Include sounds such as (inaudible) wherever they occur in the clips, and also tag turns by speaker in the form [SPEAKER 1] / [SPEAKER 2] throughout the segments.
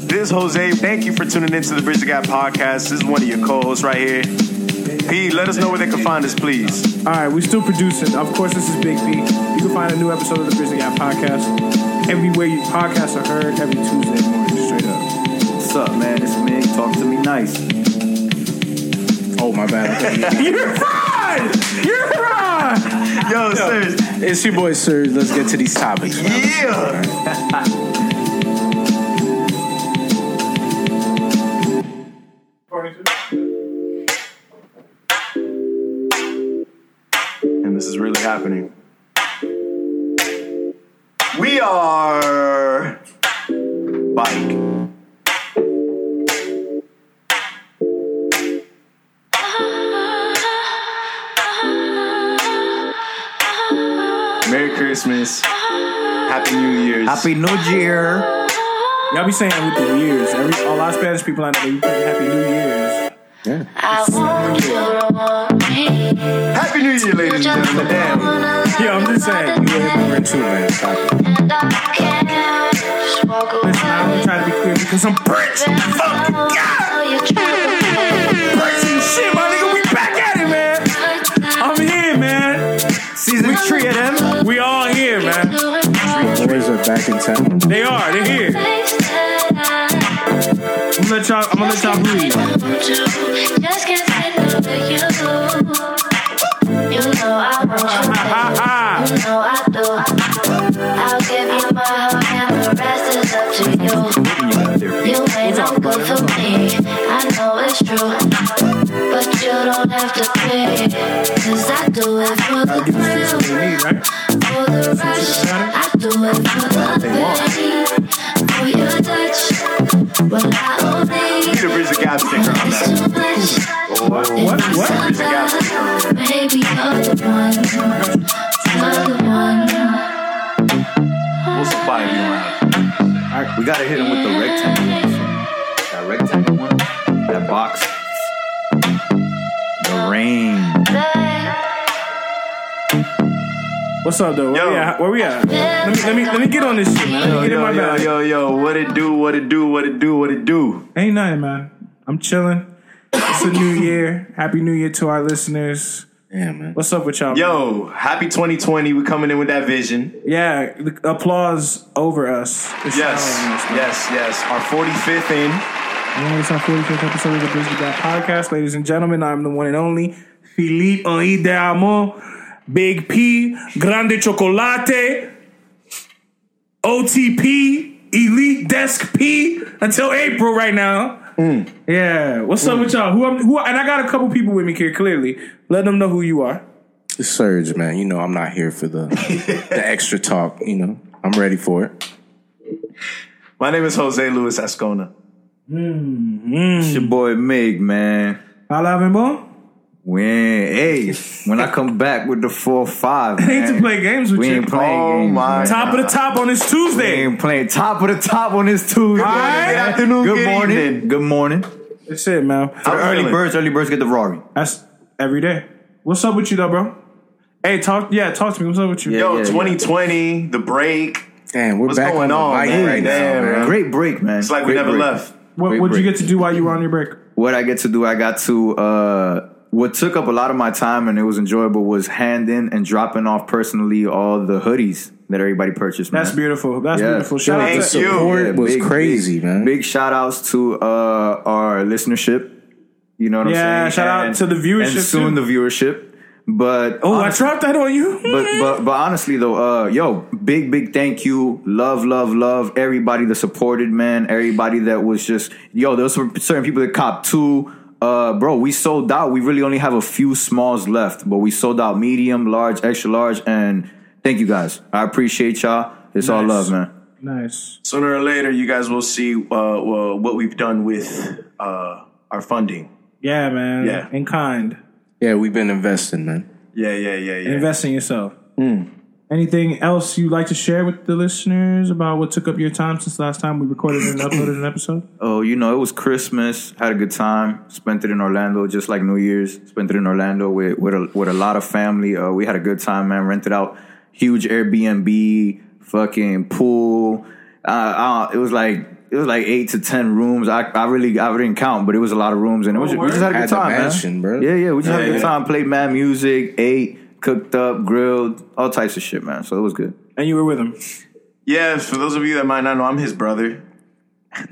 [SPEAKER 1] is Jose. Thank you for tuning in to the Bridge of God podcast. This is one of your co-hosts right here. P, let us know where they can find us, please.
[SPEAKER 2] All right, we're still producing. Of course, this is Big B. You can find a new episode of the Bridge of God podcast everywhere your podcasts are heard every Tuesday morning, straight up.
[SPEAKER 3] What's up, man? It's Mig. Talk to me nice.
[SPEAKER 2] Oh, my bad.
[SPEAKER 3] (laughs)
[SPEAKER 2] You're fine! You're fine!
[SPEAKER 1] Yo, serious.
[SPEAKER 2] It's your boy, Sir. Let's get to these topics.
[SPEAKER 1] Yeah. and this is really happening. We are bike. Merry Christmas. Happy New Year's.
[SPEAKER 3] Happy New Year.
[SPEAKER 2] Y'all be saying with the years. Every, a lot of Spanish people I know, you play Happy New Year's.
[SPEAKER 4] I want your warmth.
[SPEAKER 1] Happy New Year, ladies and gentlemen. Damn.
[SPEAKER 2] Yeah, I'm just saying. You were here too, man.
[SPEAKER 4] And I can't just walk away.
[SPEAKER 2] Listen, I don't try to be clear because I'm Prince.
[SPEAKER 4] Then I
[SPEAKER 2] Fucking
[SPEAKER 4] know
[SPEAKER 2] God!
[SPEAKER 4] you're trying
[SPEAKER 2] Prince and shit, my nigga. We back at it, man.
[SPEAKER 4] to make
[SPEAKER 2] I'm here, man.
[SPEAKER 3] Season three of them.
[SPEAKER 2] We all here, man.
[SPEAKER 4] it
[SPEAKER 5] Boys are back in town.
[SPEAKER 2] They are. They're here.
[SPEAKER 4] right.
[SPEAKER 2] I'm gonna let y'all. I'm gonna let y'all breathe.
[SPEAKER 4] Just 'cause I love you. You know I want you,
[SPEAKER 2] Ah,
[SPEAKER 4] baby. You know I do. I'll give you my heart and the rest is up to you. You ain't no good for me. I know it's true. But you don't have to pay. Cause I do it for the thrill.
[SPEAKER 2] right?
[SPEAKER 4] For the rush, I do it for the pain. For your touch, well I only
[SPEAKER 1] Get a Bridge of God sticker on that.
[SPEAKER 4] it's too much.
[SPEAKER 2] What? What?
[SPEAKER 1] Bridge of God sticker on that.
[SPEAKER 4] Maybe you're the one. You're the one.
[SPEAKER 1] We'll supply you around.
[SPEAKER 3] We gotta hit him with the rectangle. That rectangle one. That box. The rain.
[SPEAKER 2] What's up, though? Where
[SPEAKER 1] Yo.
[SPEAKER 2] we at? Where we at? Let me, let me, let me get on this shit, man. Let me get in
[SPEAKER 1] Yo,
[SPEAKER 2] my
[SPEAKER 1] yo,
[SPEAKER 2] bag.
[SPEAKER 1] yo, yo, what it do, what it do, what it do, what it do.
[SPEAKER 2] Ain't nothing, man. I'm chilling. It's a new year. Happy New Year to our listeners.
[SPEAKER 5] Yeah, man.
[SPEAKER 2] What's up with y'all? man?
[SPEAKER 1] Yo, happy 2020. We coming in with that vision.
[SPEAKER 2] Yeah, the applause over us. It's
[SPEAKER 1] Yes,
[SPEAKER 2] showering us, Oh, man.
[SPEAKER 1] yes, yes. Our 45th in.
[SPEAKER 2] And it's our 45th episode of the Brisbane Guy Podcast. Ladies and gentlemen, I'm the one and only Philippe Henri de Amon, Big P, Grande Chocolate, OTP, Elite Desk P, until April right now.
[SPEAKER 3] Mm.
[SPEAKER 2] Yeah, what's up with y'all? Who, I'm, who? And I got a couple people with me here. Clearly, let them know who you are.
[SPEAKER 5] It's Surge, man. You know I'm not here for the the extra talk. You know I'm ready for it.
[SPEAKER 1] My name is Jose Luis Ascona.
[SPEAKER 3] It's your boy Mig, man.
[SPEAKER 2] I love him, boy.
[SPEAKER 3] When hey, when I come back with the four five,
[SPEAKER 2] Hate
[SPEAKER 3] man,
[SPEAKER 2] to play games with
[SPEAKER 3] We
[SPEAKER 2] you.
[SPEAKER 3] ain't playing
[SPEAKER 1] Oh
[SPEAKER 3] games.
[SPEAKER 1] my
[SPEAKER 3] man.
[SPEAKER 2] Top of the top on this
[SPEAKER 3] We
[SPEAKER 2] Tuesday.
[SPEAKER 3] ain't playing top of the top on this Tuesday.
[SPEAKER 2] All right.
[SPEAKER 1] Good
[SPEAKER 3] man.
[SPEAKER 1] afternoon,
[SPEAKER 3] Good,
[SPEAKER 1] good
[SPEAKER 3] morning.
[SPEAKER 1] evening.
[SPEAKER 3] Good morning.
[SPEAKER 2] That's it, man.
[SPEAKER 1] How we
[SPEAKER 3] Early
[SPEAKER 1] feeling?
[SPEAKER 3] birds, early birds get the Rari.
[SPEAKER 2] That's every day. What's up with you though, bro? Hey, talk. Yeah, talk to me. What's up with you?
[SPEAKER 3] Yeah.
[SPEAKER 1] Yo, 2020, the break.
[SPEAKER 5] Damn, we're
[SPEAKER 1] What's
[SPEAKER 5] back
[SPEAKER 1] going on,
[SPEAKER 5] on, the bike
[SPEAKER 1] man? Damn,
[SPEAKER 5] right now,
[SPEAKER 1] man.
[SPEAKER 5] man.
[SPEAKER 3] Great break, man.
[SPEAKER 1] It's like we
[SPEAKER 3] Great
[SPEAKER 1] never
[SPEAKER 3] break.
[SPEAKER 1] left.
[SPEAKER 2] What
[SPEAKER 3] Great
[SPEAKER 2] would you get
[SPEAKER 3] break.
[SPEAKER 2] to do while you were on your break?
[SPEAKER 3] what I get to do, I got to uh what took up a lot of my time and it was enjoyable was handing and dropping off personally all the hoodies that everybody purchased. Man.
[SPEAKER 2] That's beautiful. That's
[SPEAKER 3] Yeah.
[SPEAKER 2] beautiful. Shout
[SPEAKER 1] Thank
[SPEAKER 2] out to
[SPEAKER 1] you.
[SPEAKER 5] Support
[SPEAKER 3] Yeah,
[SPEAKER 5] was
[SPEAKER 3] big-
[SPEAKER 5] crazy,
[SPEAKER 3] big-
[SPEAKER 5] man.
[SPEAKER 3] Big shout outs to uh our listenership. You know what
[SPEAKER 2] Yeah,
[SPEAKER 3] I'm saying?
[SPEAKER 2] shout out to the viewership,
[SPEAKER 3] And soon
[SPEAKER 2] too.
[SPEAKER 3] the viewership. But
[SPEAKER 2] Oh, I
[SPEAKER 3] honestly-
[SPEAKER 2] dropped that on you.
[SPEAKER 3] but but but honestly though, uh, yo, big big thank you, love love love everybody that supported, man, everybody that was just yo. There was some certain people that copped two. Uh, bro, we sold out. We really only have a few smalls left, but we sold out medium, large, extra large, and thank you guys. I appreciate y'all. It's all
[SPEAKER 2] Nice.
[SPEAKER 3] love, man.
[SPEAKER 2] Nice.
[SPEAKER 1] Sooner or later, you guys will see uh, well, what we've done with uh, our funding.
[SPEAKER 2] Yeah, man.
[SPEAKER 1] Yeah.
[SPEAKER 2] In kind.
[SPEAKER 5] Yeah, we've been investing, man.
[SPEAKER 1] Yeah, yeah, yeah, yeah. Mm.
[SPEAKER 2] Invest in yourself. Anything else you'd like to share with the listeners about what took up your time since last time we recorded and uploaded
[SPEAKER 1] (coughs)
[SPEAKER 2] an episode?
[SPEAKER 3] Oh, you know, it was Christmas. Had a good time. Spent it in Orlando, just like New Year's. Spent it in Orlando with with a, with a lot of family. Uh, we had a good time, man. Rented out huge Airbnb, fucking pool. Uh, uh, it was like it was like eight to ten rooms. I, I really I didn't count, but it was a lot of rooms, and it was
[SPEAKER 2] Oh,
[SPEAKER 3] just, we just had a good
[SPEAKER 5] word? Had the
[SPEAKER 3] time,
[SPEAKER 5] mansion,
[SPEAKER 3] man.
[SPEAKER 5] bro.
[SPEAKER 3] Yeah, yeah, we just had a
[SPEAKER 1] Yeah,
[SPEAKER 3] good
[SPEAKER 1] yeah.
[SPEAKER 3] time. Played mad music, ate, cooked up, grilled, all types of shit, man. So it was good.
[SPEAKER 2] And you were with him.
[SPEAKER 1] Yeah, for those of you that might not know, I'm his brother.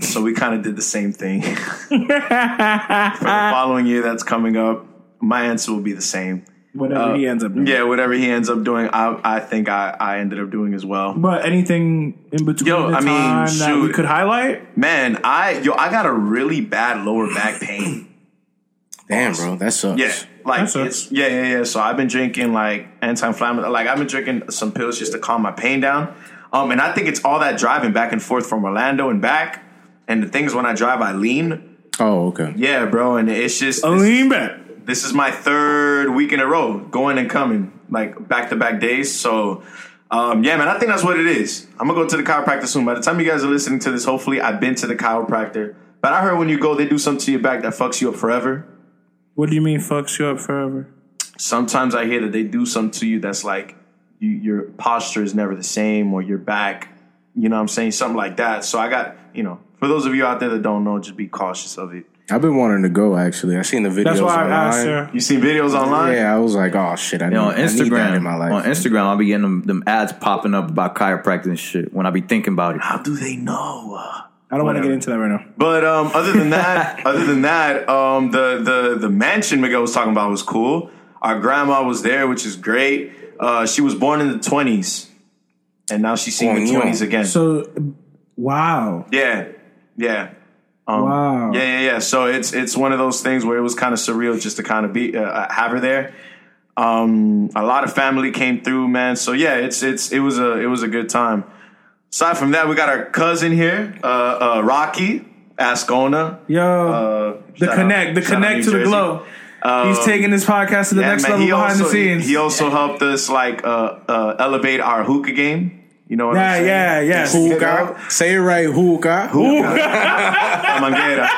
[SPEAKER 1] So we kind of did the same thing. (laughs) for the following year that's coming up, my answer will be the same.
[SPEAKER 2] Whatever he ends up doing.
[SPEAKER 1] Uh, Yeah, whatever he ends up doing, I, I think I, I ended up doing as well.
[SPEAKER 2] But anything in between
[SPEAKER 1] Yo,
[SPEAKER 2] the
[SPEAKER 1] I mean,
[SPEAKER 2] time that we
[SPEAKER 1] shoot.
[SPEAKER 2] could highlight?
[SPEAKER 1] Man, I yo, I got a really bad lower back pain.
[SPEAKER 5] Damn, bro, that sucks.
[SPEAKER 1] Yeah, like
[SPEAKER 2] That sucks.
[SPEAKER 1] it's, yeah, yeah, yeah. So I've been drinking like anti-inflammatory. Like I've been drinking some pills just to calm my pain down. Um, and I think it's all that driving back and forth from Orlando and back. And the thing is, when I drive, I lean.
[SPEAKER 5] Oh, okay.
[SPEAKER 1] Yeah, bro. And it's just
[SPEAKER 2] A
[SPEAKER 1] this,
[SPEAKER 2] lean back.
[SPEAKER 1] this is my third week in a row, going and coming, like back to back days. So. Um, yeah, man, I think that's what it is. I'm gonna go to the chiropractor soon. By the time you guys are listening to this, hopefully, I've been to the chiropractor. But I heard when you go, they do something to your back that fucks you up forever.
[SPEAKER 2] What do you mean fucks you up forever?
[SPEAKER 1] sometimes I hear that they do something to you that's like you, your posture is never the same or your back, you know what I'm saying? Something like that. So I got, you know, for those of you out there that don't know, just be cautious of it.
[SPEAKER 5] I've been wanting to go actually. I seen the videos.
[SPEAKER 2] That's why I
[SPEAKER 5] online.
[SPEAKER 2] asked her.
[SPEAKER 1] You seen videos online?
[SPEAKER 5] Yeah, I was like, oh shit, I need,
[SPEAKER 3] You know, on
[SPEAKER 5] I need that
[SPEAKER 3] Instagram,
[SPEAKER 5] in my life.
[SPEAKER 3] on Instagram, I'll be getting them, them ads popping up about chiropractic and shit when I be thinking about it.
[SPEAKER 1] How do they know?
[SPEAKER 2] I don't want to
[SPEAKER 1] Whatever.
[SPEAKER 2] get into that right now.
[SPEAKER 1] But um, other than that, (laughs) other than that, um, the the the mansion Miguel was talking about was cool. Our grandma was there, which is great. Uh, she was born in the 20s, and now she's seeing
[SPEAKER 5] Oh,
[SPEAKER 1] the
[SPEAKER 5] yeah.
[SPEAKER 1] 20s again.
[SPEAKER 2] So, wow.
[SPEAKER 1] Yeah, yeah,
[SPEAKER 2] wow.
[SPEAKER 1] Um, yeah, yeah, yeah. So it's it's one of those things where it was kind of surreal just to kind of be uh, have her there. Um, a lot of family came through, man. So yeah, it's it's it was a it was a good time. Aside from that, we got our cousin here, uh, uh, Rocky Ascona.
[SPEAKER 2] Yo,
[SPEAKER 1] Uh,
[SPEAKER 2] the
[SPEAKER 1] shout out-
[SPEAKER 2] connect, the
[SPEAKER 1] shout out
[SPEAKER 2] connect
[SPEAKER 1] New
[SPEAKER 2] to the
[SPEAKER 1] Jersey.
[SPEAKER 2] glow.
[SPEAKER 1] Um,
[SPEAKER 2] He's taking this podcast to the
[SPEAKER 1] yeah,
[SPEAKER 2] next
[SPEAKER 1] man,
[SPEAKER 2] level
[SPEAKER 1] he
[SPEAKER 2] behind
[SPEAKER 1] also,
[SPEAKER 2] the scenes.
[SPEAKER 1] He also helped us like uh, uh, elevate our hookah game. You know what I'm
[SPEAKER 2] yeah,
[SPEAKER 1] saying?
[SPEAKER 2] yeah, yeah.
[SPEAKER 5] Hookah. Say it right, hookah.
[SPEAKER 1] Manguera.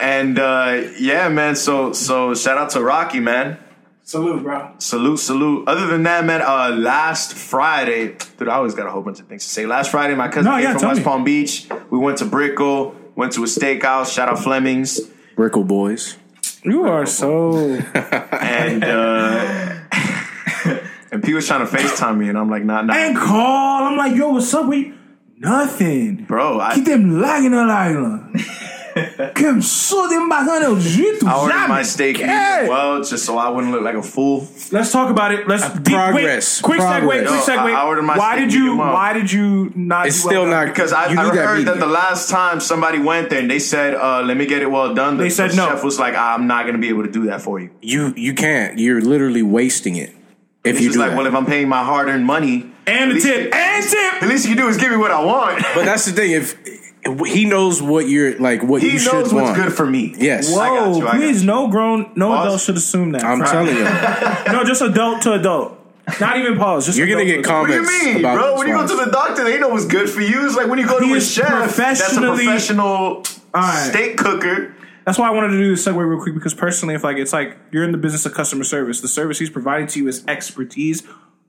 [SPEAKER 1] and uh, yeah, man. So so shout out to Rocky, man.
[SPEAKER 2] Salute, bro.
[SPEAKER 1] Salute, salute. Other than that, man, uh, last Friday, dude, I always got a whole bunch of things to say. Last Friday, my cousin
[SPEAKER 2] No,
[SPEAKER 1] came
[SPEAKER 2] yeah,
[SPEAKER 1] from
[SPEAKER 2] tell
[SPEAKER 1] West
[SPEAKER 2] me.
[SPEAKER 1] Palm Beach. We went to Brickell, went to a steakhouse. Shout out Fleming's,
[SPEAKER 5] Brickle boys.
[SPEAKER 2] You
[SPEAKER 1] (laughs)
[SPEAKER 2] are so.
[SPEAKER 1] and uh, and P was trying to Facetime me, and I'm like, nah, nah,
[SPEAKER 2] and call. I'm like, yo, what's up with you? Nothing.
[SPEAKER 1] bro.
[SPEAKER 2] Keep
[SPEAKER 1] I,
[SPEAKER 2] them lagging
[SPEAKER 1] (laughs)
[SPEAKER 2] on island. Kim so them back on el jeito.
[SPEAKER 1] I ordered my
[SPEAKER 2] Jamais.
[SPEAKER 1] steak medium
[SPEAKER 2] Hey.
[SPEAKER 1] well, just so I wouldn't look like a fool.
[SPEAKER 2] Let's talk about it. Let's deep,
[SPEAKER 5] progress.
[SPEAKER 2] Wait, quick segue.
[SPEAKER 5] Progress.
[SPEAKER 2] Quick
[SPEAKER 1] Yo, I-
[SPEAKER 2] segue.
[SPEAKER 1] I ordered my
[SPEAKER 2] why
[SPEAKER 1] steak
[SPEAKER 2] did you?
[SPEAKER 1] medium well.
[SPEAKER 2] Why did you not?
[SPEAKER 5] It's
[SPEAKER 2] do
[SPEAKER 5] still
[SPEAKER 2] well done?
[SPEAKER 5] not
[SPEAKER 1] Because I,
[SPEAKER 5] You
[SPEAKER 1] I
[SPEAKER 5] need that
[SPEAKER 1] heard that,
[SPEAKER 5] medium.
[SPEAKER 1] the last time somebody went there and they said, uh, "Let me get it well done," the,
[SPEAKER 2] They said
[SPEAKER 1] the
[SPEAKER 2] no.
[SPEAKER 1] chef was like, "I'm not going to be able to do that for you."
[SPEAKER 5] You you can't. You're literally wasting it if
[SPEAKER 1] It's
[SPEAKER 5] you
[SPEAKER 1] just
[SPEAKER 5] do
[SPEAKER 1] like,
[SPEAKER 5] that.
[SPEAKER 1] well, if I'm paying my hard-earned money
[SPEAKER 2] And
[SPEAKER 1] at
[SPEAKER 2] the
[SPEAKER 1] least
[SPEAKER 2] tip.
[SPEAKER 1] it-
[SPEAKER 2] And
[SPEAKER 1] the
[SPEAKER 2] tip.
[SPEAKER 1] least you can do is give me what I want. (laughs)
[SPEAKER 5] but that's the thing. If he knows what you're like, what
[SPEAKER 1] He
[SPEAKER 5] you should
[SPEAKER 1] knows what's
[SPEAKER 5] want.
[SPEAKER 1] good for me.
[SPEAKER 5] Yes.
[SPEAKER 1] got
[SPEAKER 5] I
[SPEAKER 1] you,
[SPEAKER 2] Whoa!
[SPEAKER 1] I got
[SPEAKER 2] please,
[SPEAKER 1] you.
[SPEAKER 2] no grown, no
[SPEAKER 1] Pause.
[SPEAKER 2] adult should assume that.
[SPEAKER 5] I'm
[SPEAKER 2] Right. (laughs)
[SPEAKER 5] telling you,
[SPEAKER 2] no, just adult to adult. Not even pause. Just
[SPEAKER 5] you're gonna
[SPEAKER 2] adult
[SPEAKER 5] get
[SPEAKER 2] to adult.
[SPEAKER 1] What do you
[SPEAKER 5] comments
[SPEAKER 1] mean,
[SPEAKER 5] about
[SPEAKER 1] bro?
[SPEAKER 5] this
[SPEAKER 1] When you go
[SPEAKER 5] one.
[SPEAKER 1] to the doctor, they know what's good for you. It's like when you go
[SPEAKER 2] He
[SPEAKER 1] to a
[SPEAKER 2] is
[SPEAKER 1] chef, that's a
[SPEAKER 2] professionally-
[SPEAKER 1] professional
[SPEAKER 2] right.
[SPEAKER 1] steak cooker.
[SPEAKER 2] That's why I wanted to do this segue real quick because personally, if like it's like you're in the business of customer service, the service he's providing to you is expertise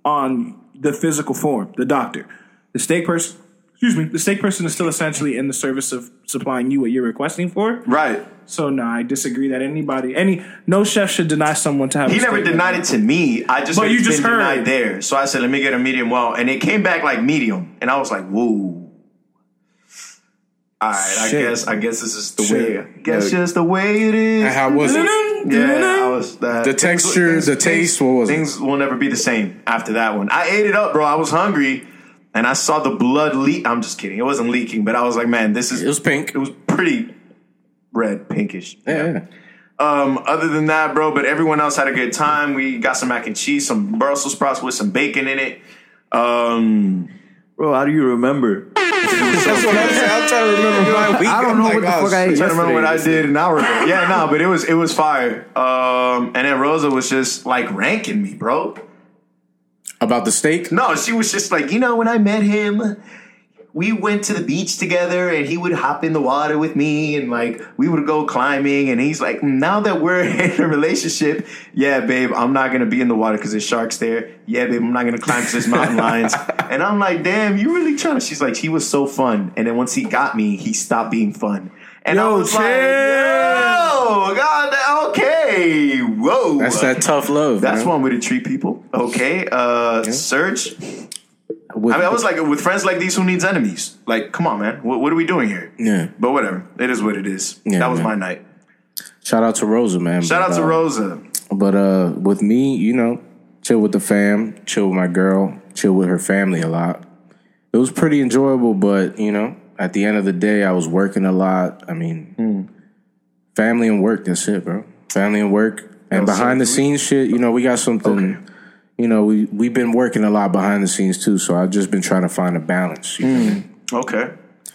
[SPEAKER 2] on the physical form, the doctor. The steak person, excuse me, the steak person is still essentially in the service of supplying you what you're requesting for.
[SPEAKER 1] Right.
[SPEAKER 2] So no, I disagree that anybody, any, no chef should deny someone to have.
[SPEAKER 1] He
[SPEAKER 2] a
[SPEAKER 1] never
[SPEAKER 2] steak.
[SPEAKER 1] denied it to me. I just
[SPEAKER 2] But
[SPEAKER 1] heard
[SPEAKER 2] you
[SPEAKER 1] it's
[SPEAKER 2] just
[SPEAKER 1] been
[SPEAKER 2] heard.
[SPEAKER 1] denied there. So I said, let me get a medium well, and it came back like medium, and I was like, whoa. All right, I
[SPEAKER 2] Shit.
[SPEAKER 1] guess I guess this is the
[SPEAKER 5] Shit.
[SPEAKER 1] way. Guess
[SPEAKER 5] Yeah.
[SPEAKER 1] just the way it is.
[SPEAKER 5] And how was it?
[SPEAKER 1] Yeah, I was that.
[SPEAKER 5] The texture, the taste, what was it?
[SPEAKER 1] things will never be the same after that one. I ate it up, bro. I was hungry, and I saw the blood leak. I'm just kidding. It wasn't leaking, but I was like, man, this is.
[SPEAKER 5] It was pink.
[SPEAKER 1] It was pretty red, pinkish.
[SPEAKER 5] Yeah, yeah.
[SPEAKER 1] Um, other than that, bro, but everyone else had a good time. We got some mac and cheese, some Brussels sprouts with some bacon in it. Um,
[SPEAKER 3] Bro, how do you remember?
[SPEAKER 5] That's what I'm saying. I'm trying to remember my week.
[SPEAKER 3] I don't
[SPEAKER 5] I'm
[SPEAKER 3] know
[SPEAKER 5] like,
[SPEAKER 3] what the
[SPEAKER 5] oh,
[SPEAKER 3] fuck I ate.
[SPEAKER 5] shit.
[SPEAKER 1] I remember what I did an hour ago. Yeah, no, but it was it was fire. Um, and then Rosa was just like ranking me, bro.
[SPEAKER 5] About the steak?
[SPEAKER 1] No, she was just like, you know, when I met him, we went to the beach together and he would hop in the water with me and like we would go climbing and he's like now that we're (laughs) in a relationship yeah babe i'm not gonna be in the water because there's sharks there yeah babe i'm not gonna climb because there's mountain
[SPEAKER 5] (laughs)
[SPEAKER 1] lions and i'm like damn you really trying to she's like he was so fun and then once he got me he stopped being fun and i
[SPEAKER 5] Yo,
[SPEAKER 1] was like
[SPEAKER 5] chill.
[SPEAKER 1] yo god okay whoa
[SPEAKER 5] That's that tough love.
[SPEAKER 1] that's
[SPEAKER 5] man.
[SPEAKER 1] one way to treat people okay uh serge
[SPEAKER 5] With-
[SPEAKER 1] I mean, I was like, with friends like these, who needs enemies? Like, come on, man. What, what are we doing here?
[SPEAKER 5] Yeah.
[SPEAKER 1] But whatever. It is what it is.
[SPEAKER 5] Yeah,
[SPEAKER 1] that was
[SPEAKER 5] man.
[SPEAKER 1] my night.
[SPEAKER 5] shout out to Rosa, man.
[SPEAKER 1] Shout out
[SPEAKER 5] But,
[SPEAKER 1] to
[SPEAKER 5] uh,
[SPEAKER 1] Rosa.
[SPEAKER 5] But uh, with me, you know, chill with the fam, chill with my girl, chill with her family a lot. It was pretty enjoyable, but you know, at the end of the day, I was working a lot. I mean, family and work. That's it, bro. Family and work, and behind the scenes shit. You know, we got something. You know, we we've been working a lot behind the scenes too. So I've just been trying to find a balance, you know,
[SPEAKER 6] Okay.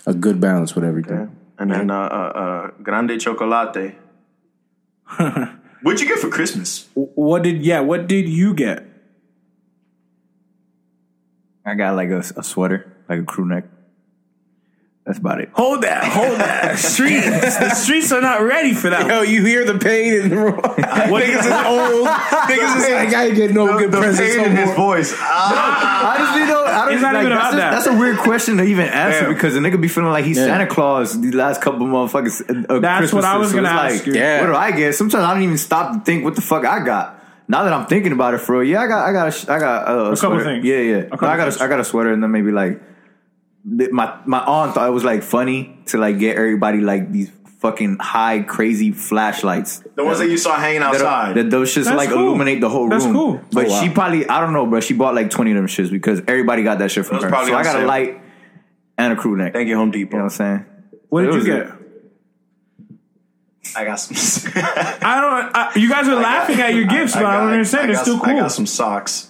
[SPEAKER 5] a good balance with everything.
[SPEAKER 6] And then uh, uh, uh, grande chocolate.
[SPEAKER 1] What'd you get for Christmas?
[SPEAKER 2] What did yeah? What did you get?
[SPEAKER 3] I got like a, a sweater, like a crew neck. That's about it.
[SPEAKER 2] Hold that, hold
[SPEAKER 5] (laughs)
[SPEAKER 2] that. Streets, the streets are not ready for that.
[SPEAKER 5] Yo, you hear the pain in the (laughs) room. Niggas is old. Niggas is like, I ain't getting no good presents no more.
[SPEAKER 1] voice. Ah,
[SPEAKER 3] Honestly though, I don't
[SPEAKER 2] It's not
[SPEAKER 3] like,
[SPEAKER 2] even
[SPEAKER 3] that's
[SPEAKER 2] about
[SPEAKER 3] a,
[SPEAKER 2] that.
[SPEAKER 3] That's a weird question to even answer because the nigga be feeling like he's
[SPEAKER 5] Yeah.
[SPEAKER 3] Santa Claus the last couple motherfuckers. uh, Uh,
[SPEAKER 2] That's what I was
[SPEAKER 3] Christmases.
[SPEAKER 2] gonna
[SPEAKER 3] it's
[SPEAKER 2] ask
[SPEAKER 3] like,
[SPEAKER 2] you.
[SPEAKER 5] Yeah.
[SPEAKER 3] What do I get? Sometimes I don't even stop to think what the fuck I got. Now that I'm thinking about it, for real, yeah, I got, I got, a, sh- I got uh, a,
[SPEAKER 2] couple
[SPEAKER 3] sweater.
[SPEAKER 2] things.
[SPEAKER 3] Yeah, yeah.
[SPEAKER 2] A couple
[SPEAKER 3] I got,
[SPEAKER 2] things.
[SPEAKER 3] a, I got a sweater, and then maybe like th- my my aunt thought it was like funny to like get everybody like these fucking high crazy flashlights.
[SPEAKER 1] the ones that you saw hanging outside.
[SPEAKER 3] That, that those shits
[SPEAKER 2] That's
[SPEAKER 3] like
[SPEAKER 2] cool.
[SPEAKER 3] illuminate the whole
[SPEAKER 2] That's
[SPEAKER 3] room.
[SPEAKER 2] cool.
[SPEAKER 3] But
[SPEAKER 5] Oh, wow.
[SPEAKER 3] she probably I don't know, bro. She bought like twenty of them shits because everybody got that shit from
[SPEAKER 1] Those
[SPEAKER 3] her.
[SPEAKER 1] probably
[SPEAKER 3] So I
[SPEAKER 1] on
[SPEAKER 3] got a
[SPEAKER 1] sale.
[SPEAKER 3] light and a crew neck.
[SPEAKER 1] Thank you, Home Depot.
[SPEAKER 3] You know what I'm saying?
[SPEAKER 2] What did
[SPEAKER 3] It
[SPEAKER 2] you
[SPEAKER 3] was
[SPEAKER 2] get?
[SPEAKER 3] a-
[SPEAKER 1] I got some. I
[SPEAKER 2] I don't. I, you guys are laughing at your gifts, but I,
[SPEAKER 1] got-
[SPEAKER 2] don't understand.
[SPEAKER 1] I
[SPEAKER 2] it's
[SPEAKER 1] got
[SPEAKER 2] still
[SPEAKER 1] some- I
[SPEAKER 2] cool.
[SPEAKER 1] got some socks.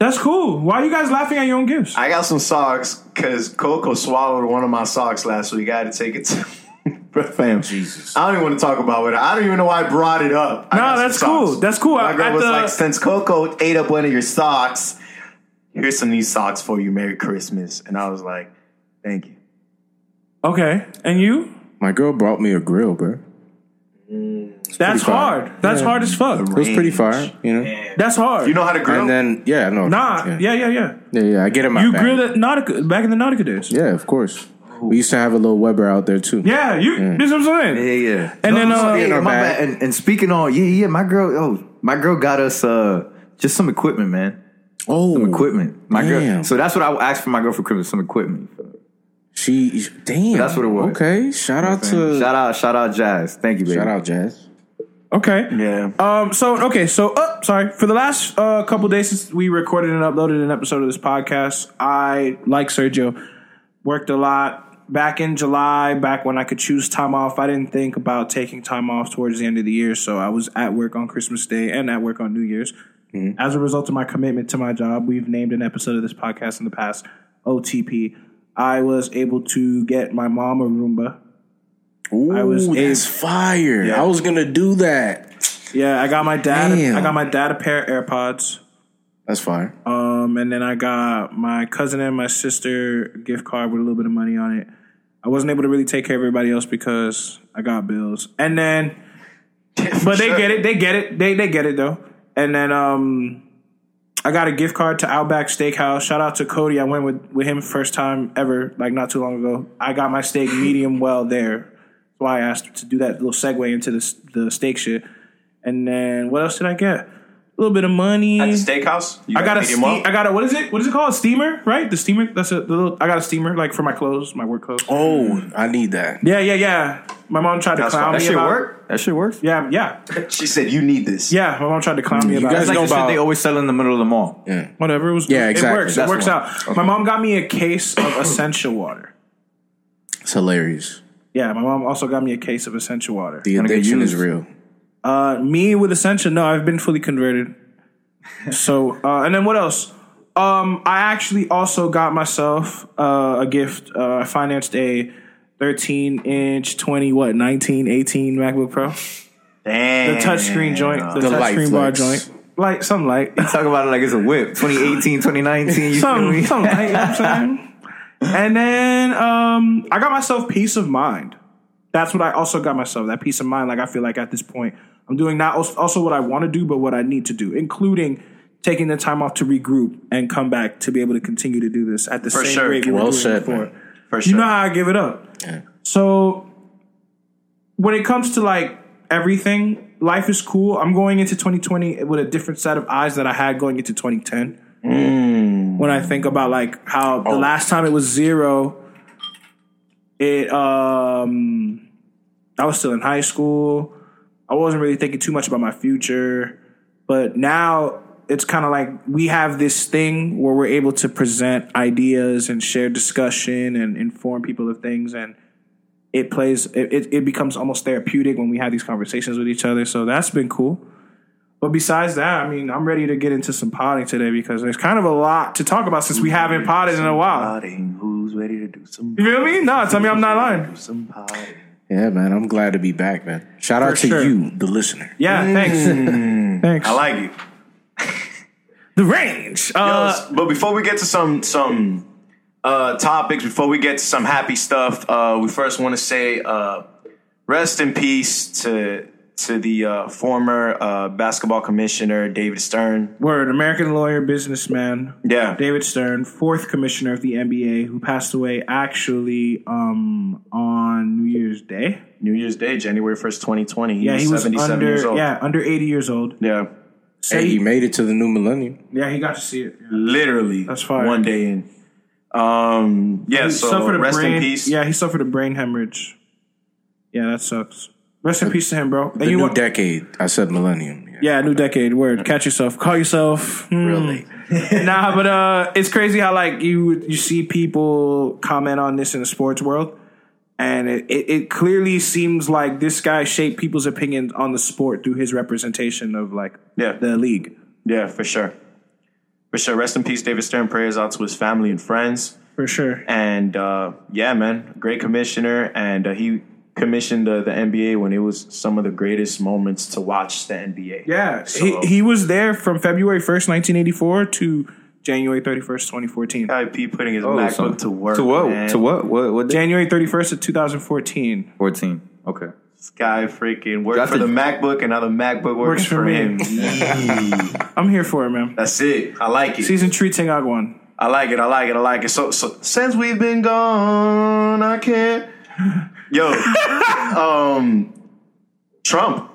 [SPEAKER 2] That's cool. Why are you guys laughing at your own gifts?
[SPEAKER 1] I got some socks because Coco swallowed one of my socks last week. I had to take it to. (laughs) Bro, Fam, Jesus, I don't even want to talk about it. I don't even know why I brought it up. I
[SPEAKER 2] No,
[SPEAKER 1] got some
[SPEAKER 2] that's cool.
[SPEAKER 1] socks.
[SPEAKER 2] That's cool.
[SPEAKER 1] My
[SPEAKER 2] At
[SPEAKER 1] girl was
[SPEAKER 2] the-
[SPEAKER 1] like, since Coco ate up one of your socks, here's some new socks for you. Merry Christmas. And I was like, thank you.
[SPEAKER 2] okay, and you?
[SPEAKER 5] My girl brought me a grill, bro.
[SPEAKER 2] That's
[SPEAKER 5] fire.
[SPEAKER 2] hard. That's hard as fuck.
[SPEAKER 5] It was pretty fire, you know.
[SPEAKER 2] That's hard.
[SPEAKER 1] You know how to grill?
[SPEAKER 5] And then yeah, I know.
[SPEAKER 2] Nah, yeah, yeah, yeah.
[SPEAKER 5] yeah, yeah. I get him out.
[SPEAKER 2] You
[SPEAKER 5] back.
[SPEAKER 2] grilled at Nautica back in the Nautica days.
[SPEAKER 5] Yeah, of course. We used to have a little Weber out there too.
[SPEAKER 2] Yeah, you. This is what I'm
[SPEAKER 3] Yeah,
[SPEAKER 2] saying.
[SPEAKER 3] yeah.
[SPEAKER 2] And then, uh,
[SPEAKER 3] yeah,
[SPEAKER 5] in our
[SPEAKER 3] my
[SPEAKER 5] bag.
[SPEAKER 3] bad. And, and speaking on, yeah, yeah, my girl, oh, my girl got us uh just some equipment, man.
[SPEAKER 5] Oh,
[SPEAKER 3] Some equipment. My
[SPEAKER 5] Damn.
[SPEAKER 3] girl. So that's what I asked for my girl for Christmas, some equipment.
[SPEAKER 5] She damn.
[SPEAKER 3] That's what it was.
[SPEAKER 5] Okay. Shout out to
[SPEAKER 3] shout out, shout out Jazz. Thank you, baby.
[SPEAKER 5] Uh, shout out Jazz.
[SPEAKER 2] Okay.
[SPEAKER 6] Yeah.
[SPEAKER 2] Um. So okay. So uh, sorry for the last uh, couple days since we recorded and uploaded an episode of this podcast. I like Sergio. Worked a lot back in July. Back when I could choose time off, I didn't think about taking time off towards the end of the year. So I was at work on Christmas Day and at work on New Year's. As a result of my commitment to my job, we've named an episode of this podcast in the past OTP. I was able to get my mom a Roomba.
[SPEAKER 5] Ooh,
[SPEAKER 2] I was
[SPEAKER 5] that's fire. I was gonna do that.
[SPEAKER 2] Yeah, I got my dad.
[SPEAKER 5] Damn.
[SPEAKER 2] I got my dad a pair of AirPods.
[SPEAKER 5] That's fire.
[SPEAKER 2] Um, and then I got my cousin and my sister a gift card with a little bit of money on it. I wasn't able to really take care of everybody else because I got bills. And
[SPEAKER 5] (laughs)
[SPEAKER 2] then, but they get it. They get it. They they get it though. And then um, I got a gift card to Outback Steakhouse. Shout out to Cody. I went with with him first time ever, like not too long ago. I got my steak medium well there. That's why I asked to do that little segue into the s- the steak shit. And then what else did I get? A little bit of money.
[SPEAKER 6] At the steakhouse? You
[SPEAKER 2] I got a
[SPEAKER 6] medium
[SPEAKER 2] ste-
[SPEAKER 6] well?
[SPEAKER 2] I got a what is it? What is it called? A steamer, right? The steamer. That's a the little. I got a steamer like for my clothes, my work clothes.
[SPEAKER 5] Oh,
[SPEAKER 3] Mm.
[SPEAKER 5] I need that.
[SPEAKER 2] Yeah, yeah, yeah. My mom tried to
[SPEAKER 6] That's
[SPEAKER 2] clown
[SPEAKER 6] fine.
[SPEAKER 2] me
[SPEAKER 3] That shit
[SPEAKER 2] about.
[SPEAKER 3] work? That shit works.
[SPEAKER 2] Yeah, yeah,
[SPEAKER 1] She said, you need this.
[SPEAKER 2] yeah. My mom tried to clown me about.
[SPEAKER 5] guys
[SPEAKER 2] it.
[SPEAKER 3] That's like
[SPEAKER 5] know
[SPEAKER 3] the shit
[SPEAKER 5] about-
[SPEAKER 3] they always sell in the middle of the mall.
[SPEAKER 2] whatever. It was.
[SPEAKER 5] Yeah, exactly.
[SPEAKER 2] It works.
[SPEAKER 5] That's
[SPEAKER 2] it works
[SPEAKER 5] the one.
[SPEAKER 2] out. My mom got me a case of essential water.
[SPEAKER 5] It's hilarious.
[SPEAKER 2] Yeah, my mom also got me a case of essential water.
[SPEAKER 5] The
[SPEAKER 3] get
[SPEAKER 5] addiction is
[SPEAKER 3] used.
[SPEAKER 5] real.
[SPEAKER 2] Uh, me with Ascension, no, I've been fully converted. So, uh, and then what else? Um, I actually also got myself uh, a gift. Uh, I financed a 13 inch, 20, what, 19, 18 MacBook Pro. The
[SPEAKER 1] Damn.
[SPEAKER 2] touchscreen joint, the,
[SPEAKER 5] The light
[SPEAKER 2] touchscreen bar
[SPEAKER 5] flex.
[SPEAKER 2] joint. Light, some light.
[SPEAKER 5] (laughs)
[SPEAKER 3] Talk about it like it's a whip. 2018, 2019. You feel
[SPEAKER 2] Some,
[SPEAKER 3] me?
[SPEAKER 2] some light, you know what I'm saying? And then um, I got myself peace of mind. That's what I also got myself that peace of mind. Like I feel like at this point, I'm doing not als- also what I want to do, but what I need to do, including taking the time off to regroup and come back to be able to continue to do this at the same
[SPEAKER 1] sure.
[SPEAKER 2] rate we were
[SPEAKER 5] Well
[SPEAKER 2] doing
[SPEAKER 5] said,
[SPEAKER 2] before.
[SPEAKER 5] man.
[SPEAKER 1] For
[SPEAKER 2] You
[SPEAKER 1] sure.
[SPEAKER 2] know how I give it up.
[SPEAKER 5] Yeah.
[SPEAKER 2] So when it comes to like everything, life is cool. I'm going into 2020 with a different set of eyes that I had going into 2010. When I think about like how the last time it was zero, it um I was still in high school. I wasn't really thinking too much about my future, but now it's kind of like we have this thing where we're able to present ideas and share discussion and inform people of things and it plays it, it, it becomes almost therapeutic when we have these conversations with each other so that's been cool but besides that i mean i'm ready to get into some potting today because there's kind of a lot to talk about since we haven't potted in a while
[SPEAKER 7] Potting, Who's ready to do some
[SPEAKER 2] you feel me no tell me i'm not lying
[SPEAKER 7] do some potting?
[SPEAKER 5] Yeah, man. I'm glad to be back, man. Shout out
[SPEAKER 2] For
[SPEAKER 5] to
[SPEAKER 2] sure.
[SPEAKER 5] you, the listener.
[SPEAKER 2] yeah thanks thanks
[SPEAKER 1] I like it.
[SPEAKER 2] the range uh,
[SPEAKER 1] Yes, but before we get to some some uh, topics, before we get to some happy stuff, uh, we first want to say uh, rest in peace to to the uh, former uh, basketball commissioner David Stern.
[SPEAKER 2] Word, American lawyer, businessman.
[SPEAKER 1] Yeah.
[SPEAKER 2] David Stern, fourth commissioner of the NBA, who passed away actually um, on New Year's Day.
[SPEAKER 1] New Year's Day, January first, twenty twenty.
[SPEAKER 2] Yeah, he was under
[SPEAKER 1] years old.
[SPEAKER 2] yeah under eighty years old.
[SPEAKER 1] Yeah.
[SPEAKER 2] So
[SPEAKER 5] Hey,
[SPEAKER 2] he-
[SPEAKER 5] you made it to the new millennium.
[SPEAKER 2] yeah, he got to see it. Yeah.
[SPEAKER 1] literally.
[SPEAKER 2] That's fire.
[SPEAKER 1] One day in. Um. Yeah.
[SPEAKER 2] He
[SPEAKER 1] so
[SPEAKER 2] suffered a
[SPEAKER 1] rest
[SPEAKER 2] brain,
[SPEAKER 1] in peace.
[SPEAKER 2] Yeah, he suffered a brain hemorrhage. Yeah, that sucks. Rest in peace to him, bro. And
[SPEAKER 5] The new
[SPEAKER 2] want-
[SPEAKER 5] decade. I said millennium.
[SPEAKER 2] Yeah, new decade. Word. Catch yourself. Call yourself. Hmm.
[SPEAKER 5] Really.
[SPEAKER 2] nah, but uh, it's crazy how like you you see people comment on this in the sports world, and it, it, it clearly seems like this guy shaped people's opinions on the sport through his representation of like
[SPEAKER 1] Yeah.
[SPEAKER 2] the league.
[SPEAKER 1] Yeah. For sure. For sure. Rest in peace, David Stern. Prayers out to his family and friends.
[SPEAKER 2] For sure.
[SPEAKER 1] and uh, yeah, man, great commissioner, and uh, he commissioned uh, the NBA when it was some of the greatest moments to watch the NBA.
[SPEAKER 2] Yeah,
[SPEAKER 1] So-
[SPEAKER 2] he he was there from February first, nineteen eighty four, to January thirty first, twenty fourteen.
[SPEAKER 1] IP putting his
[SPEAKER 3] Oh,
[SPEAKER 1] MacBook
[SPEAKER 3] so-
[SPEAKER 1] to work.
[SPEAKER 3] To what?
[SPEAKER 1] man.
[SPEAKER 3] To what? What? What? Day?
[SPEAKER 2] January thirty first of two thousand fourteen.
[SPEAKER 3] Fourteen. Okay.
[SPEAKER 1] This guy freaking worked
[SPEAKER 3] Got
[SPEAKER 1] for
[SPEAKER 3] the-
[SPEAKER 1] the MacBook, and now the MacBook works,
[SPEAKER 2] Works for
[SPEAKER 1] for
[SPEAKER 2] me.
[SPEAKER 1] him.
[SPEAKER 2] I'm here for it, man.
[SPEAKER 1] That's it. I like it.
[SPEAKER 2] Season three, Tengagwan.
[SPEAKER 1] I like it. I like it. I like it. So, so since we've been gone, I can't. Yo, um, Trump.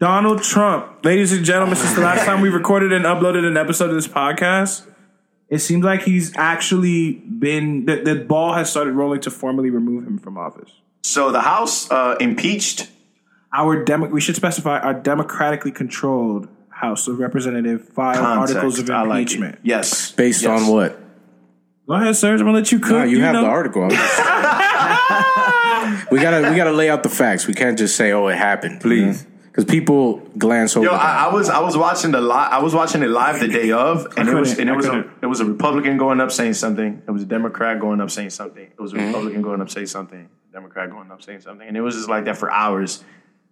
[SPEAKER 2] Donald Trump, ladies and gentlemen, since the last time we recorded and uploaded an episode of this podcast, it seems like he's actually been the, the ball has started rolling to formally remove him from office.
[SPEAKER 1] So the House uh, impeached
[SPEAKER 2] Our demo, we should specify our democratically controlled House of Representative filed articles of
[SPEAKER 1] Context. I like it.
[SPEAKER 2] impeachment.
[SPEAKER 1] Yes,
[SPEAKER 5] Based
[SPEAKER 1] Yes.
[SPEAKER 5] on what?
[SPEAKER 2] Go ahead, Serge. I'm gonna let you cook.
[SPEAKER 5] No, you, have
[SPEAKER 2] know.
[SPEAKER 5] the article. I'm just- we gotta we gotta lay out the facts. We can't just say, "Oh, it happened,"
[SPEAKER 3] Please.
[SPEAKER 5] because people glance over.
[SPEAKER 1] Yo,
[SPEAKER 5] that.
[SPEAKER 1] I, I was I was watching the li- I was watching it live the day of, and it was
[SPEAKER 2] couldn't,
[SPEAKER 1] and
[SPEAKER 2] I
[SPEAKER 1] it was a,
[SPEAKER 2] couldn't.
[SPEAKER 1] it was a Republican going up saying something. It was a Democrat going up saying something. It
[SPEAKER 5] Mm-hmm.
[SPEAKER 1] was a Republican going up saying something. Democrat going up saying something, and it was just like that for hours.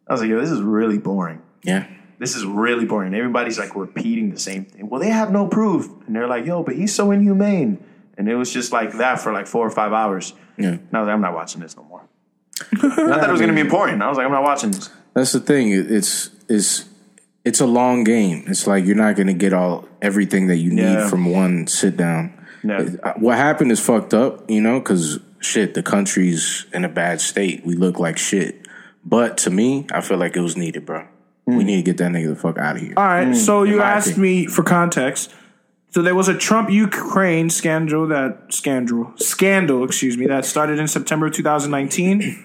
[SPEAKER 1] I was like, yo, this is really boring.
[SPEAKER 5] yeah,
[SPEAKER 1] This is really boring. Everybody's like repeating the same thing. Well, they have no proof, and they're like, yo, but he's so inhumane. And it was just like that for like four or five hours.
[SPEAKER 5] Yeah.
[SPEAKER 1] And I was like, I'm not watching this no more. I thought it was gonna be important. I was like, I'm not watching this.
[SPEAKER 5] that's the thing. It- It's it's it's a long game. It's like you're not gonna get all everything that you need
[SPEAKER 1] Yeah.
[SPEAKER 5] from one sit down.
[SPEAKER 1] No.
[SPEAKER 5] It- uh, What happened is fucked up, you know, because shit, the country's in a bad state. We look like shit. But to me, I feel like it was needed, bro.
[SPEAKER 1] Hmm.
[SPEAKER 5] We need to get that nigga the fuck out of here.
[SPEAKER 2] All right. so you
[SPEAKER 5] my
[SPEAKER 2] asked
[SPEAKER 5] opinion.
[SPEAKER 2] me for context. So there was a Trump Ukraine scandal that scandal scandal, excuse me, that started in September of 2019.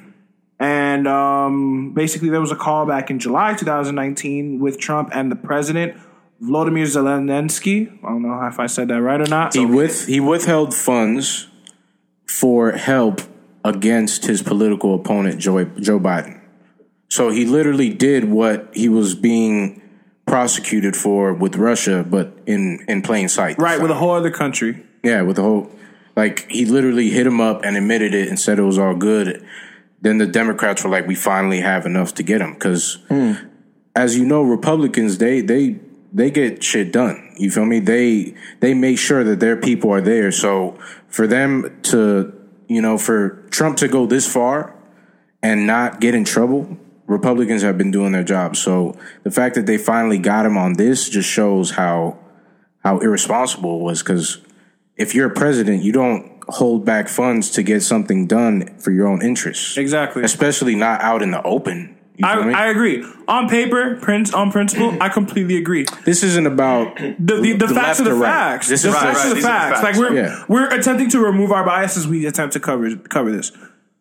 [SPEAKER 2] And um, basically, there was a call back in July 2019 with Trump and the president, Vladimir Zelensky. I don't know if I said that right or not.
[SPEAKER 5] He with he withheld funds for help against his political opponent Joe Joe Biden. So he literally did what he was being prosecuted for with Russia, but in in plain sight.
[SPEAKER 2] right, with a whole other country.
[SPEAKER 5] yeah, with the whole like he literally hit him up and admitted it and said it was all good. Then the Democrats were like, "We finally have enough to get him," because as you know, Republicans they they they get shit done. You feel me? They they make sure that their people are there. So for them to, you know, for Trump to go this far and not get in trouble, Republicans have been doing their job. So the fact that they finally got him on this just shows how how irresponsible it was because if you're a president, you don't hold back funds to get something done for your own interests.
[SPEAKER 2] Exactly.
[SPEAKER 5] Especially not out in the open. You
[SPEAKER 2] I,
[SPEAKER 5] feel me?
[SPEAKER 2] I agree. On paper, prince on principle, I completely agree.
[SPEAKER 5] this isn't about
[SPEAKER 2] The, the, the,
[SPEAKER 5] The
[SPEAKER 2] facts
[SPEAKER 5] left
[SPEAKER 2] are the
[SPEAKER 5] or right?
[SPEAKER 2] facts.
[SPEAKER 5] This
[SPEAKER 2] the
[SPEAKER 5] is
[SPEAKER 2] facts
[SPEAKER 5] right,
[SPEAKER 2] are the
[SPEAKER 1] these are the
[SPEAKER 2] facts.
[SPEAKER 1] facts.
[SPEAKER 2] Like we're
[SPEAKER 5] Yeah.
[SPEAKER 2] we're attempting to remove our biases. We attempt to cover cover this.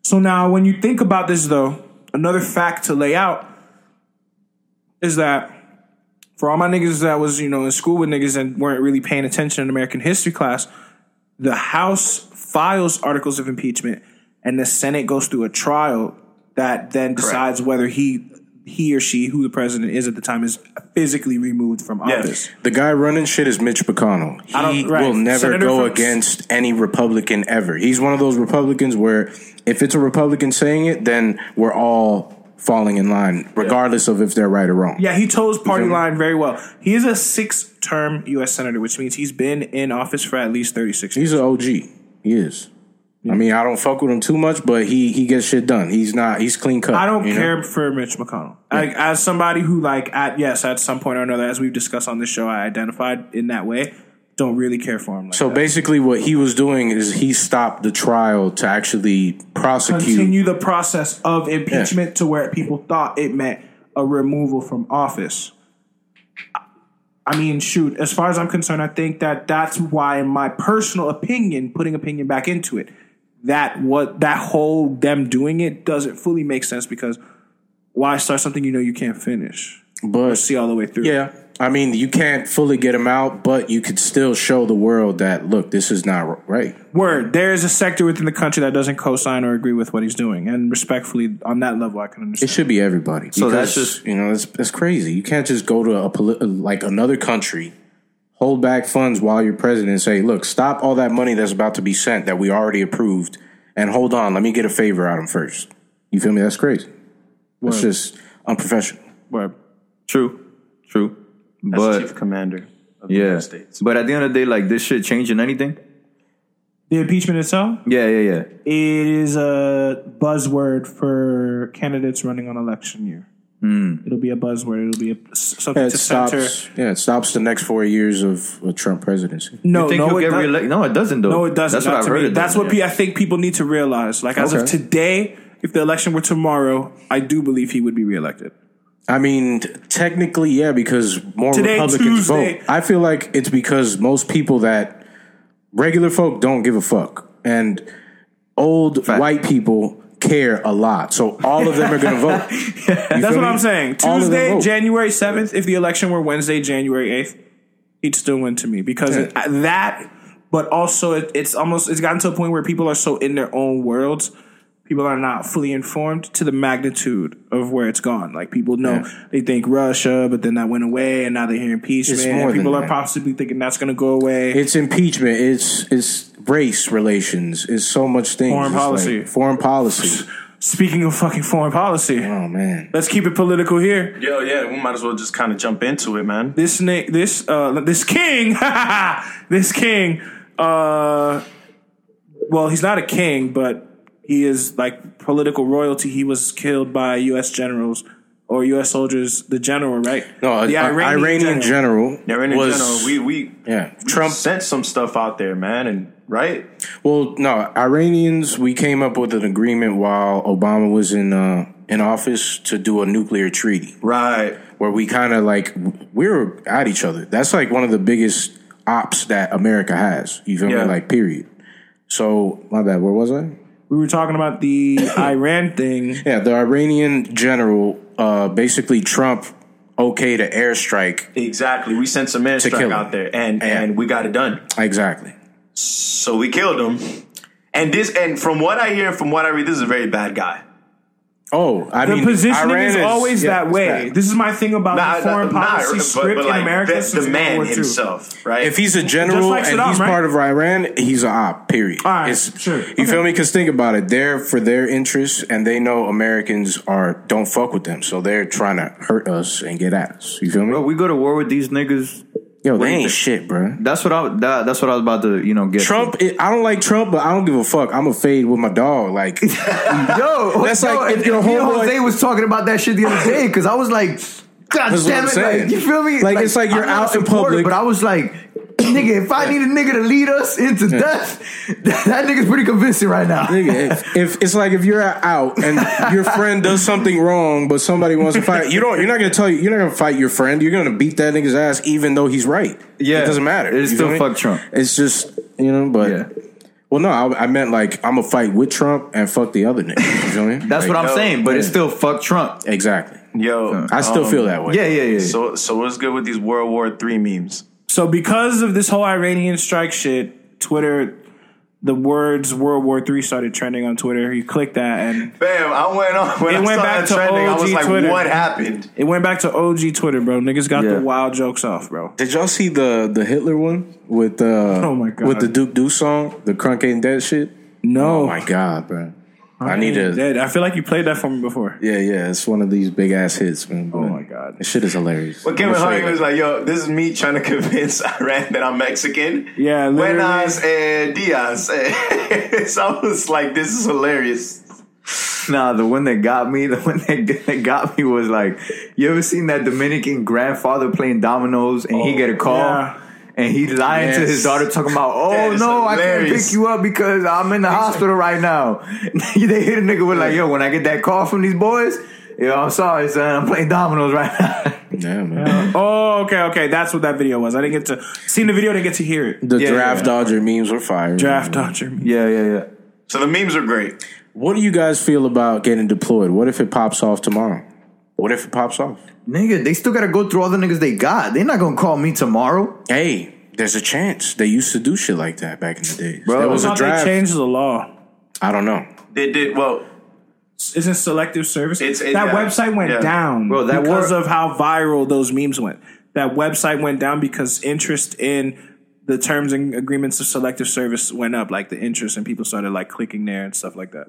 [SPEAKER 2] So now, when you think about this, though, another fact to lay out is that for all my niggas that was you know in school with niggas and weren't really paying attention in American history class, the House files articles of impeachment, and the Senate goes through a trial that then decides whether he he or she, who the president is at the time, is physically removed from office.
[SPEAKER 5] the guy running shit is Mitch McConnell. He
[SPEAKER 2] I don't- right.
[SPEAKER 5] will never
[SPEAKER 2] Senator
[SPEAKER 5] go
[SPEAKER 2] Fox.
[SPEAKER 5] against any Republican ever. He's one of those Republicans where if it's a Republican saying it, then we're all falling in line, regardless of if they're right or wrong.
[SPEAKER 2] Yeah, he toes party
[SPEAKER 5] feel me?
[SPEAKER 2] line very well. He is a six-term U.S. senator, which means he's been in office for at least thirty-six. years.
[SPEAKER 5] He's an OG. He is. I mean, I don't fuck with him too much, but he he gets shit done. He's not. He's clean cut.
[SPEAKER 2] I don't
[SPEAKER 5] you know?
[SPEAKER 2] care for Mitch McConnell. Like as somebody who, like, at yes, at some point or another, as we've discussed on this show, I identified in that way. Don't really care for him. Like
[SPEAKER 5] So
[SPEAKER 2] that.
[SPEAKER 5] basically, what he was doing is he stopped the trial to actually prosecute.
[SPEAKER 2] continue the process of impeachment to where people thought it meant a removal from office. I mean, shoot, as far as I'm concerned, I think that that's why, in my personal opinion, putting opinion back into it, that what that whole them doing it doesn't fully make sense because why start something you know you can't finish?
[SPEAKER 5] But
[SPEAKER 2] See all the way through.
[SPEAKER 5] yeah, I mean, you can't fully get him out, but you could still show the world that look, this is not right.
[SPEAKER 2] Word, there is a sector within the country that doesn't co sign or agree with what he's doing. And respectfully, on that level, I can
[SPEAKER 5] It
[SPEAKER 2] understand.
[SPEAKER 5] should be everybody. So
[SPEAKER 3] that's just-
[SPEAKER 5] you know that's that's crazy. You can't just go to a poli- like another country, hold back funds while you're president, and say, "Look, stop all that money that's about to be sent that we already approved, and hold on, let me get a favor out of them first. You feel me? That's crazy. That's just unprofessional.
[SPEAKER 2] Word.
[SPEAKER 3] True, true.
[SPEAKER 1] That's
[SPEAKER 3] but
[SPEAKER 1] chief commander of the
[SPEAKER 3] yeah,
[SPEAKER 1] United States.
[SPEAKER 3] but at the end of the day, like this shit changing anything?
[SPEAKER 2] The impeachment itself?
[SPEAKER 3] Yeah, yeah, yeah.
[SPEAKER 2] It is a buzzword for candidates running on election year. It'll be a buzzword. It'll be a, something
[SPEAKER 5] Yeah, it
[SPEAKER 2] to
[SPEAKER 5] stops.
[SPEAKER 2] center.
[SPEAKER 5] Yeah, it stops the next four years of a Trump presidency.
[SPEAKER 2] No,
[SPEAKER 3] You think
[SPEAKER 2] no,
[SPEAKER 3] he'll
[SPEAKER 2] it
[SPEAKER 3] get
[SPEAKER 2] does-
[SPEAKER 3] reelected? No, it doesn't. Though.
[SPEAKER 2] no, it doesn't.
[SPEAKER 3] That's what
[SPEAKER 2] Not
[SPEAKER 3] I've
[SPEAKER 2] to
[SPEAKER 3] heard.
[SPEAKER 2] me.
[SPEAKER 3] It
[SPEAKER 2] That's
[SPEAKER 3] doesn't,
[SPEAKER 2] what
[SPEAKER 3] yeah.
[SPEAKER 2] pe- I think people need to realize. Like as of
[SPEAKER 5] Okay.
[SPEAKER 2] today, if the election were tomorrow, I do believe he would be reelected.
[SPEAKER 5] I mean, t- technically, yeah, because more
[SPEAKER 2] Today,
[SPEAKER 5] Republicans
[SPEAKER 2] Tuesday-
[SPEAKER 5] vote. I feel like it's because most people that regular folk don't give a fuck, and old white people care a lot. So all of them are going
[SPEAKER 2] (laughs)
[SPEAKER 5] to vote.
[SPEAKER 2] That's what I'm saying.
[SPEAKER 5] All of them
[SPEAKER 2] Tuesday,
[SPEAKER 5] vote.
[SPEAKER 2] January seventh. If the election were Wednesday, January eighth, he'd still win to me because
[SPEAKER 5] Yeah.
[SPEAKER 2] it- uh, that. But also, it, it's almost it's gotten to a point where people are so in their own worlds. People are not fully informed to the magnitude of where it's gone. Like people know
[SPEAKER 5] Yeah.
[SPEAKER 2] they think Russia, but then that went away, and now they hear impeachment.
[SPEAKER 5] It's more
[SPEAKER 2] and
[SPEAKER 5] than
[SPEAKER 2] people are
[SPEAKER 5] that.
[SPEAKER 2] possibly thinking that's going to go away.
[SPEAKER 5] It's impeachment. It's it's race relations. It's so much things.
[SPEAKER 2] Foreign
[SPEAKER 5] It's like
[SPEAKER 2] policy.
[SPEAKER 5] foreign policy.
[SPEAKER 2] Speaking of fucking foreign policy,
[SPEAKER 5] Oh man.
[SPEAKER 2] let's keep it political here.
[SPEAKER 1] Yo, yeah, we might as well just kind of jump into it, man.
[SPEAKER 2] this na- this uh this king (laughs) this king uh well he's not a king but he is like political royalty he was killed by US generals or US soldiers the general right
[SPEAKER 5] No,
[SPEAKER 2] the
[SPEAKER 5] the Iranian, general,
[SPEAKER 1] Yeah, right in
[SPEAKER 5] was
[SPEAKER 1] general, we we
[SPEAKER 5] yeah
[SPEAKER 1] Trump
[SPEAKER 5] Trump
[SPEAKER 1] sent some stuff out there, man, and right.
[SPEAKER 5] Well, no, Iranians. We came up with an agreement while Obama was in uh, in office to do a nuclear treaty,
[SPEAKER 1] Right.
[SPEAKER 5] where we kind of like we were at each other. That's like one of the biggest ops that America has. You feel
[SPEAKER 1] Yeah.
[SPEAKER 5] me? Like, period. So, my bad. Where was I?
[SPEAKER 2] we were talking about the Iran thing
[SPEAKER 5] Yeah, the Iranian general, uh, basically Trump, okay to airstrike.
[SPEAKER 1] Exactly. We sent some
[SPEAKER 5] kill
[SPEAKER 1] airstrike
[SPEAKER 5] him.
[SPEAKER 1] out there, and
[SPEAKER 5] Yeah.
[SPEAKER 1] and we got it done.
[SPEAKER 5] Exactly.
[SPEAKER 1] So we killed him. And this, and from what I hear, and from what I read, this is a very bad guy.
[SPEAKER 5] Oh, I
[SPEAKER 2] the
[SPEAKER 5] mean,
[SPEAKER 2] positioning
[SPEAKER 5] Iran
[SPEAKER 2] is always
[SPEAKER 5] yeah,
[SPEAKER 2] that
[SPEAKER 5] it's
[SPEAKER 2] way.
[SPEAKER 5] bad.
[SPEAKER 2] This is my thing about
[SPEAKER 1] Not-
[SPEAKER 2] the foreign
[SPEAKER 1] not-
[SPEAKER 2] policy
[SPEAKER 1] but-
[SPEAKER 2] script
[SPEAKER 1] but like
[SPEAKER 2] in America.
[SPEAKER 1] the,
[SPEAKER 2] since
[SPEAKER 1] the
[SPEAKER 2] World
[SPEAKER 1] man
[SPEAKER 2] War II.
[SPEAKER 1] himself, right?
[SPEAKER 5] If he's a general
[SPEAKER 2] like
[SPEAKER 5] and
[SPEAKER 2] Saddam,
[SPEAKER 5] he's
[SPEAKER 2] right?
[SPEAKER 5] part of Iran, he's a op. Period.
[SPEAKER 2] All right,
[SPEAKER 5] It's-
[SPEAKER 2] sure.
[SPEAKER 5] You
[SPEAKER 2] Okay.
[SPEAKER 5] feel me? Because think about it, they're for their interests, and they know Americans are don't fuck with them, so they're trying to hurt us and get at us. You feel me?
[SPEAKER 3] Bro, we go to war with these niggas
[SPEAKER 5] Yo, they ain't shit, bro.
[SPEAKER 3] That's what I that, that's what I was about to you know get. to.
[SPEAKER 5] Trump, it, I don't like Trump, but I don't give a fuck. I'm a fade with my dog. Like,
[SPEAKER 3] yo,
[SPEAKER 5] (laughs) That's
[SPEAKER 3] yo,
[SPEAKER 5] like if
[SPEAKER 3] and-
[SPEAKER 5] your
[SPEAKER 3] and me and
[SPEAKER 5] homeboy-
[SPEAKER 3] Jose was talking about that shit the other day because I was like, God
[SPEAKER 5] That's what
[SPEAKER 3] damn
[SPEAKER 5] I'm
[SPEAKER 3] it,
[SPEAKER 5] saying.
[SPEAKER 3] like, you feel me?
[SPEAKER 5] Like, it's like you're
[SPEAKER 3] I'm not
[SPEAKER 5] out in
[SPEAKER 3] a supporter,
[SPEAKER 5] public.
[SPEAKER 3] but I was like, nigga, if I need a nigga to lead us into death, (laughs) that, that nigga's pretty convincing right now.
[SPEAKER 5] nigga, if, if it's like if you're out and your friend does something wrong, but somebody wants to fight, you don't. You're not gonna tell you. You're not gonna fight your friend. You're gonna beat that nigga's ass, even though he's right.
[SPEAKER 3] Yeah.
[SPEAKER 5] it doesn't matter.
[SPEAKER 3] It's
[SPEAKER 5] You
[SPEAKER 3] still
[SPEAKER 5] feel me?
[SPEAKER 3] fuck Trump.
[SPEAKER 5] It's just you know, but.
[SPEAKER 3] Yeah.
[SPEAKER 5] Well, no, I, I meant like I'm gonna fight with Trump and fuck the other nigga. You feel me?
[SPEAKER 3] That's
[SPEAKER 5] Like,
[SPEAKER 3] what I'm
[SPEAKER 1] yo,
[SPEAKER 3] saying, but it's
[SPEAKER 5] yeah.
[SPEAKER 3] still fuck Trump.
[SPEAKER 5] exactly.
[SPEAKER 1] Yo,
[SPEAKER 5] I still feel that way.
[SPEAKER 3] Yeah, yeah, yeah.
[SPEAKER 1] so so what's good with these World War Three memes?
[SPEAKER 2] So because of this whole Iranian strike shit, Twitter, the words World War Three started trending on Twitter. You click that, and
[SPEAKER 7] Bam! I went on. When
[SPEAKER 2] It
[SPEAKER 7] I
[SPEAKER 2] went
[SPEAKER 7] saw
[SPEAKER 2] back
[SPEAKER 7] that
[SPEAKER 2] to
[SPEAKER 7] trending, I was
[SPEAKER 2] OG
[SPEAKER 7] like,
[SPEAKER 2] Twitter.
[SPEAKER 7] "What happened?"
[SPEAKER 2] it went back to OG Twitter, bro. Niggas got
[SPEAKER 3] Yeah.
[SPEAKER 2] the wild jokes off, bro.
[SPEAKER 5] Did y'all see the the Hitler one with uh
[SPEAKER 2] Oh my God.
[SPEAKER 5] with the Duke Deuce song, the Crunk ain't dead shit?
[SPEAKER 2] No,
[SPEAKER 5] Oh my god, bro. I need to
[SPEAKER 2] Dead. I feel like you played that for me before.
[SPEAKER 5] Yeah, yeah, it's one of these big ass hits, man. Oh
[SPEAKER 2] my God.
[SPEAKER 5] This shit is hilarious.
[SPEAKER 7] But Kevin
[SPEAKER 5] I'ma show you
[SPEAKER 7] Hart was
[SPEAKER 5] that.
[SPEAKER 7] like, "Yo, this is me trying to
[SPEAKER 1] (laughs)
[SPEAKER 7] convince Iran that I'm Mexican."
[SPEAKER 2] Yeah, literally.
[SPEAKER 7] Buenas eh, dias.
[SPEAKER 1] (laughs)
[SPEAKER 7] eh. so I was like, "This is hilarious."
[SPEAKER 3] Nah, the one that got me, (laughs) the one that g- that got me was like, you ever seen that Dominican grandfather playing dominoes and
[SPEAKER 7] Oh,
[SPEAKER 3] he get a call?
[SPEAKER 2] yeah.
[SPEAKER 3] And he lying to
[SPEAKER 5] Yes.
[SPEAKER 3] his daughter, talking about,
[SPEAKER 7] (laughs)
[SPEAKER 3] oh
[SPEAKER 7] That is
[SPEAKER 3] no, I can't
[SPEAKER 7] hilarious.
[SPEAKER 3] pick you up because I'm in the hospital right now. (laughs) they hit a nigga with like, yo, when I get that call from these boys, yo, I'm sorry, son, I'm playing dominoes right now. (laughs)
[SPEAKER 5] Yeah, man.
[SPEAKER 2] Oh, okay, okay. That's what that video was. I didn't get to seen the video. Didn't get to hear it.
[SPEAKER 5] The
[SPEAKER 3] Yeah,
[SPEAKER 5] draft
[SPEAKER 3] yeah.
[SPEAKER 5] dodger memes were fire.
[SPEAKER 2] Draft
[SPEAKER 5] man.
[SPEAKER 2] dodger.
[SPEAKER 3] yeah, yeah, yeah.
[SPEAKER 7] So the memes are great.
[SPEAKER 5] What do you guys feel about getting deployed? What if it pops off tomorrow? What if it pops off?
[SPEAKER 3] Nigga, they still gotta go through all the niggas they got. They're not gonna call me tomorrow.
[SPEAKER 5] Hey, there's a chance. They used to do shit like that back in the days.
[SPEAKER 3] Bro.
[SPEAKER 5] there
[SPEAKER 2] I
[SPEAKER 5] was a
[SPEAKER 2] thought they
[SPEAKER 5] draft.
[SPEAKER 2] changed the law.
[SPEAKER 5] I don't know.
[SPEAKER 7] They did well.
[SPEAKER 2] Isn't selective service?
[SPEAKER 7] It's- it-
[SPEAKER 2] that
[SPEAKER 7] yeah.
[SPEAKER 2] website went
[SPEAKER 7] Yeah.
[SPEAKER 2] down
[SPEAKER 3] Bro, that
[SPEAKER 2] because
[SPEAKER 3] wor-
[SPEAKER 2] of how viral those memes went. That website went down because interest in the terms and agreements of selective service went up, like the interest, and people started like clicking there and stuff like that.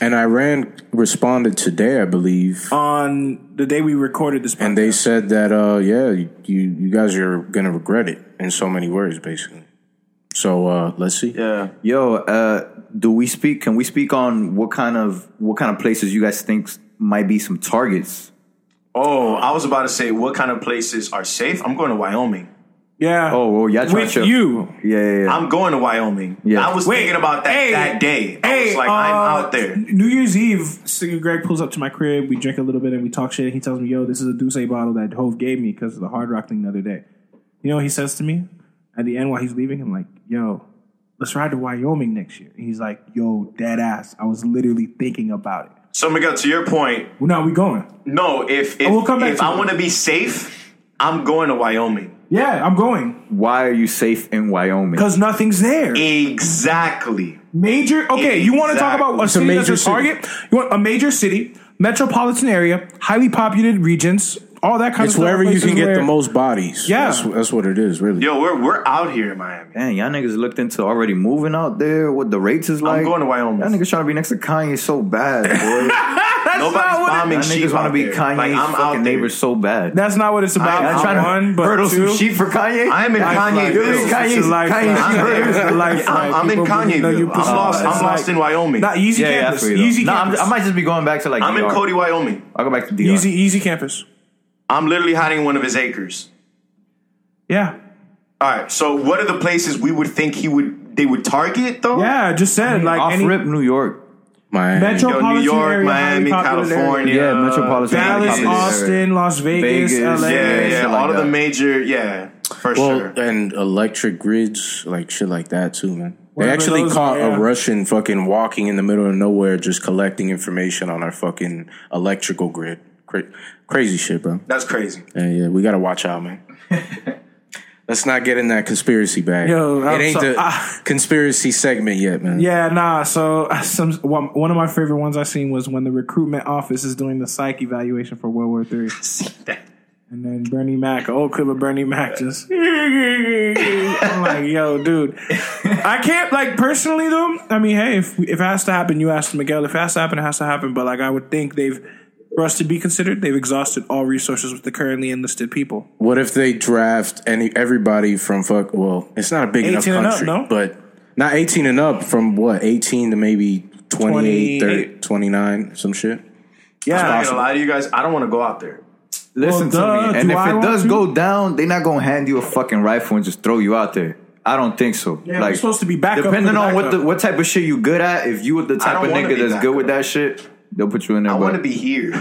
[SPEAKER 5] And Iran responded today, I believe.
[SPEAKER 2] Oh, On the day we recorded this,
[SPEAKER 5] And they said that, uh, yeah, you you guys are gonna regret it in so many words, basically. So uh, let's see.
[SPEAKER 1] Yeah,
[SPEAKER 3] Yo, uh, do we speak? Can we speak on what kind of what kind of places you guys think might be some targets?
[SPEAKER 1] Oh, I was about to say, what kind of places are safe? I'm going to Wyoming.
[SPEAKER 2] yeah,
[SPEAKER 3] Oh, well, y'all trying
[SPEAKER 2] with
[SPEAKER 3] to-
[SPEAKER 2] you,
[SPEAKER 3] Yeah, yeah, yeah.
[SPEAKER 1] I'm going to Wyoming.
[SPEAKER 3] Yeah.
[SPEAKER 1] I was
[SPEAKER 2] Wait,
[SPEAKER 1] thinking about that
[SPEAKER 2] hey,
[SPEAKER 1] that day. I was like, I'm
[SPEAKER 2] uh,
[SPEAKER 1] out there.
[SPEAKER 2] New Year's Eve, Singer Greg pulls up to my crib. We drink a little bit and we talk shit. He tells me, "Yo, this is a Douce bottle that Hove gave me because of the Hard Rock thing the other day." You know what he says to me at the end while he's leaving? I'm like, "Yo, let's ride to Wyoming next year." And he's like, "Yo, dead ass. I was literally thinking about it.
[SPEAKER 1] So Miguel, to your point,
[SPEAKER 2] Well, now we going?
[SPEAKER 1] no. If if,
[SPEAKER 2] Oh, we'll come back
[SPEAKER 1] if
[SPEAKER 2] to
[SPEAKER 1] I
[SPEAKER 2] that.
[SPEAKER 1] want to be safe, I'm going to Wyoming.
[SPEAKER 2] Yeah, I'm going
[SPEAKER 3] Why are you safe in Wyoming?
[SPEAKER 2] because nothing's there.
[SPEAKER 1] Exactly.
[SPEAKER 2] Major. Okay, you want to talk about a
[SPEAKER 5] a
[SPEAKER 2] city that's
[SPEAKER 5] major
[SPEAKER 2] a
[SPEAKER 5] city.
[SPEAKER 2] target? You want a major city, metropolitan area, highly populated regions, all that kind of
[SPEAKER 5] It's
[SPEAKER 2] stuff.
[SPEAKER 5] wherever you
[SPEAKER 2] places
[SPEAKER 5] can get
[SPEAKER 2] where-
[SPEAKER 5] the most bodies.
[SPEAKER 2] Yeah.
[SPEAKER 5] that's, that's what it is, really.
[SPEAKER 1] Yo, we're we're out here in Miami.
[SPEAKER 3] Man, y'all niggas looked into already moving out there. What the rates is like?
[SPEAKER 1] going to Wyoming.
[SPEAKER 3] Y'all niggas trying to be next to Kanye so bad,
[SPEAKER 1] (laughs)
[SPEAKER 3] boy.
[SPEAKER 1] Nobody's bombing
[SPEAKER 3] y'all
[SPEAKER 1] sheep
[SPEAKER 3] niggas want to
[SPEAKER 1] out
[SPEAKER 3] be
[SPEAKER 1] there.
[SPEAKER 3] Kanye's
[SPEAKER 1] Like, I'm out
[SPEAKER 3] fucking
[SPEAKER 1] there. (laughs)
[SPEAKER 3] neighbor so bad.
[SPEAKER 2] That's not what it's about.
[SPEAKER 3] Y'all
[SPEAKER 2] Not
[SPEAKER 3] trying
[SPEAKER 2] one,
[SPEAKER 3] to
[SPEAKER 2] but
[SPEAKER 3] hurdle
[SPEAKER 2] two.
[SPEAKER 3] some sheep for Kanye.
[SPEAKER 1] I'm in
[SPEAKER 3] That's
[SPEAKER 1] Kanye.
[SPEAKER 3] like- You're in
[SPEAKER 1] It's
[SPEAKER 3] Kanye's,
[SPEAKER 2] a life
[SPEAKER 3] Kanye's
[SPEAKER 2] line.
[SPEAKER 3] neighbor.
[SPEAKER 2] It's a life
[SPEAKER 1] I'm, I'm in
[SPEAKER 2] People
[SPEAKER 1] Kanye.
[SPEAKER 2] believe- no, you
[SPEAKER 1] I'm
[SPEAKER 2] pussy.
[SPEAKER 1] lost.
[SPEAKER 2] It's
[SPEAKER 1] I'm lost
[SPEAKER 2] like-
[SPEAKER 1] in Wyoming.
[SPEAKER 2] Not easy
[SPEAKER 3] Yeah, yeah, I
[SPEAKER 2] campus.
[SPEAKER 3] feel you.
[SPEAKER 2] Easy
[SPEAKER 3] though. Nah, I'm-
[SPEAKER 2] campus.
[SPEAKER 3] I might just be going back to like.
[SPEAKER 1] I'm in
[SPEAKER 3] DR.
[SPEAKER 1] Cody, Wyoming.
[SPEAKER 3] I'll go back to DR.
[SPEAKER 2] easy, easy campus.
[SPEAKER 1] I'm literally hiding in one of his acres.
[SPEAKER 2] Yeah.
[SPEAKER 1] All right. So what are the places we would think he would they would target though?
[SPEAKER 2] Yeah, I just said like
[SPEAKER 3] Off
[SPEAKER 2] any
[SPEAKER 3] rip, New York.
[SPEAKER 5] Miami.
[SPEAKER 1] Yo,
[SPEAKER 2] metropolitan
[SPEAKER 1] New York,
[SPEAKER 2] area, highly
[SPEAKER 1] Miami,
[SPEAKER 2] populated area.
[SPEAKER 1] California,
[SPEAKER 3] Yeah, metropolitan.
[SPEAKER 2] Dallas,
[SPEAKER 3] populated area.
[SPEAKER 2] Austin, Las Vegas,
[SPEAKER 3] Vegas,
[SPEAKER 2] LA.
[SPEAKER 1] Yeah, yeah,
[SPEAKER 3] shit
[SPEAKER 1] all
[SPEAKER 3] like
[SPEAKER 1] of the
[SPEAKER 3] that.
[SPEAKER 1] major, yeah, for
[SPEAKER 5] well,
[SPEAKER 1] sure.
[SPEAKER 5] and electric grids, like shit like that too, man.
[SPEAKER 2] Wherever
[SPEAKER 5] they actually
[SPEAKER 2] those
[SPEAKER 5] caught
[SPEAKER 2] are, yeah.
[SPEAKER 5] a Russian fucking walking in the middle of nowhere, just collecting information on our fucking electrical grid. Cra- crazy shit, bro.
[SPEAKER 1] That's crazy.
[SPEAKER 5] Yeah, yeah, we gotta watch
[SPEAKER 2] (laughs)
[SPEAKER 5] out, man. Let's not get in that conspiracy bag.
[SPEAKER 2] Yo, I'm
[SPEAKER 5] it ain't
[SPEAKER 2] so-
[SPEAKER 5] the
[SPEAKER 2] (laughs) ah.
[SPEAKER 5] conspiracy segment yet, man.
[SPEAKER 2] Yeah, nah. So (laughs) some one one of my favorite ones I seen was when the recruitment office is doing the psych evaluation for World War Three, and then Bernie Mac, an old clip of Bernie Mac, just (laughs) I'm like, yo, dude, I can't like personally though. I mean, hey, if if it has to happen, you ask Miguel. If it has to happen, it has to happen. But like, I would think they've For us to be considered, they've exhausted all resources with the currently enlisted people.
[SPEAKER 5] What if they draft any everybody from fuck? Well, it's not a big enough
[SPEAKER 2] 18 and up,
[SPEAKER 5] country,
[SPEAKER 2] no?
[SPEAKER 5] but not eighteen and up from what eighteen to maybe 28, 30,
[SPEAKER 2] 28.
[SPEAKER 5] 29, some shit.
[SPEAKER 1] I'm
[SPEAKER 2] Yeah,
[SPEAKER 1] not gonna lie to you guys. I don't want to go out there.
[SPEAKER 3] Listen
[SPEAKER 2] Well, duh,
[SPEAKER 3] to me. And
[SPEAKER 2] do
[SPEAKER 3] if
[SPEAKER 2] I
[SPEAKER 3] it
[SPEAKER 2] want
[SPEAKER 3] does
[SPEAKER 2] to?
[SPEAKER 3] go down, they're not gonna hand you a fucking rifle and just throw you out there. I don't think so.
[SPEAKER 2] we're supposed to be backup for
[SPEAKER 3] Depending
[SPEAKER 2] the
[SPEAKER 3] on
[SPEAKER 2] (laughs)
[SPEAKER 3] what
[SPEAKER 2] backup.
[SPEAKER 3] the what type of shit you good at, if you the type
[SPEAKER 1] don't
[SPEAKER 3] of
[SPEAKER 1] wanna
[SPEAKER 3] nigga
[SPEAKER 1] be
[SPEAKER 3] that's good
[SPEAKER 1] backup.
[SPEAKER 3] with that shit, they'll put you in there.
[SPEAKER 1] I
[SPEAKER 3] but-
[SPEAKER 1] want to be here.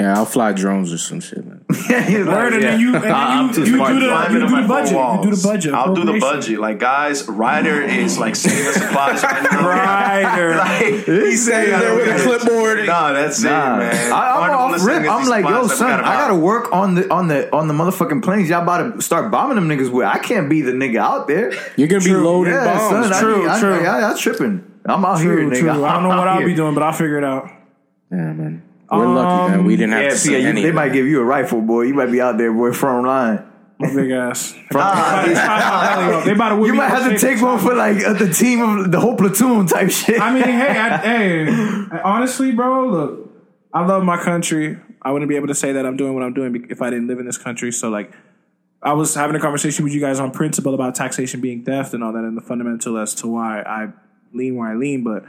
[SPEAKER 5] Yeah, I'll fly drones or some shit, man.
[SPEAKER 3] He's
[SPEAKER 2] (laughs)
[SPEAKER 3] like,
[SPEAKER 2] Word, and
[SPEAKER 3] yeah.
[SPEAKER 2] then you, and then
[SPEAKER 3] I'm
[SPEAKER 2] you,
[SPEAKER 3] too
[SPEAKER 2] you
[SPEAKER 3] smart
[SPEAKER 2] do
[SPEAKER 3] to
[SPEAKER 2] the, (laughs)
[SPEAKER 1] Climb
[SPEAKER 2] you
[SPEAKER 1] into
[SPEAKER 2] do
[SPEAKER 1] my
[SPEAKER 2] the
[SPEAKER 1] four
[SPEAKER 2] budget. You do
[SPEAKER 1] walls.
[SPEAKER 2] the budget.
[SPEAKER 1] I'll do the
[SPEAKER 2] appropriation.
[SPEAKER 1] budget. Like guys, Ryder is like
[SPEAKER 3] (laughs)
[SPEAKER 1] saving us supplies right now.
[SPEAKER 2] Ryder.
[SPEAKER 1] Like,
[SPEAKER 3] He said
[SPEAKER 1] yeah,
[SPEAKER 3] there with a
[SPEAKER 1] yeah.
[SPEAKER 5] clipboard.
[SPEAKER 1] Nah, that's
[SPEAKER 3] Nah.
[SPEAKER 1] it, man.
[SPEAKER 3] I, I'm
[SPEAKER 1] Arnold
[SPEAKER 3] off
[SPEAKER 1] listening
[SPEAKER 3] rip.
[SPEAKER 1] is
[SPEAKER 3] I'm
[SPEAKER 1] these
[SPEAKER 3] like, yo,
[SPEAKER 1] supplies I've
[SPEAKER 3] son,
[SPEAKER 1] gotta
[SPEAKER 3] I
[SPEAKER 1] buy.
[SPEAKER 3] gotta work on the on the on the motherfucking planes. Y'all about to start bombing them niggas with. I can't be the nigga out there.
[SPEAKER 5] You're gonna be loading
[SPEAKER 3] yeah,
[SPEAKER 5] bombs.
[SPEAKER 3] son, I-
[SPEAKER 2] True,
[SPEAKER 3] I,
[SPEAKER 2] true.
[SPEAKER 3] I, I, am tripping. I'm out here,
[SPEAKER 2] True,
[SPEAKER 3] nigga.
[SPEAKER 2] true. I don't know what
[SPEAKER 3] I'm
[SPEAKER 2] I'll be
[SPEAKER 3] here.
[SPEAKER 2] doing, but I'll figure it out.
[SPEAKER 5] yeah, man. We're lucky, man. We didn't have
[SPEAKER 3] Yeah,
[SPEAKER 5] to
[SPEAKER 3] see,
[SPEAKER 5] see
[SPEAKER 3] yeah,
[SPEAKER 5] any.
[SPEAKER 3] you, they might give you a rifle, boy. You might be out there, boy, front line.
[SPEAKER 2] My big
[SPEAKER 3] (laughs)
[SPEAKER 2] ass. It's probably- it's probably- they about to whip
[SPEAKER 3] You
[SPEAKER 2] me
[SPEAKER 3] might
[SPEAKER 2] up
[SPEAKER 3] have to
[SPEAKER 2] shit.
[SPEAKER 3] take one for like uh, the team of the whole platoon type shit.
[SPEAKER 2] I mean, hey, I, hey, honestly, bro, look, I love my country. I wouldn't be able to say that I'm doing what I'm doing be- if I didn't live in this country. So, like, I was having a conversation with you guys on principle about taxation being theft and all that, and the fundamental as to why I lean where I lean. But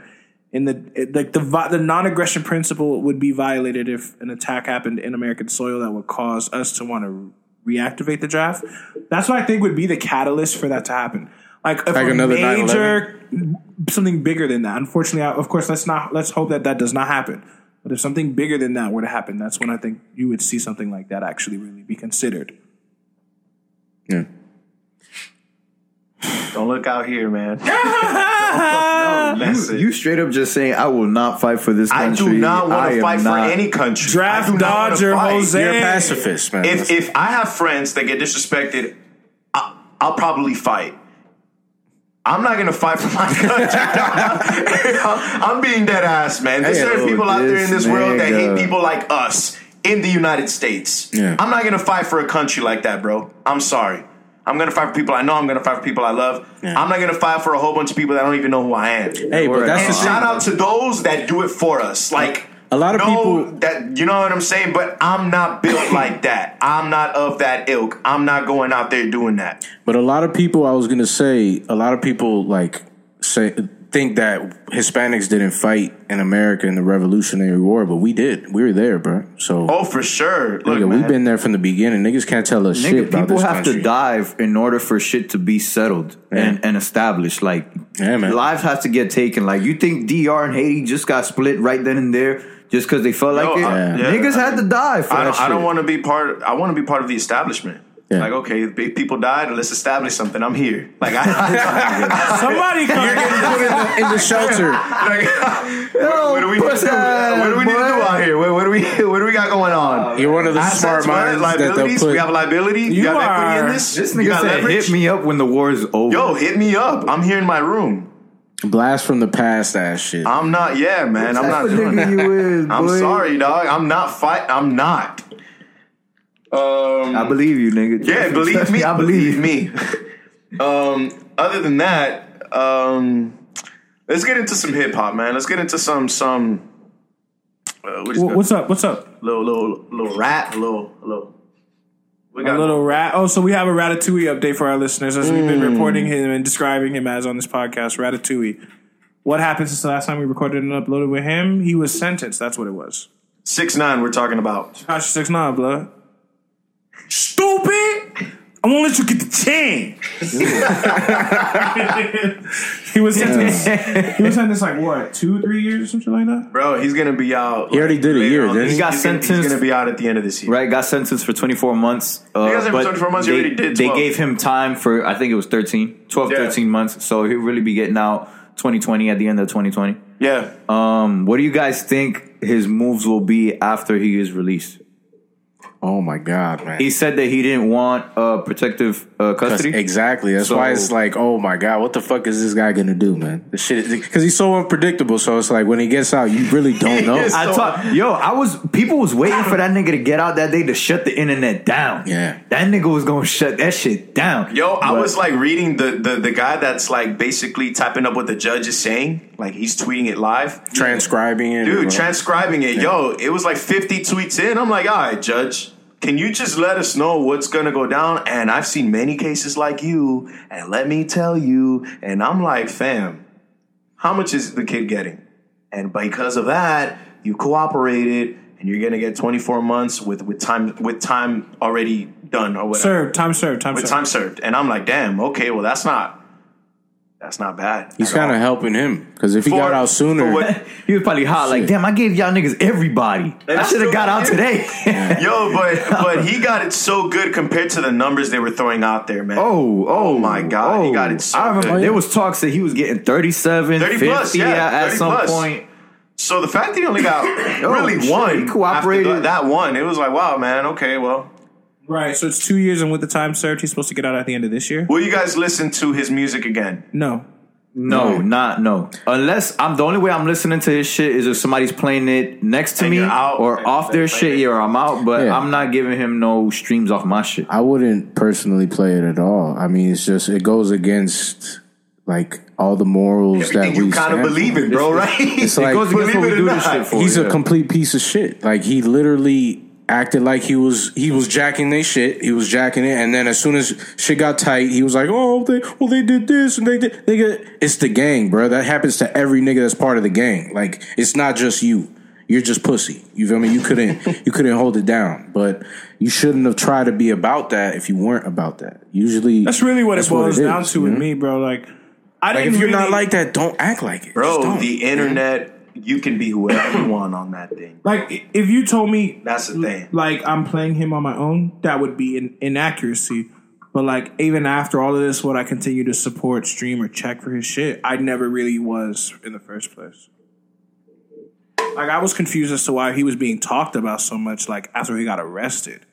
[SPEAKER 2] in the it- like the vi- the non aggression principle would be violated if an attack happened in American soil that would cause us to want to reactivate the draft. That's what I think would be the catalyst for that to happen. Like, if
[SPEAKER 5] Like
[SPEAKER 2] a
[SPEAKER 5] another 9/11?
[SPEAKER 2] major mm, something bigger than that. Unfortunately, I, of course, let's not let's hope that that does not happen. But if something bigger than that were to happen, that's when I think you would see something like that actually really be considered. (laughs)
[SPEAKER 5] Yeah.
[SPEAKER 1] Don't look out here, man.
[SPEAKER 3] you, you straight up just saying, I will not fight for this
[SPEAKER 1] I
[SPEAKER 3] country.
[SPEAKER 1] do not want
[SPEAKER 3] I
[SPEAKER 1] to
[SPEAKER 3] am
[SPEAKER 1] fight
[SPEAKER 3] not-
[SPEAKER 1] for any country. I
[SPEAKER 2] Draft
[SPEAKER 1] do not wanna
[SPEAKER 2] Dodger
[SPEAKER 1] fight.
[SPEAKER 2] Jose.
[SPEAKER 5] You're a pacifist, man.
[SPEAKER 1] If if I have friends that get disrespected, I, I'll probably fight. I'm not gonna fight for my (laughs) country. I'm being dead ass, man. There's
[SPEAKER 5] Hey,
[SPEAKER 1] certain
[SPEAKER 3] oh,
[SPEAKER 1] people out there in
[SPEAKER 3] this
[SPEAKER 1] this world that hate
[SPEAKER 3] nigga.
[SPEAKER 1] people like us in the United States.
[SPEAKER 5] Yeah.
[SPEAKER 1] I'm not gonna fight for a country like that, bro. I'm sorry. I'm gonna fight for people I know. I'm gonna fight for people I love.
[SPEAKER 5] Yeah.
[SPEAKER 1] I'm not gonna fight for a whole bunch of people that don't even know who I am.
[SPEAKER 5] hey, but
[SPEAKER 3] Word.
[SPEAKER 5] that's
[SPEAKER 1] And
[SPEAKER 5] the thing.
[SPEAKER 1] shout out to those that do it for us. Like
[SPEAKER 5] A lot of
[SPEAKER 1] know
[SPEAKER 5] people-
[SPEAKER 1] that you know what I'm saying, but I'm not
[SPEAKER 5] (coughs)
[SPEAKER 1] built like that. I'm not of that ilk. I'm not going out there doing that.
[SPEAKER 5] But a lot of people, I was gonna say, a lot of people like say think that Hispanics didn't fight in America in the Revolutionary War, but we did. We were there, bro. So
[SPEAKER 1] Oh, for sure. Look,
[SPEAKER 5] nigga, we've
[SPEAKER 1] man.
[SPEAKER 5] been there from the beginning. Niggas can't tell us shit
[SPEAKER 3] Nigga,
[SPEAKER 5] about
[SPEAKER 3] people
[SPEAKER 5] this
[SPEAKER 3] have
[SPEAKER 5] country.
[SPEAKER 3] to dive in order for shit to be settled and,
[SPEAKER 5] Yeah.
[SPEAKER 3] and established. Like
[SPEAKER 5] Yeah, man.
[SPEAKER 3] lives have to get taken. Like you think DR and Haiti just got split right then and there just because they felt like it?
[SPEAKER 1] I- yeah.
[SPEAKER 3] Niggas had to die for
[SPEAKER 1] I
[SPEAKER 3] that
[SPEAKER 1] don't,
[SPEAKER 3] shit.
[SPEAKER 1] I don't want to be part. I want to be part of the establishment.
[SPEAKER 5] Yeah.
[SPEAKER 1] Like, okay, big people died. Let's establish something. I'm here. Like, I, (laughs)
[SPEAKER 2] Somebody come.
[SPEAKER 5] in,
[SPEAKER 3] (laughs)
[SPEAKER 5] the, in the shelter. (laughs)
[SPEAKER 1] like, what, what do we need to
[SPEAKER 3] pussy
[SPEAKER 1] do? What do we need to do
[SPEAKER 3] boy.
[SPEAKER 1] out here? What, what do we? (laughs) What do we got going on?
[SPEAKER 5] You're one of the smart
[SPEAKER 1] Assets, what?
[SPEAKER 5] minds that they'll
[SPEAKER 1] liabilities.
[SPEAKER 5] put.
[SPEAKER 1] We have liability. You, have equity
[SPEAKER 2] are-
[SPEAKER 1] in this.
[SPEAKER 3] This
[SPEAKER 1] You
[SPEAKER 3] nigga
[SPEAKER 1] got
[SPEAKER 3] said,
[SPEAKER 1] leverage?
[SPEAKER 3] "Hit me up when the war is over."
[SPEAKER 1] Yo, hit me up. I'm here in my room.
[SPEAKER 5] blast from the past ass shit.
[SPEAKER 3] Uh,
[SPEAKER 1] I'm not. Yeah, man. I'm
[SPEAKER 3] That's
[SPEAKER 1] not
[SPEAKER 3] what
[SPEAKER 1] doing
[SPEAKER 3] nigga
[SPEAKER 1] that.
[SPEAKER 3] you is,
[SPEAKER 1] I'm
[SPEAKER 3] boy.
[SPEAKER 1] sorry, dog. I'm not fight. I'm not. Um.
[SPEAKER 3] I believe you, nigga.
[SPEAKER 1] Yeah,
[SPEAKER 3] Trust
[SPEAKER 1] believe me.
[SPEAKER 3] I believe you.
[SPEAKER 1] me. (laughs) um. Other than that, um, let's get into some hip hop, man. Let's get into some some. Uh, what is
[SPEAKER 2] Wh- (laughs) What's up? What's up?
[SPEAKER 1] that? little little little rap, little little. We
[SPEAKER 2] A
[SPEAKER 1] got
[SPEAKER 2] little rat. Oh, so we have a Ratatouille update for our listeners as we've been
[SPEAKER 1] Mm.
[SPEAKER 2] reporting him and describing him as on this podcast. Ratatouille. What happened since the last time we recorded and uploaded with him? He was sentenced. That's what it was.
[SPEAKER 1] six nine. We're talking about.
[SPEAKER 2] Takashi six nine, blood. Stupid. I won't let you get the chain. (laughs) he was sentenced. He was sentenced like what, two, three years, something like that.
[SPEAKER 1] Bro, he's gonna be out.
[SPEAKER 5] He already did a
[SPEAKER 1] later
[SPEAKER 5] year,
[SPEAKER 1] on.
[SPEAKER 5] didn't he?
[SPEAKER 1] He's
[SPEAKER 3] He got
[SPEAKER 1] he's gonna- He's
[SPEAKER 3] sentenced.
[SPEAKER 1] gonna be out at the end of this year.
[SPEAKER 3] Right, got sentenced for 24 months. Uh,
[SPEAKER 1] He got sentenced for
[SPEAKER 3] but
[SPEAKER 1] 24 months, he
[SPEAKER 3] They,
[SPEAKER 1] already did
[SPEAKER 3] they
[SPEAKER 1] 12.
[SPEAKER 3] gave him time for, I think it was 13, 12,
[SPEAKER 1] Yeah.
[SPEAKER 3] 13 months. So he'll really be getting out 2020 at the end of 2020.
[SPEAKER 1] Yeah.
[SPEAKER 3] Um, what do you guys think his moves will be after he is released?
[SPEAKER 5] oh my god, man.
[SPEAKER 3] He said that he didn't want uh, protective uh, custody.
[SPEAKER 5] Exactly. That's
[SPEAKER 3] So-
[SPEAKER 5] why it's like, oh my god, what the fuck is this guy gonna do, man? The shit, because he's so unpredictable. So it's like when he gets out, you really
[SPEAKER 1] (laughs)
[SPEAKER 5] don't know.
[SPEAKER 3] I talk, yo, I was people was waiting for that nigga to get out that day to shut the internet down.
[SPEAKER 5] Yeah.
[SPEAKER 3] that nigga was gonna shut that shit down.
[SPEAKER 1] Yo, I
[SPEAKER 3] But-
[SPEAKER 1] was like reading the, the the guy that's like basically typing up what the judge is saying. Like he's tweeting it live.
[SPEAKER 5] transcribing it,
[SPEAKER 1] Dude,
[SPEAKER 5] or-
[SPEAKER 1] transcribing it. Yo, it was like 50 tweets in. I'm like, all right, Judge, can you just let us know what's going to go down? And I've seen many cases like you. And let me tell you. And I'm like, fam, how much is the kid getting? And because of that, you cooperated. And you're gonna get 24 months with, with time with time already done or whatever
[SPEAKER 2] Served. Time served. Time
[SPEAKER 1] with
[SPEAKER 2] served.
[SPEAKER 1] time served. And I'm like, damn, okay, well that's not that's not bad.
[SPEAKER 5] he's
[SPEAKER 1] at all.
[SPEAKER 5] kind of helping him because if he
[SPEAKER 1] For-
[SPEAKER 5] got out sooner,
[SPEAKER 1] for what-
[SPEAKER 3] He was probably hot. Like, damn, I gave y'all niggas everybody. I should have got out today. (laughs)
[SPEAKER 5] (laughs)
[SPEAKER 1] Yo, but but he got it so good compared to the numbers they were throwing out there, man.
[SPEAKER 3] Oh, oh,
[SPEAKER 1] Oh my God, he got it so
[SPEAKER 3] I remember
[SPEAKER 1] good.
[SPEAKER 3] there was talks that he was getting 37,
[SPEAKER 1] 30
[SPEAKER 3] 50
[SPEAKER 1] plus, yeah,
[SPEAKER 3] at- at
[SPEAKER 1] 30
[SPEAKER 3] some
[SPEAKER 1] plus.
[SPEAKER 3] point.
[SPEAKER 1] So the fact that he only
[SPEAKER 5] (coughs)
[SPEAKER 1] got really
[SPEAKER 3] shit,
[SPEAKER 1] one
[SPEAKER 3] he
[SPEAKER 1] after
[SPEAKER 3] cooperated.
[SPEAKER 1] th- that one, it was like, wow, man, okay, well.
[SPEAKER 2] Right. So it's two years, and with the time served, he's supposed to get out at the end of this year.
[SPEAKER 1] Will you guys listen to his music again?
[SPEAKER 2] No.
[SPEAKER 3] No, not no. Unless I'm the only way I'm listening to his shit is if somebody's playing it next to
[SPEAKER 1] And
[SPEAKER 3] me
[SPEAKER 1] you're out,
[SPEAKER 3] or
[SPEAKER 1] and
[SPEAKER 3] off
[SPEAKER 1] they're
[SPEAKER 3] their
[SPEAKER 1] playing
[SPEAKER 3] shit.
[SPEAKER 1] it.
[SPEAKER 3] Yeah, or I'm out, but
[SPEAKER 5] Yeah.
[SPEAKER 3] I'm not giving him no streams off my shit.
[SPEAKER 5] I wouldn't personally play it at all. I mean, it's just it goes against like all the morals
[SPEAKER 1] Everything
[SPEAKER 5] that we
[SPEAKER 1] you kind
[SPEAKER 5] stand
[SPEAKER 1] of
[SPEAKER 5] for.
[SPEAKER 1] believe in, bro, right?
[SPEAKER 5] It's like
[SPEAKER 3] goes against
[SPEAKER 1] believe
[SPEAKER 3] what we
[SPEAKER 1] it or
[SPEAKER 3] do this
[SPEAKER 1] not.
[SPEAKER 3] shit for.
[SPEAKER 5] he's
[SPEAKER 3] Oh, yeah.
[SPEAKER 5] a complete piece of shit. Like he literally acted like he was he was jacking their shit. He was jacking it, and then as soon as shit got tight, he was like, "Oh, they well they did this and they did nigga." It's the gang, bro. That happens to every nigga that's part of the gang. Like it's not just you. You're just pussy. You feel me? You couldn't (laughs) you couldn't hold it down, but you shouldn't have tried to be about that if you weren't about that. Usually,
[SPEAKER 2] That's really what it boils down
[SPEAKER 5] is,
[SPEAKER 2] to
[SPEAKER 5] you
[SPEAKER 2] with
[SPEAKER 5] know?
[SPEAKER 2] me, bro. Like, I
[SPEAKER 5] Like
[SPEAKER 2] didn't.
[SPEAKER 5] if you're
[SPEAKER 2] really,
[SPEAKER 5] not like that, don't act like it, Just
[SPEAKER 1] bro,
[SPEAKER 5] don't.
[SPEAKER 1] the internet, you can be whoever you want on that thing.
[SPEAKER 2] Like i- if you told me
[SPEAKER 1] That's the thing.
[SPEAKER 2] like I'm playing him on my own, that would be an inaccuracy. But like even after all of this, would I continue to support, stream, or check for his shit? I never really was in the first place. Like I was confused as to why he was being talked about so much. Like after he got arrested,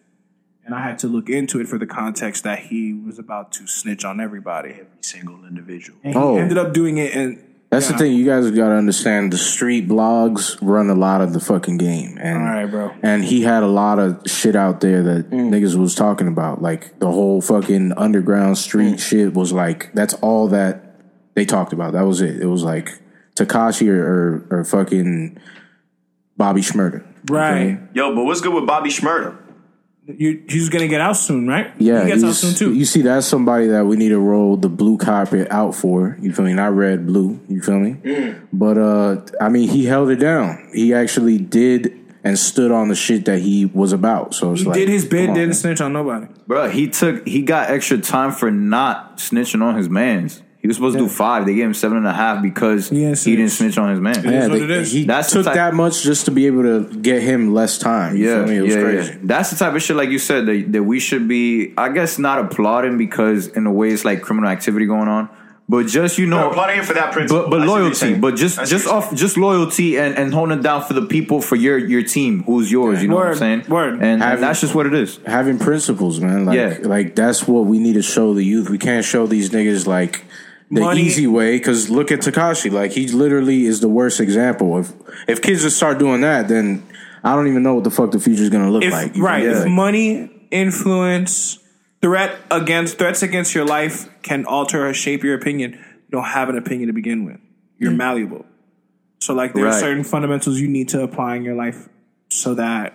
[SPEAKER 2] and I had to look into it for the context that he was about to snitch on everybody.
[SPEAKER 1] Every single individual.
[SPEAKER 2] And he
[SPEAKER 5] Oh.
[SPEAKER 2] ended up doing it, and
[SPEAKER 5] That's the thing. You guys got to understand the street blogs run a lot of the fucking game. And,
[SPEAKER 2] All right, bro.
[SPEAKER 5] And he had a lot of shit out there that niggas was talking about. Like the whole fucking underground street shit was like, that's all that they talked about. That was it. It was like Takashi or, or, or fucking Bobby Schmurda.
[SPEAKER 2] right,
[SPEAKER 1] Yo, but what's good with Bobby Schmurda?
[SPEAKER 2] you, he's gonna get out soon, right?
[SPEAKER 5] Yeah,
[SPEAKER 2] he gets out
[SPEAKER 5] he's-
[SPEAKER 2] soon too.
[SPEAKER 5] You see, that's somebody that we need to roll the blue carpet out for. You feel me? Not red, blue. You feel me?
[SPEAKER 3] Mm.
[SPEAKER 5] But uh, I mean, he held it down. He actually did and stood on the shit that he was about. So it's
[SPEAKER 2] He
[SPEAKER 5] like
[SPEAKER 2] did his bid,
[SPEAKER 5] come on,
[SPEAKER 2] didn't
[SPEAKER 5] man.
[SPEAKER 2] snitch on nobody.
[SPEAKER 3] Bro, he took he got extra time for not snitching on his man's. He was supposed to do five. They gave him seven and a half because
[SPEAKER 2] He
[SPEAKER 3] he
[SPEAKER 2] didn't
[SPEAKER 3] didn't,
[SPEAKER 2] snitch.
[SPEAKER 3] snitch on his man.
[SPEAKER 5] Yeah,
[SPEAKER 2] is what
[SPEAKER 5] they-
[SPEAKER 2] it is.
[SPEAKER 5] he
[SPEAKER 3] That's the
[SPEAKER 5] took
[SPEAKER 3] type-
[SPEAKER 5] that much just to be able to get him less time. You
[SPEAKER 3] Yeah,
[SPEAKER 5] feel me? It was
[SPEAKER 3] yeah,
[SPEAKER 5] crazy.
[SPEAKER 3] yeah. That's the type of shit, like you said, that, that we should be, I guess, not applauding because in a way it's like criminal activity going on, but just you
[SPEAKER 1] No,
[SPEAKER 3] know,
[SPEAKER 1] applauding him for that principle.
[SPEAKER 3] but but
[SPEAKER 1] I see what you're
[SPEAKER 3] loyalty,
[SPEAKER 1] saying.
[SPEAKER 3] but just
[SPEAKER 1] I see
[SPEAKER 3] just
[SPEAKER 1] what you're
[SPEAKER 3] off just loyalty and and holding it down for the people for your your team who's yours. You know what
[SPEAKER 2] Word,
[SPEAKER 3] I'm saying?
[SPEAKER 2] word.
[SPEAKER 3] And,
[SPEAKER 5] Have-
[SPEAKER 3] and that's just what it is.
[SPEAKER 5] having principles, man. Like,
[SPEAKER 3] Yeah.
[SPEAKER 5] like that's what we need to show the youth. We can't show these niggas like the
[SPEAKER 2] Money.
[SPEAKER 5] easy way. Because look at Takashi. Like he literally is the worst example. If if kids just start doing that, then I don't even know what the fuck the future's gonna look
[SPEAKER 2] if
[SPEAKER 5] like.
[SPEAKER 2] right, if
[SPEAKER 5] Like,
[SPEAKER 2] money, influence, threat against threats against your life can alter or shape your opinion, you don't have an opinion to begin with. You're
[SPEAKER 5] Mm.
[SPEAKER 2] malleable. So like there are
[SPEAKER 3] Right.
[SPEAKER 2] certain fundamentals you need to apply in your life so that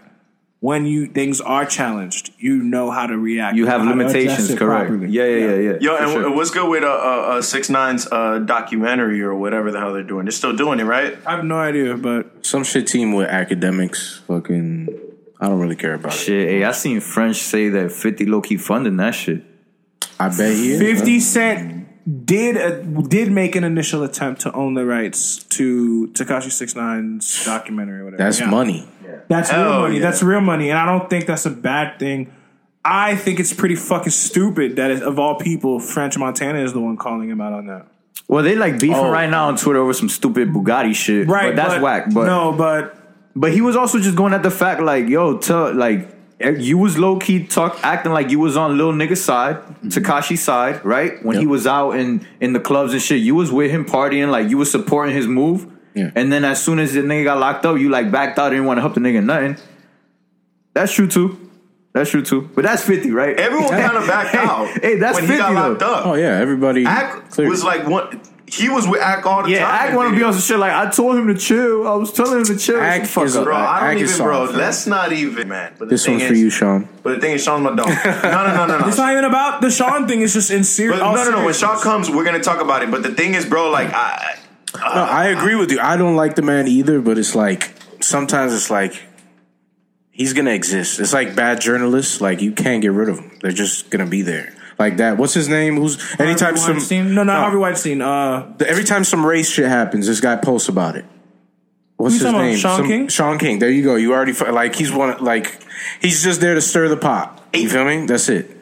[SPEAKER 2] when you things are challenged, you know how to react.
[SPEAKER 3] You have
[SPEAKER 2] know how to
[SPEAKER 3] limitations,
[SPEAKER 2] adjust it
[SPEAKER 3] correct?
[SPEAKER 2] properly.
[SPEAKER 3] Yeah, yeah, yeah, yeah.
[SPEAKER 1] Yo,
[SPEAKER 3] for
[SPEAKER 1] and
[SPEAKER 3] sure.
[SPEAKER 1] wh- what's good with uh, uh, uh, Six Nine's uh, documentary or whatever the hell they're doing? They're still doing it, right?
[SPEAKER 2] I have no idea, but
[SPEAKER 5] some shit team with academics, fucking. I don't really care about it.
[SPEAKER 3] Shit, hey, I seen French say that 50 low key funding that shit.
[SPEAKER 5] I bet he is.
[SPEAKER 2] Fifty Cent did a, did make an initial attempt to own the rights to Takashi Six 69's documentary or whatever.
[SPEAKER 5] That's
[SPEAKER 2] Yeah.
[SPEAKER 5] money.
[SPEAKER 2] That's real
[SPEAKER 1] Hell
[SPEAKER 2] money.
[SPEAKER 1] yeah.
[SPEAKER 2] That's real money, and I don't think that's a bad thing. I think it's pretty fucking stupid that it, of all people, French Montana is the one calling him out on that.
[SPEAKER 3] Well, they like beefing
[SPEAKER 1] Oh.
[SPEAKER 3] right now on Twitter over some stupid Bugatti shit.
[SPEAKER 2] Right?
[SPEAKER 3] but that's whack. But
[SPEAKER 2] no, but
[SPEAKER 3] but he was also just going at the fact like, yo, tell like you was low key talk acting like you was on little nigga's side, Takashi's side, right? When he
[SPEAKER 5] Mm-hmm. Yep.
[SPEAKER 3] was out in in the clubs and shit, you was with him partying, like you was supporting his move.
[SPEAKER 5] Yeah.
[SPEAKER 3] And then as soon as the nigga got locked up, you like backed out, didn't want to help the nigga nothing. That's true too. That's true too. But that's fifty, right?
[SPEAKER 1] Everyone kind of backed
[SPEAKER 3] Hey,
[SPEAKER 1] out.
[SPEAKER 3] hey, that's
[SPEAKER 1] when he got
[SPEAKER 3] 50 though.
[SPEAKER 1] locked up.
[SPEAKER 5] Oh yeah, everybody
[SPEAKER 1] Ack
[SPEAKER 5] clear.
[SPEAKER 1] was like one. He was with Ack all the
[SPEAKER 3] yeah,
[SPEAKER 1] time.
[SPEAKER 3] Act want to be on some shit like I told him to chill. I was telling him to chill.
[SPEAKER 5] Act
[SPEAKER 3] Fuck
[SPEAKER 5] is
[SPEAKER 3] up.
[SPEAKER 5] a-
[SPEAKER 1] Bro, I don't
[SPEAKER 5] Ack is
[SPEAKER 1] even, bro.
[SPEAKER 5] soft, man.
[SPEAKER 1] Let's not even, man. But the
[SPEAKER 5] this
[SPEAKER 1] thing
[SPEAKER 5] one's
[SPEAKER 1] is,
[SPEAKER 5] for you, Sean.
[SPEAKER 1] But the thing is, Sean's my
[SPEAKER 3] (laughs)
[SPEAKER 1] dog. No, no, no, no, no.
[SPEAKER 2] It's not even about the Sean thing. It's just in Oh, ser-
[SPEAKER 1] But
[SPEAKER 2] all
[SPEAKER 1] no, no, no. When
[SPEAKER 2] seriousness.
[SPEAKER 1] Shaw comes, we're gonna talk about it. But the thing is, bro, like I,
[SPEAKER 5] No, I agree with you. I don't like the man either, but it's like sometimes it's like he's gonna exist. It's like bad journalists. Like you can't get rid of them. They're just gonna be there. Like that. What's his name? Who's anytime
[SPEAKER 2] Harvey
[SPEAKER 5] some
[SPEAKER 2] Weinstein? No, not Harvey Weinstein. Uh,
[SPEAKER 5] the- every time some race shit happens, this guy posts about it. What's
[SPEAKER 2] You
[SPEAKER 5] his
[SPEAKER 2] talking about
[SPEAKER 5] name?
[SPEAKER 2] Sean
[SPEAKER 5] Some-
[SPEAKER 2] King?
[SPEAKER 5] Sean King. There you go. You already fu- like he's one like he's just there to stir the pot. You feel me? That's it.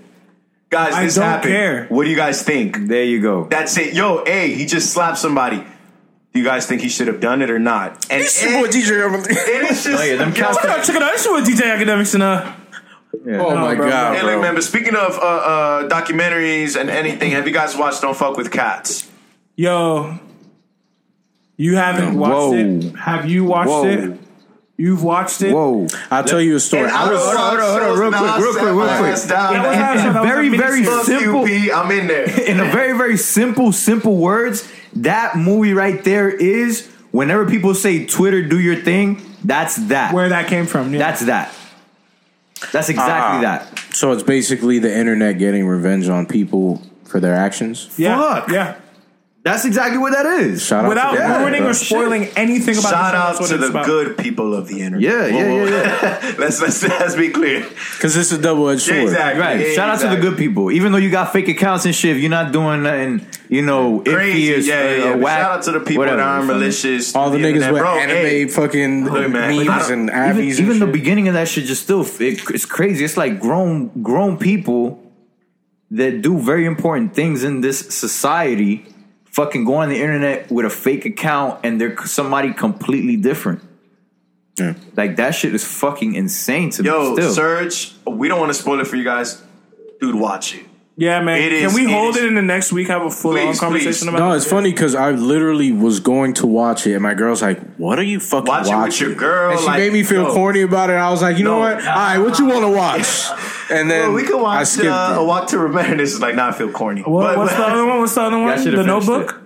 [SPEAKER 1] guys,
[SPEAKER 2] I
[SPEAKER 1] this
[SPEAKER 2] don't
[SPEAKER 1] happened.
[SPEAKER 2] care.
[SPEAKER 1] What do you guys think?
[SPEAKER 3] There you go.
[SPEAKER 1] That's it. Yo, hey, he just slapped somebody. Do you guys think he should have done it or not? And
[SPEAKER 5] It's your boy
[SPEAKER 1] it-
[SPEAKER 5] (laughs) DJ.
[SPEAKER 1] it is just.
[SPEAKER 3] Oh, yeah, them
[SPEAKER 1] Yo,
[SPEAKER 3] cats-
[SPEAKER 2] check it out, check it out. This is what DJ Academics and uh,
[SPEAKER 3] Yeah.
[SPEAKER 5] Oh my
[SPEAKER 2] bro.
[SPEAKER 5] god,
[SPEAKER 1] Hey, look,
[SPEAKER 5] bro.
[SPEAKER 1] man. But speaking of uh, uh, documentaries and anything, have you guys watched "Don't Fuck with Cats"?
[SPEAKER 2] yo, you haven't watched
[SPEAKER 3] Whoa.
[SPEAKER 2] it. Have you watched
[SPEAKER 3] Whoa.
[SPEAKER 2] it? You've watched it.
[SPEAKER 3] Whoa.
[SPEAKER 5] I'll tell you a story. I was
[SPEAKER 3] hold on, hold on, real quick, real quick, real quick.
[SPEAKER 2] That was not- that was a
[SPEAKER 3] Very, very
[SPEAKER 2] miniseries.
[SPEAKER 1] Fuck you,
[SPEAKER 3] simple.
[SPEAKER 1] P. I'm in there.
[SPEAKER 3] in a very very simple simple words that movie right there is whenever people say twitter do your thing that's that
[SPEAKER 2] Where that came from? Yeah.
[SPEAKER 3] that's that that's exactly
[SPEAKER 5] Ah.
[SPEAKER 3] that
[SPEAKER 5] So it's basically the internet getting revenge on people for their actions.
[SPEAKER 2] yeah,
[SPEAKER 3] fuck.
[SPEAKER 2] yeah.
[SPEAKER 3] that's exactly what that is
[SPEAKER 5] Shout out
[SPEAKER 2] Without
[SPEAKER 5] to them,
[SPEAKER 3] Yeah,
[SPEAKER 2] ruining
[SPEAKER 5] bro.
[SPEAKER 2] or spoiling anything about
[SPEAKER 1] Shout
[SPEAKER 2] the show, that's
[SPEAKER 1] out
[SPEAKER 2] what
[SPEAKER 1] to
[SPEAKER 2] it's
[SPEAKER 1] the
[SPEAKER 2] about.
[SPEAKER 1] good people of the internet.
[SPEAKER 3] yeah yeah yeah, yeah.
[SPEAKER 1] let's, let's let's be clear.
[SPEAKER 5] because it's a double edged sword.
[SPEAKER 1] Exactly.
[SPEAKER 3] Right.
[SPEAKER 1] Yeah,
[SPEAKER 3] Shout out to the
[SPEAKER 1] exactly.
[SPEAKER 3] good people. Even though you got fake accounts and shit, if you're not doing nothing, you know,
[SPEAKER 1] Crazy,
[SPEAKER 3] iffy or-
[SPEAKER 1] yeah, yeah.
[SPEAKER 3] or
[SPEAKER 1] yeah. But
[SPEAKER 3] whack,
[SPEAKER 1] Shout out to the people
[SPEAKER 3] whatever,
[SPEAKER 1] that
[SPEAKER 3] you
[SPEAKER 1] aren't
[SPEAKER 3] feel me?
[SPEAKER 1] malicious.
[SPEAKER 5] All the
[SPEAKER 1] through
[SPEAKER 5] niggas
[SPEAKER 1] internet.
[SPEAKER 5] with
[SPEAKER 1] Bro,
[SPEAKER 5] anime
[SPEAKER 1] hey,
[SPEAKER 5] fucking
[SPEAKER 1] Look, man, like, I
[SPEAKER 5] memes
[SPEAKER 1] don't-
[SPEAKER 3] even,
[SPEAKER 5] and abbeys
[SPEAKER 3] even
[SPEAKER 5] and
[SPEAKER 3] the
[SPEAKER 5] shit.
[SPEAKER 3] beginning of that shit just still it, it's crazy it's like grown grown people that do very important things in this society fucking go on the internet with a fake account and they're somebody completely different
[SPEAKER 5] Yeah.
[SPEAKER 3] like that shit is fucking insane to
[SPEAKER 1] yo,
[SPEAKER 3] me still
[SPEAKER 1] Serge, we don't want to spoil it for you guys. Dude, watch it.
[SPEAKER 2] Yeah, man.
[SPEAKER 1] It is-
[SPEAKER 2] Can we
[SPEAKER 1] it
[SPEAKER 2] hold
[SPEAKER 1] is-
[SPEAKER 2] it in the next week? Have a full
[SPEAKER 1] Please,
[SPEAKER 2] on
[SPEAKER 1] please.
[SPEAKER 2] conversation about
[SPEAKER 5] No,
[SPEAKER 2] it.
[SPEAKER 5] it's funny because I literally was going to watch it, and my girl's like, "What are you fucking
[SPEAKER 1] Watch
[SPEAKER 5] watching?"
[SPEAKER 1] it with your girl.
[SPEAKER 5] and she
[SPEAKER 1] like,
[SPEAKER 5] made me feel
[SPEAKER 1] yo.
[SPEAKER 5] corny about it. I was like, "You know
[SPEAKER 1] No.
[SPEAKER 5] what? All right, what you want
[SPEAKER 1] (laughs)
[SPEAKER 5] to watch?" And then
[SPEAKER 1] Bro, we could
[SPEAKER 5] I
[SPEAKER 1] watch
[SPEAKER 5] skipped
[SPEAKER 1] uh,
[SPEAKER 5] it.
[SPEAKER 1] A Walk to Remember. This is like, nah, I feel corny.
[SPEAKER 2] What-
[SPEAKER 1] But-
[SPEAKER 2] what's the um,
[SPEAKER 1] but-
[SPEAKER 2] other one? What's the other one?
[SPEAKER 3] should've
[SPEAKER 2] The
[SPEAKER 3] finished
[SPEAKER 2] Notebook.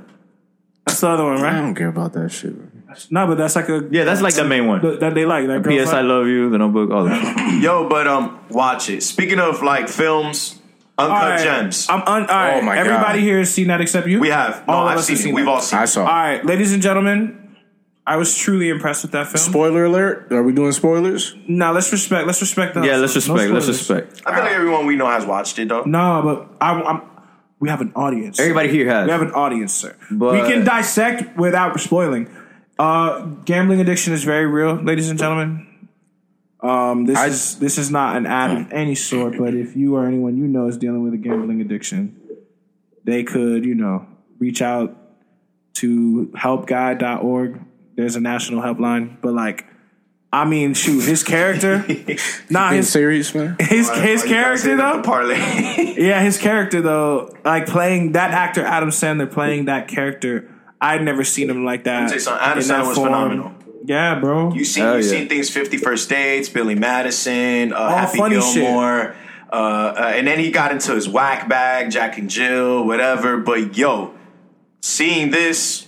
[SPEAKER 2] That's the other one,
[SPEAKER 5] I
[SPEAKER 2] right?
[SPEAKER 5] don't care about that shit. bro.
[SPEAKER 2] No, but that's like a
[SPEAKER 3] yeah that's like the main one
[SPEAKER 2] th- that they like. That
[SPEAKER 3] ps i love you the notebook all that
[SPEAKER 2] (laughs)
[SPEAKER 1] (laughs)
[SPEAKER 3] shit.
[SPEAKER 1] Yo, but um, watch it. Speaking of like films, Uncut Gems. Oh
[SPEAKER 2] I'm un- all right.
[SPEAKER 5] my God.
[SPEAKER 2] Everybody here has seen that except you.
[SPEAKER 1] we have. No,
[SPEAKER 2] All of
[SPEAKER 1] I've
[SPEAKER 2] us
[SPEAKER 1] seen
[SPEAKER 2] have
[SPEAKER 1] it.
[SPEAKER 2] seen
[SPEAKER 1] We've
[SPEAKER 2] that.
[SPEAKER 1] all seen
[SPEAKER 5] I
[SPEAKER 1] it.
[SPEAKER 5] saw.
[SPEAKER 2] All right, ladies and gentlemen, I was truly impressed with that film.
[SPEAKER 5] Spoiler alert! Are we doing spoilers?
[SPEAKER 2] now let's respect. Let's respect. The
[SPEAKER 3] yeah let's
[SPEAKER 2] hustle. No
[SPEAKER 3] respect let's
[SPEAKER 2] spoilers.
[SPEAKER 3] respect
[SPEAKER 1] I feel like everyone we know has watched it, though.
[SPEAKER 2] No, but I, I'm. We have an audience.
[SPEAKER 3] everybody here has
[SPEAKER 2] We have an audience, sir.
[SPEAKER 3] But-
[SPEAKER 2] we can dissect without spoiling. Uh, gambling addiction is very real, ladies and gentlemen. Um, this is this is not an ad of any sort, but if you or anyone you know is dealing with a gambling addiction, they could you know reach out to helpguide.org. There's a national helpline, but like, I mean, shoot, his
[SPEAKER 3] (laughs)
[SPEAKER 2] character, nah,
[SPEAKER 5] Being
[SPEAKER 2] his
[SPEAKER 5] serious, man.
[SPEAKER 2] his, his
[SPEAKER 1] Why you guys
[SPEAKER 2] character
[SPEAKER 1] hitting up
[SPEAKER 2] though,
[SPEAKER 1] the (laughs) parlay.
[SPEAKER 2] yeah, his character though, like playing that actor Adam Sandler playing that character, I'd never seen him like that.
[SPEAKER 1] say something, Adam
[SPEAKER 2] in that
[SPEAKER 1] Sandler was phenomenal.
[SPEAKER 2] Yeah, bro.
[SPEAKER 1] You seen
[SPEAKER 3] Hell
[SPEAKER 1] you
[SPEAKER 3] yeah.
[SPEAKER 1] seen things Fifty First Dates, Billy Madison, uh, Happy
[SPEAKER 2] funny
[SPEAKER 1] Gilmore, uh, uh, and then he got into his whack bag, Jack and Jill, whatever. But yo, seeing this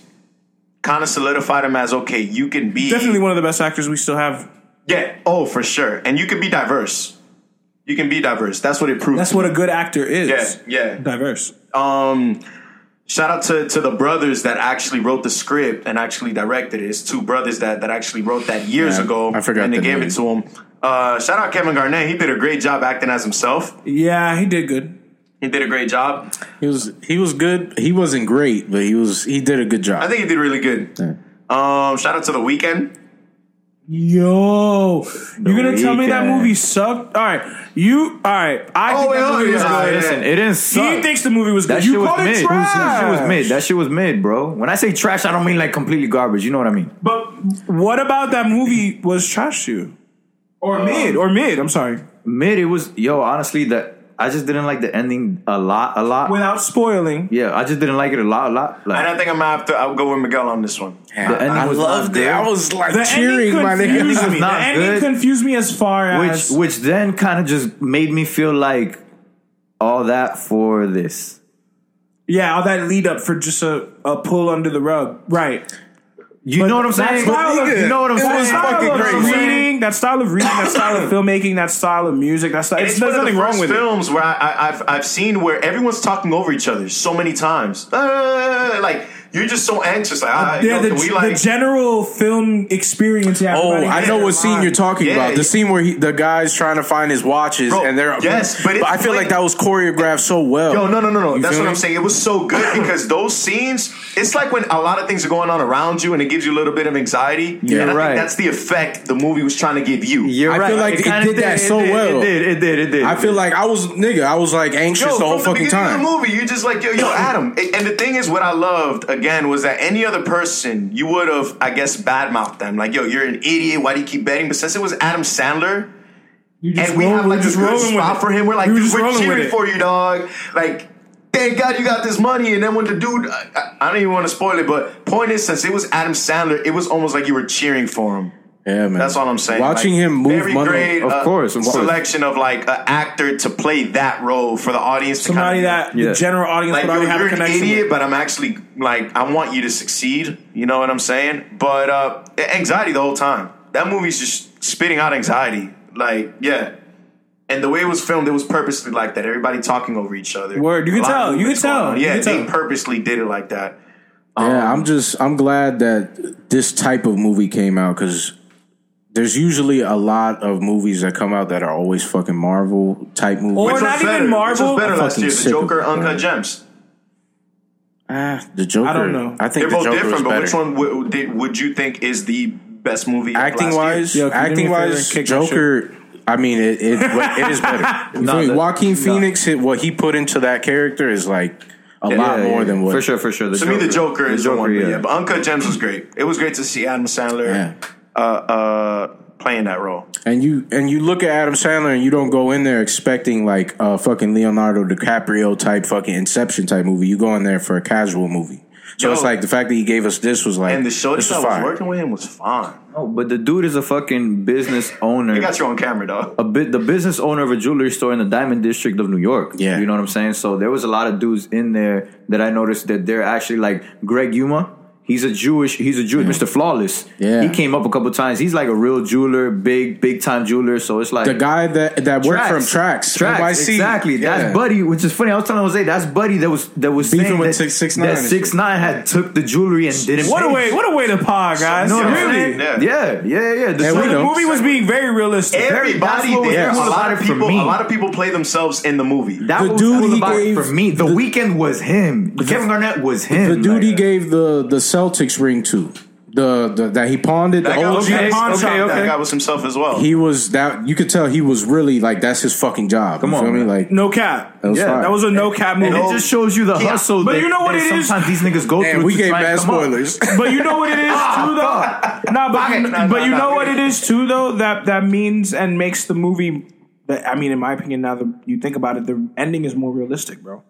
[SPEAKER 1] kind of solidified him as okay, you can be
[SPEAKER 2] Definitely one of the best actors we still have.
[SPEAKER 1] yeah, oh for sure, and you can be diverse. You can be diverse. That's what it proved.
[SPEAKER 2] That's what a good actor is.
[SPEAKER 1] Yeah, yeah.
[SPEAKER 2] Diverse.
[SPEAKER 1] um shout out to, to the brothers that actually wrote the script and actually directed it. It's two brothers that, that actually wrote that years
[SPEAKER 5] Yeah,
[SPEAKER 1] ago.
[SPEAKER 5] I forgot
[SPEAKER 1] And they
[SPEAKER 5] their
[SPEAKER 1] gave
[SPEAKER 5] name.
[SPEAKER 1] it to him. Uh, shout out Kevin Garnett. He did a great job acting as himself.
[SPEAKER 2] Yeah, he did good.
[SPEAKER 1] He did a great job.
[SPEAKER 5] He was he was good. He wasn't great, but he was he did a good job.
[SPEAKER 1] I think he did really good. Um, shout out to the weekend.
[SPEAKER 2] Yo, you're gonna tell me that
[SPEAKER 3] Weeknd.
[SPEAKER 2] movie sucked? All right, you. All right, I think
[SPEAKER 1] wait,
[SPEAKER 2] that
[SPEAKER 1] hold
[SPEAKER 2] movie
[SPEAKER 1] on,
[SPEAKER 2] was
[SPEAKER 1] Oh, yeah,
[SPEAKER 2] good.
[SPEAKER 1] yeah,
[SPEAKER 3] Listen, it didn't suck.
[SPEAKER 2] He thinks the movie was good.
[SPEAKER 3] That
[SPEAKER 2] you
[SPEAKER 3] shit was
[SPEAKER 2] called it
[SPEAKER 3] mid.
[SPEAKER 2] trash.
[SPEAKER 3] That shit was mid. That shit was mid, bro. When I say trash, I don't mean like completely garbage. You know what I mean?
[SPEAKER 2] But what about that movie was trash to you? Or mid? Or mid? I'm sorry.
[SPEAKER 3] Mid, it was yo. Honestly, that I just didn't like the ending a lot, a lot.
[SPEAKER 2] Without spoiling,
[SPEAKER 3] yeah, I just didn't like it a lot, a lot. Like,
[SPEAKER 1] And I think I'm gonna have to. I'll go with Miguel on this one.
[SPEAKER 3] the ending
[SPEAKER 5] I
[SPEAKER 3] was
[SPEAKER 5] loved
[SPEAKER 3] not
[SPEAKER 5] it.
[SPEAKER 3] good.
[SPEAKER 5] I was like
[SPEAKER 2] the
[SPEAKER 5] cheering, my
[SPEAKER 2] ending
[SPEAKER 5] nigga.
[SPEAKER 2] confused me.
[SPEAKER 3] not
[SPEAKER 2] The ending
[SPEAKER 3] good.
[SPEAKER 2] confused me as far
[SPEAKER 3] which
[SPEAKER 2] as
[SPEAKER 3] which then kind of just made me feel like all that for this.
[SPEAKER 2] yeah, all that lead up for just a, a pull under the rug, right?
[SPEAKER 3] You know what I'm saying?
[SPEAKER 2] That
[SPEAKER 3] you know what I'm
[SPEAKER 2] style
[SPEAKER 3] saying?
[SPEAKER 2] of, that style of reading, that style of reading, that style of filmmaking, that style of music, that style. It's,
[SPEAKER 1] It's
[SPEAKER 2] there's
[SPEAKER 1] one of
[SPEAKER 2] nothing
[SPEAKER 1] the
[SPEAKER 2] wrong
[SPEAKER 1] first
[SPEAKER 2] with it.
[SPEAKER 1] films where I, I, I've I've seen where everyone's talking over each other so many times. Uh, like you're just so anxious. Like ah,
[SPEAKER 2] Yeah,
[SPEAKER 1] yo,
[SPEAKER 2] the,
[SPEAKER 1] can we
[SPEAKER 2] the
[SPEAKER 1] like
[SPEAKER 2] general film experience. Yeah,
[SPEAKER 5] Oh,
[SPEAKER 2] everybody
[SPEAKER 5] I
[SPEAKER 2] has
[SPEAKER 5] know
[SPEAKER 2] in
[SPEAKER 5] what scene
[SPEAKER 2] mind.
[SPEAKER 5] you're talking
[SPEAKER 1] Yeah,
[SPEAKER 5] about. The
[SPEAKER 1] yeah.
[SPEAKER 5] scene where he, the guy's trying to find his watches
[SPEAKER 1] Bro,
[SPEAKER 5] and they're
[SPEAKER 1] yes, but it's
[SPEAKER 5] I feel like
[SPEAKER 1] like-
[SPEAKER 5] that was choreographed so well.
[SPEAKER 1] Yo, no, no, no, no.
[SPEAKER 5] Oh. You
[SPEAKER 1] That's
[SPEAKER 5] feel
[SPEAKER 1] what
[SPEAKER 5] me?
[SPEAKER 1] I'm saying. It was so
[SPEAKER 5] (clears throat)
[SPEAKER 1] good because those scenes, it's like when a lot of things are going on around you and it gives you a little bit of anxiety.
[SPEAKER 3] You're
[SPEAKER 1] and I
[SPEAKER 3] right.
[SPEAKER 1] think that's the effect the movie was trying to give you.
[SPEAKER 3] You're
[SPEAKER 5] I
[SPEAKER 3] right.
[SPEAKER 5] feel like it
[SPEAKER 3] kinda
[SPEAKER 5] did that so
[SPEAKER 3] it did,
[SPEAKER 5] well.
[SPEAKER 3] It did. It did. It did.
[SPEAKER 5] I feel like I was nigga. I was like anxious
[SPEAKER 1] Yo,
[SPEAKER 5] the whole
[SPEAKER 1] from
[SPEAKER 5] fucking
[SPEAKER 1] beginning
[SPEAKER 5] time.
[SPEAKER 1] Of the movie, you just like yo,
[SPEAKER 5] (clears throat)
[SPEAKER 1] yo, Adam. And and the thing is, what I loved again was that any other person, you would have, I guess, badmouthed them, like, yo, you're an idiot. Why do you keep betting? But since it was Adam Sandler,
[SPEAKER 2] You just
[SPEAKER 1] and we
[SPEAKER 2] roll-
[SPEAKER 1] have
[SPEAKER 2] we're
[SPEAKER 1] like a
[SPEAKER 2] just
[SPEAKER 1] good
[SPEAKER 2] rolling with
[SPEAKER 1] spot
[SPEAKER 2] it.
[SPEAKER 1] for him, we're like,
[SPEAKER 2] We were
[SPEAKER 1] dude,
[SPEAKER 2] just
[SPEAKER 1] we're
[SPEAKER 2] rolling with
[SPEAKER 1] cheering
[SPEAKER 2] it.
[SPEAKER 1] for you, dog. Like. Thank God you got this money, and then when the dude, I, I- I don't even want to spoil it, but point is, since it was Adam Sandler, it was almost like you were cheering for him.
[SPEAKER 5] Yeah, man.
[SPEAKER 1] That's all I'm saying.
[SPEAKER 5] Watching
[SPEAKER 1] Like,
[SPEAKER 5] him move
[SPEAKER 1] very
[SPEAKER 5] money,
[SPEAKER 1] great,
[SPEAKER 3] of
[SPEAKER 1] uh,
[SPEAKER 3] course, of course.
[SPEAKER 1] selection of like an actor to play that role for the audience. to
[SPEAKER 2] Somebody
[SPEAKER 1] kinda-
[SPEAKER 2] that
[SPEAKER 3] Yeah.
[SPEAKER 2] the general audience
[SPEAKER 1] like
[SPEAKER 2] would
[SPEAKER 1] yo,
[SPEAKER 2] already have
[SPEAKER 1] you're
[SPEAKER 2] a
[SPEAKER 1] an
[SPEAKER 2] connection. with.
[SPEAKER 1] idiot, but I'm actually like I want you to succeed. You know what I'm saying? But uh, anxiety the whole time. That movie's just spitting out anxiety. Like yeah. And the way it was filmed, it was purposely like that. Everybody talking over each other.
[SPEAKER 2] Word, you can
[SPEAKER 1] A lot of
[SPEAKER 2] tell, you
[SPEAKER 1] movements
[SPEAKER 2] can
[SPEAKER 1] going
[SPEAKER 2] tell,
[SPEAKER 1] on.
[SPEAKER 2] you
[SPEAKER 1] Yeah,
[SPEAKER 2] can
[SPEAKER 1] they
[SPEAKER 2] tell.
[SPEAKER 1] purposely did it like that.
[SPEAKER 5] Yeah,
[SPEAKER 2] Um,
[SPEAKER 5] I'm just I'm glad that this type of movie came out because there's usually a lot of movies that come out that are always fucking Marvel type movies.
[SPEAKER 2] Or
[SPEAKER 1] Which
[SPEAKER 2] not
[SPEAKER 1] was
[SPEAKER 2] even
[SPEAKER 1] better?
[SPEAKER 2] Marvel.
[SPEAKER 1] Which was better
[SPEAKER 5] I'm
[SPEAKER 1] last
[SPEAKER 5] fucking
[SPEAKER 1] year? The
[SPEAKER 5] sick of
[SPEAKER 1] Joker,
[SPEAKER 5] it,
[SPEAKER 1] Uncut
[SPEAKER 5] man.
[SPEAKER 1] Gems.
[SPEAKER 5] ah, the Joker.
[SPEAKER 2] I don't know.
[SPEAKER 5] I think
[SPEAKER 1] They're
[SPEAKER 5] the
[SPEAKER 1] both
[SPEAKER 5] Joker
[SPEAKER 1] different,
[SPEAKER 5] was
[SPEAKER 1] but
[SPEAKER 5] better.
[SPEAKER 1] which one would, did, would you think is the best movie? of
[SPEAKER 5] Acting
[SPEAKER 1] last
[SPEAKER 5] wise,
[SPEAKER 1] year?
[SPEAKER 2] Yo, can you do me
[SPEAKER 5] acting
[SPEAKER 2] a favor
[SPEAKER 5] wise,
[SPEAKER 2] and kick that
[SPEAKER 5] Joker. I mean,
[SPEAKER 2] (laughs)
[SPEAKER 5] it it, it is better. You
[SPEAKER 3] Nah,
[SPEAKER 5] feel me?
[SPEAKER 3] the-
[SPEAKER 5] Joaquin
[SPEAKER 3] nah.
[SPEAKER 5] Phoenix, hit, what he put into that character is like a lot more than what
[SPEAKER 3] for sure, for sure. The
[SPEAKER 1] to me, the Joker is the, one. but
[SPEAKER 3] yeah.
[SPEAKER 1] Yeah. but Uncut Gems was great. It was great to see Adam Sandler
[SPEAKER 5] Yeah.
[SPEAKER 1] uh, uh, playing that role.
[SPEAKER 5] And you and you look at Adam Sandler and you don't go in there expecting like a fucking Leonardo DiCaprio type fucking Inception type movie. You go in there for a casual movie. So
[SPEAKER 1] Yo.
[SPEAKER 5] it's like the fact that he gave us this was like
[SPEAKER 1] And the show that
[SPEAKER 5] this
[SPEAKER 1] I was
[SPEAKER 5] fire.
[SPEAKER 1] working with him was fine.
[SPEAKER 3] No, but the dude is a fucking business owner.
[SPEAKER 1] I got you on camera, dog.
[SPEAKER 3] a bit the business owner of a jewelry store in the Diamond District of New York.
[SPEAKER 5] Yeah.
[SPEAKER 3] you know what I'm saying. So there was a lot of dudes in there that I noticed that they're actually like Greg Yuma. He's a Jewish. He's a Jewish. Mr. Flawless.
[SPEAKER 5] Yeah.
[SPEAKER 3] he came up a couple times. He's like a real jeweler, big big time jeweler. So it's like
[SPEAKER 5] The guy that that worked from Tracks,
[SPEAKER 3] Trax,
[SPEAKER 5] NYC.
[SPEAKER 3] exactly.
[SPEAKER 5] Yeah.
[SPEAKER 3] That's Buddy, which is funny. I was telling Jose that's Buddy that was that was
[SPEAKER 5] Beefing
[SPEAKER 3] saying
[SPEAKER 5] with
[SPEAKER 3] that
[SPEAKER 5] 6ix9ine
[SPEAKER 3] that
[SPEAKER 5] and
[SPEAKER 3] six nine had took the jewelry and didn't.
[SPEAKER 2] What a
[SPEAKER 3] pay.
[SPEAKER 2] way! What a way to par, guys.
[SPEAKER 1] No,
[SPEAKER 3] You know what I'm
[SPEAKER 2] really.
[SPEAKER 3] saying?
[SPEAKER 1] Yeah.
[SPEAKER 3] yeah, yeah, yeah. The
[SPEAKER 5] Yeah, we
[SPEAKER 3] jewelry-
[SPEAKER 5] know.
[SPEAKER 2] The movie was being very realistic.
[SPEAKER 3] that's
[SPEAKER 1] Everybody
[SPEAKER 3] what was
[SPEAKER 1] there. A
[SPEAKER 3] cool
[SPEAKER 1] lot
[SPEAKER 3] about
[SPEAKER 1] of
[SPEAKER 3] it for
[SPEAKER 1] people.
[SPEAKER 3] me.
[SPEAKER 1] A lot of people play themselves in the movie.
[SPEAKER 3] That
[SPEAKER 5] The
[SPEAKER 3] was
[SPEAKER 5] dude
[SPEAKER 3] cool
[SPEAKER 5] he
[SPEAKER 3] about it
[SPEAKER 5] gave-
[SPEAKER 3] for me. The, weekend was him. Kevin Garnett was him.
[SPEAKER 5] the dude
[SPEAKER 3] Like, uh,
[SPEAKER 5] he gave the the Celtics ring to. The, the that he pawned it.
[SPEAKER 1] that
[SPEAKER 5] the
[SPEAKER 1] guy was
[SPEAKER 5] OG.
[SPEAKER 2] okay.
[SPEAKER 1] himself.
[SPEAKER 2] pawn shop.
[SPEAKER 1] That guy was himself as well.
[SPEAKER 5] He was that you could tell he was really like that's his fucking job.
[SPEAKER 3] Come
[SPEAKER 5] you
[SPEAKER 3] on,
[SPEAKER 5] feel me?
[SPEAKER 3] man.
[SPEAKER 5] Like
[SPEAKER 2] No cap.
[SPEAKER 5] was
[SPEAKER 3] Yeah.
[SPEAKER 5] fire.
[SPEAKER 2] That was a no cap movie.
[SPEAKER 3] and it just shows you the
[SPEAKER 1] Yeah.
[SPEAKER 3] hustle.
[SPEAKER 2] But
[SPEAKER 3] that,
[SPEAKER 2] you know what
[SPEAKER 3] that
[SPEAKER 2] it is?
[SPEAKER 3] Sometimes these niggas go
[SPEAKER 5] and
[SPEAKER 3] through.
[SPEAKER 5] we
[SPEAKER 3] to
[SPEAKER 5] gave
[SPEAKER 3] try and
[SPEAKER 5] bad
[SPEAKER 3] come up.
[SPEAKER 2] (laughs)
[SPEAKER 5] spoilers. (laughs)
[SPEAKER 2] But you know what it is
[SPEAKER 1] Ah,
[SPEAKER 2] too though. Nah, but you,
[SPEAKER 1] Nah,
[SPEAKER 2] but
[SPEAKER 1] nah,
[SPEAKER 2] you
[SPEAKER 1] nah,
[SPEAKER 2] know what
[SPEAKER 1] dude.
[SPEAKER 2] it is too though. That that means and makes the movie. That I mean, in my opinion, now that you think about it, the ending is more realistic, bro.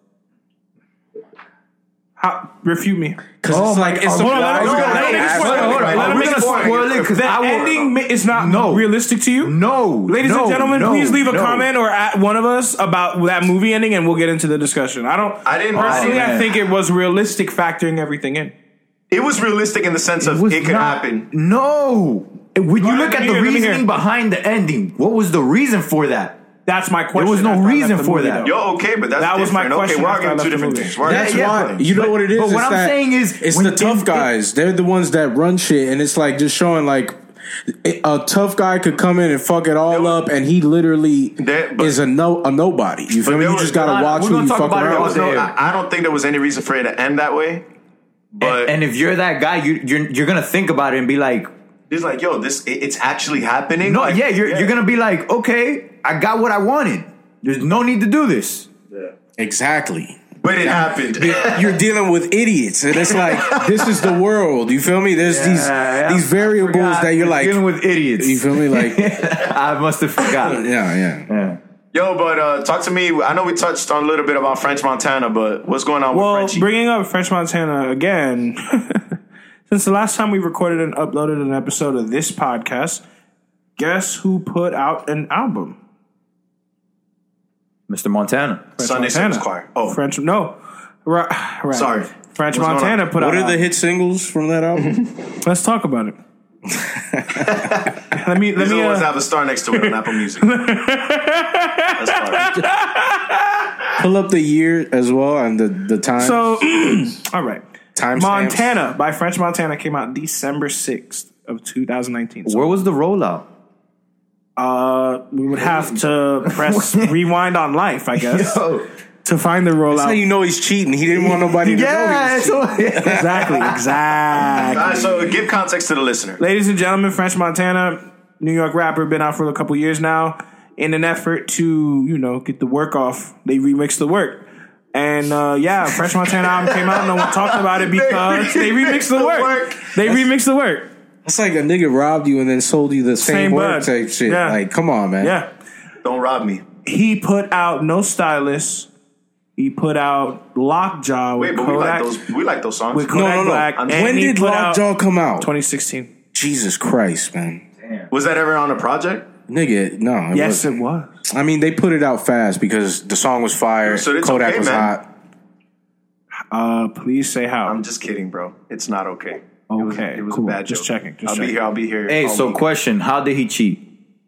[SPEAKER 2] How refute me?
[SPEAKER 5] Because
[SPEAKER 3] Oh
[SPEAKER 5] it's
[SPEAKER 3] my-
[SPEAKER 5] like it's
[SPEAKER 3] oh,
[SPEAKER 5] the
[SPEAKER 3] hold on,
[SPEAKER 5] wise
[SPEAKER 2] let him-
[SPEAKER 5] guy
[SPEAKER 2] let him
[SPEAKER 5] asshole.
[SPEAKER 2] explain.
[SPEAKER 3] Hold on, hold on.
[SPEAKER 1] Let
[SPEAKER 3] Are
[SPEAKER 1] him
[SPEAKER 3] we gonna
[SPEAKER 1] explain.
[SPEAKER 3] spoil it? Because
[SPEAKER 2] The
[SPEAKER 3] I will.
[SPEAKER 2] ending ma- is not
[SPEAKER 3] No.
[SPEAKER 2] realistic to you.
[SPEAKER 3] no,
[SPEAKER 2] Ladies
[SPEAKER 3] no,
[SPEAKER 2] and gentlemen,
[SPEAKER 3] no,
[SPEAKER 2] please leave a
[SPEAKER 3] no.
[SPEAKER 2] comment or at one of us about that movie ending, and we'll get into the discussion. I don't.
[SPEAKER 1] I didn't-
[SPEAKER 2] Personally,
[SPEAKER 3] Oh,
[SPEAKER 2] I
[SPEAKER 3] man.
[SPEAKER 2] think it was realistic factoring everything in.
[SPEAKER 1] it was realistic in the sense of
[SPEAKER 3] was
[SPEAKER 1] it could
[SPEAKER 3] not-
[SPEAKER 1] happen.
[SPEAKER 3] No, when you
[SPEAKER 2] Let
[SPEAKER 3] look
[SPEAKER 2] me
[SPEAKER 3] at
[SPEAKER 2] hear,
[SPEAKER 3] the
[SPEAKER 2] let me hear.
[SPEAKER 3] reasoning behind the ending, what was the reason for that?
[SPEAKER 2] That's my question.
[SPEAKER 3] was no
[SPEAKER 2] after I left
[SPEAKER 3] reason
[SPEAKER 2] the
[SPEAKER 3] for
[SPEAKER 2] movie,
[SPEAKER 3] that.
[SPEAKER 2] though.
[SPEAKER 1] Yo, okay, but that's
[SPEAKER 2] That was my
[SPEAKER 1] different.
[SPEAKER 2] question
[SPEAKER 1] Okay, we're
[SPEAKER 2] after I
[SPEAKER 1] arguing two
[SPEAKER 2] left the
[SPEAKER 1] different
[SPEAKER 2] movie.
[SPEAKER 1] things. We're
[SPEAKER 3] That's
[SPEAKER 1] arguing two
[SPEAKER 3] why-
[SPEAKER 1] different things.
[SPEAKER 5] You know what it is?
[SPEAKER 3] But what
[SPEAKER 5] It's
[SPEAKER 3] I'm
[SPEAKER 5] that-
[SPEAKER 3] saying is
[SPEAKER 5] it's
[SPEAKER 3] when
[SPEAKER 5] the tough
[SPEAKER 3] it-
[SPEAKER 5] guys. They're the ones that run shit, and it's like just showing like a tough guy could come in and fuck it all up, and he literally
[SPEAKER 1] There- but-
[SPEAKER 5] is a no a nobody. You feel me?
[SPEAKER 1] there
[SPEAKER 5] You
[SPEAKER 1] was
[SPEAKER 5] just
[SPEAKER 1] a
[SPEAKER 5] gotta
[SPEAKER 1] lot-
[SPEAKER 5] watch
[SPEAKER 3] we're
[SPEAKER 5] who
[SPEAKER 3] gonna
[SPEAKER 5] you
[SPEAKER 3] talk
[SPEAKER 5] fuck
[SPEAKER 3] about it
[SPEAKER 5] around
[SPEAKER 3] all
[SPEAKER 5] with.
[SPEAKER 3] day.
[SPEAKER 1] No,
[SPEAKER 3] there.
[SPEAKER 1] I, I don't think there was any reason for it to end that way. But
[SPEAKER 3] And if you're that guy, you, you're you're gonna think about it and be like,
[SPEAKER 1] it's like, yo, this it, it's actually happening.
[SPEAKER 3] No,
[SPEAKER 1] Like,
[SPEAKER 3] yeah, you're you're gonna be like, okay, I got what I wanted. There's no need to do this.
[SPEAKER 5] Exactly.
[SPEAKER 7] but it happened.
[SPEAKER 5] you're dealing with idiots, and it's like
[SPEAKER 3] (laughs)
[SPEAKER 5] this is the world. You feel me? There's these
[SPEAKER 3] Yeah, I
[SPEAKER 5] these variables
[SPEAKER 3] forgot.
[SPEAKER 5] that Uh, you're like.
[SPEAKER 3] dealing with idiots.
[SPEAKER 5] (laughs) You feel me?
[SPEAKER 3] (laughs)
[SPEAKER 5] Like yeah,
[SPEAKER 3] I must have
[SPEAKER 5] (laughs)
[SPEAKER 3] forgotten.
[SPEAKER 5] yeah.
[SPEAKER 3] Yeah.
[SPEAKER 1] Yo, but uh, talk to me. I know we touched on a little bit about French Montana, but what's going on
[SPEAKER 2] Well,
[SPEAKER 1] with Frenchie?
[SPEAKER 2] bringing up French Montana again, (laughs) since the last time we recorded and uploaded an episode of this podcast, guess who put out an album?
[SPEAKER 3] Mr. Montana.
[SPEAKER 2] French
[SPEAKER 1] Sunday
[SPEAKER 2] Montana.
[SPEAKER 1] Service Choir. Oh,
[SPEAKER 2] French. No, right, (sighs) right.
[SPEAKER 1] Sorry.
[SPEAKER 2] French
[SPEAKER 1] What's going
[SPEAKER 2] Montana put out.
[SPEAKER 5] What are the hit singles from
[SPEAKER 3] (laughs)
[SPEAKER 5] that album?
[SPEAKER 2] Let's talk about it. let me let
[SPEAKER 1] these are
[SPEAKER 2] me
[SPEAKER 1] the ones
[SPEAKER 2] uh,
[SPEAKER 1] that have a star next to it on Apple
[SPEAKER 2] (laughs)
[SPEAKER 1] Music. That's fire.
[SPEAKER 5] Pull up the year as well and the the time.
[SPEAKER 2] So, (clears throat) all right.
[SPEAKER 5] Timestamps.
[SPEAKER 2] Montana by French Montana came out December 6th of 2019. So,
[SPEAKER 3] Where was the rollout?
[SPEAKER 2] uh, we would have to
[SPEAKER 5] (laughs)
[SPEAKER 2] press rewind on life, I guess,
[SPEAKER 3] Oh,
[SPEAKER 2] to find the
[SPEAKER 5] That's how
[SPEAKER 2] rollout.
[SPEAKER 5] you know he's cheating. He didn't want nobody to know.
[SPEAKER 3] yeah.
[SPEAKER 5] He's
[SPEAKER 3] it's all-
[SPEAKER 5] (laughs)
[SPEAKER 2] exactly, exactly.
[SPEAKER 1] All right, so give context to the listener.
[SPEAKER 2] Ladies and gentlemen, French Montana, New York rapper, been out for a couple years now. In an effort to, you know, get the work off, they remixed the work. And uh, yeah, French Montana album came out. No one talked about
[SPEAKER 1] (laughs)
[SPEAKER 2] it because they remixed the work. They remixed the work.
[SPEAKER 5] It's like a nigga robbed you and then sold you the same,
[SPEAKER 2] Same
[SPEAKER 5] word
[SPEAKER 2] bud.
[SPEAKER 5] type shit.
[SPEAKER 2] Yeah.
[SPEAKER 5] Like, come on, man.
[SPEAKER 2] Yeah.
[SPEAKER 1] Don't rob me.
[SPEAKER 2] he put out No Stylist. He put out Lockjaw with
[SPEAKER 1] Wait, but we like
[SPEAKER 2] Kodak.
[SPEAKER 1] those. We like those songs.
[SPEAKER 2] with
[SPEAKER 5] No,
[SPEAKER 2] Kodak
[SPEAKER 5] no, no.
[SPEAKER 2] Black. and
[SPEAKER 5] when
[SPEAKER 2] he
[SPEAKER 5] did
[SPEAKER 2] put out
[SPEAKER 5] Lockjaw come out?
[SPEAKER 2] 2016.
[SPEAKER 5] Jesus Christ, man.
[SPEAKER 1] Was that ever on a project?
[SPEAKER 5] Nigga, no. It
[SPEAKER 2] Yes,
[SPEAKER 5] wasn't.
[SPEAKER 2] it was.
[SPEAKER 5] I mean, they put it out fast because the song was fire.
[SPEAKER 1] So it's
[SPEAKER 5] Kodak
[SPEAKER 1] okay,
[SPEAKER 5] was
[SPEAKER 1] man.
[SPEAKER 5] hot.
[SPEAKER 2] Uh, please say how.
[SPEAKER 1] I'm just kidding, bro. It's not okay.
[SPEAKER 2] okay,
[SPEAKER 1] It was
[SPEAKER 2] cool.
[SPEAKER 1] a bad joke.
[SPEAKER 2] just checking. Just
[SPEAKER 1] I'll be
[SPEAKER 2] checking.
[SPEAKER 1] here. I'll be here.
[SPEAKER 3] hey,
[SPEAKER 1] all
[SPEAKER 3] so
[SPEAKER 1] week.
[SPEAKER 3] question: How did he cheat?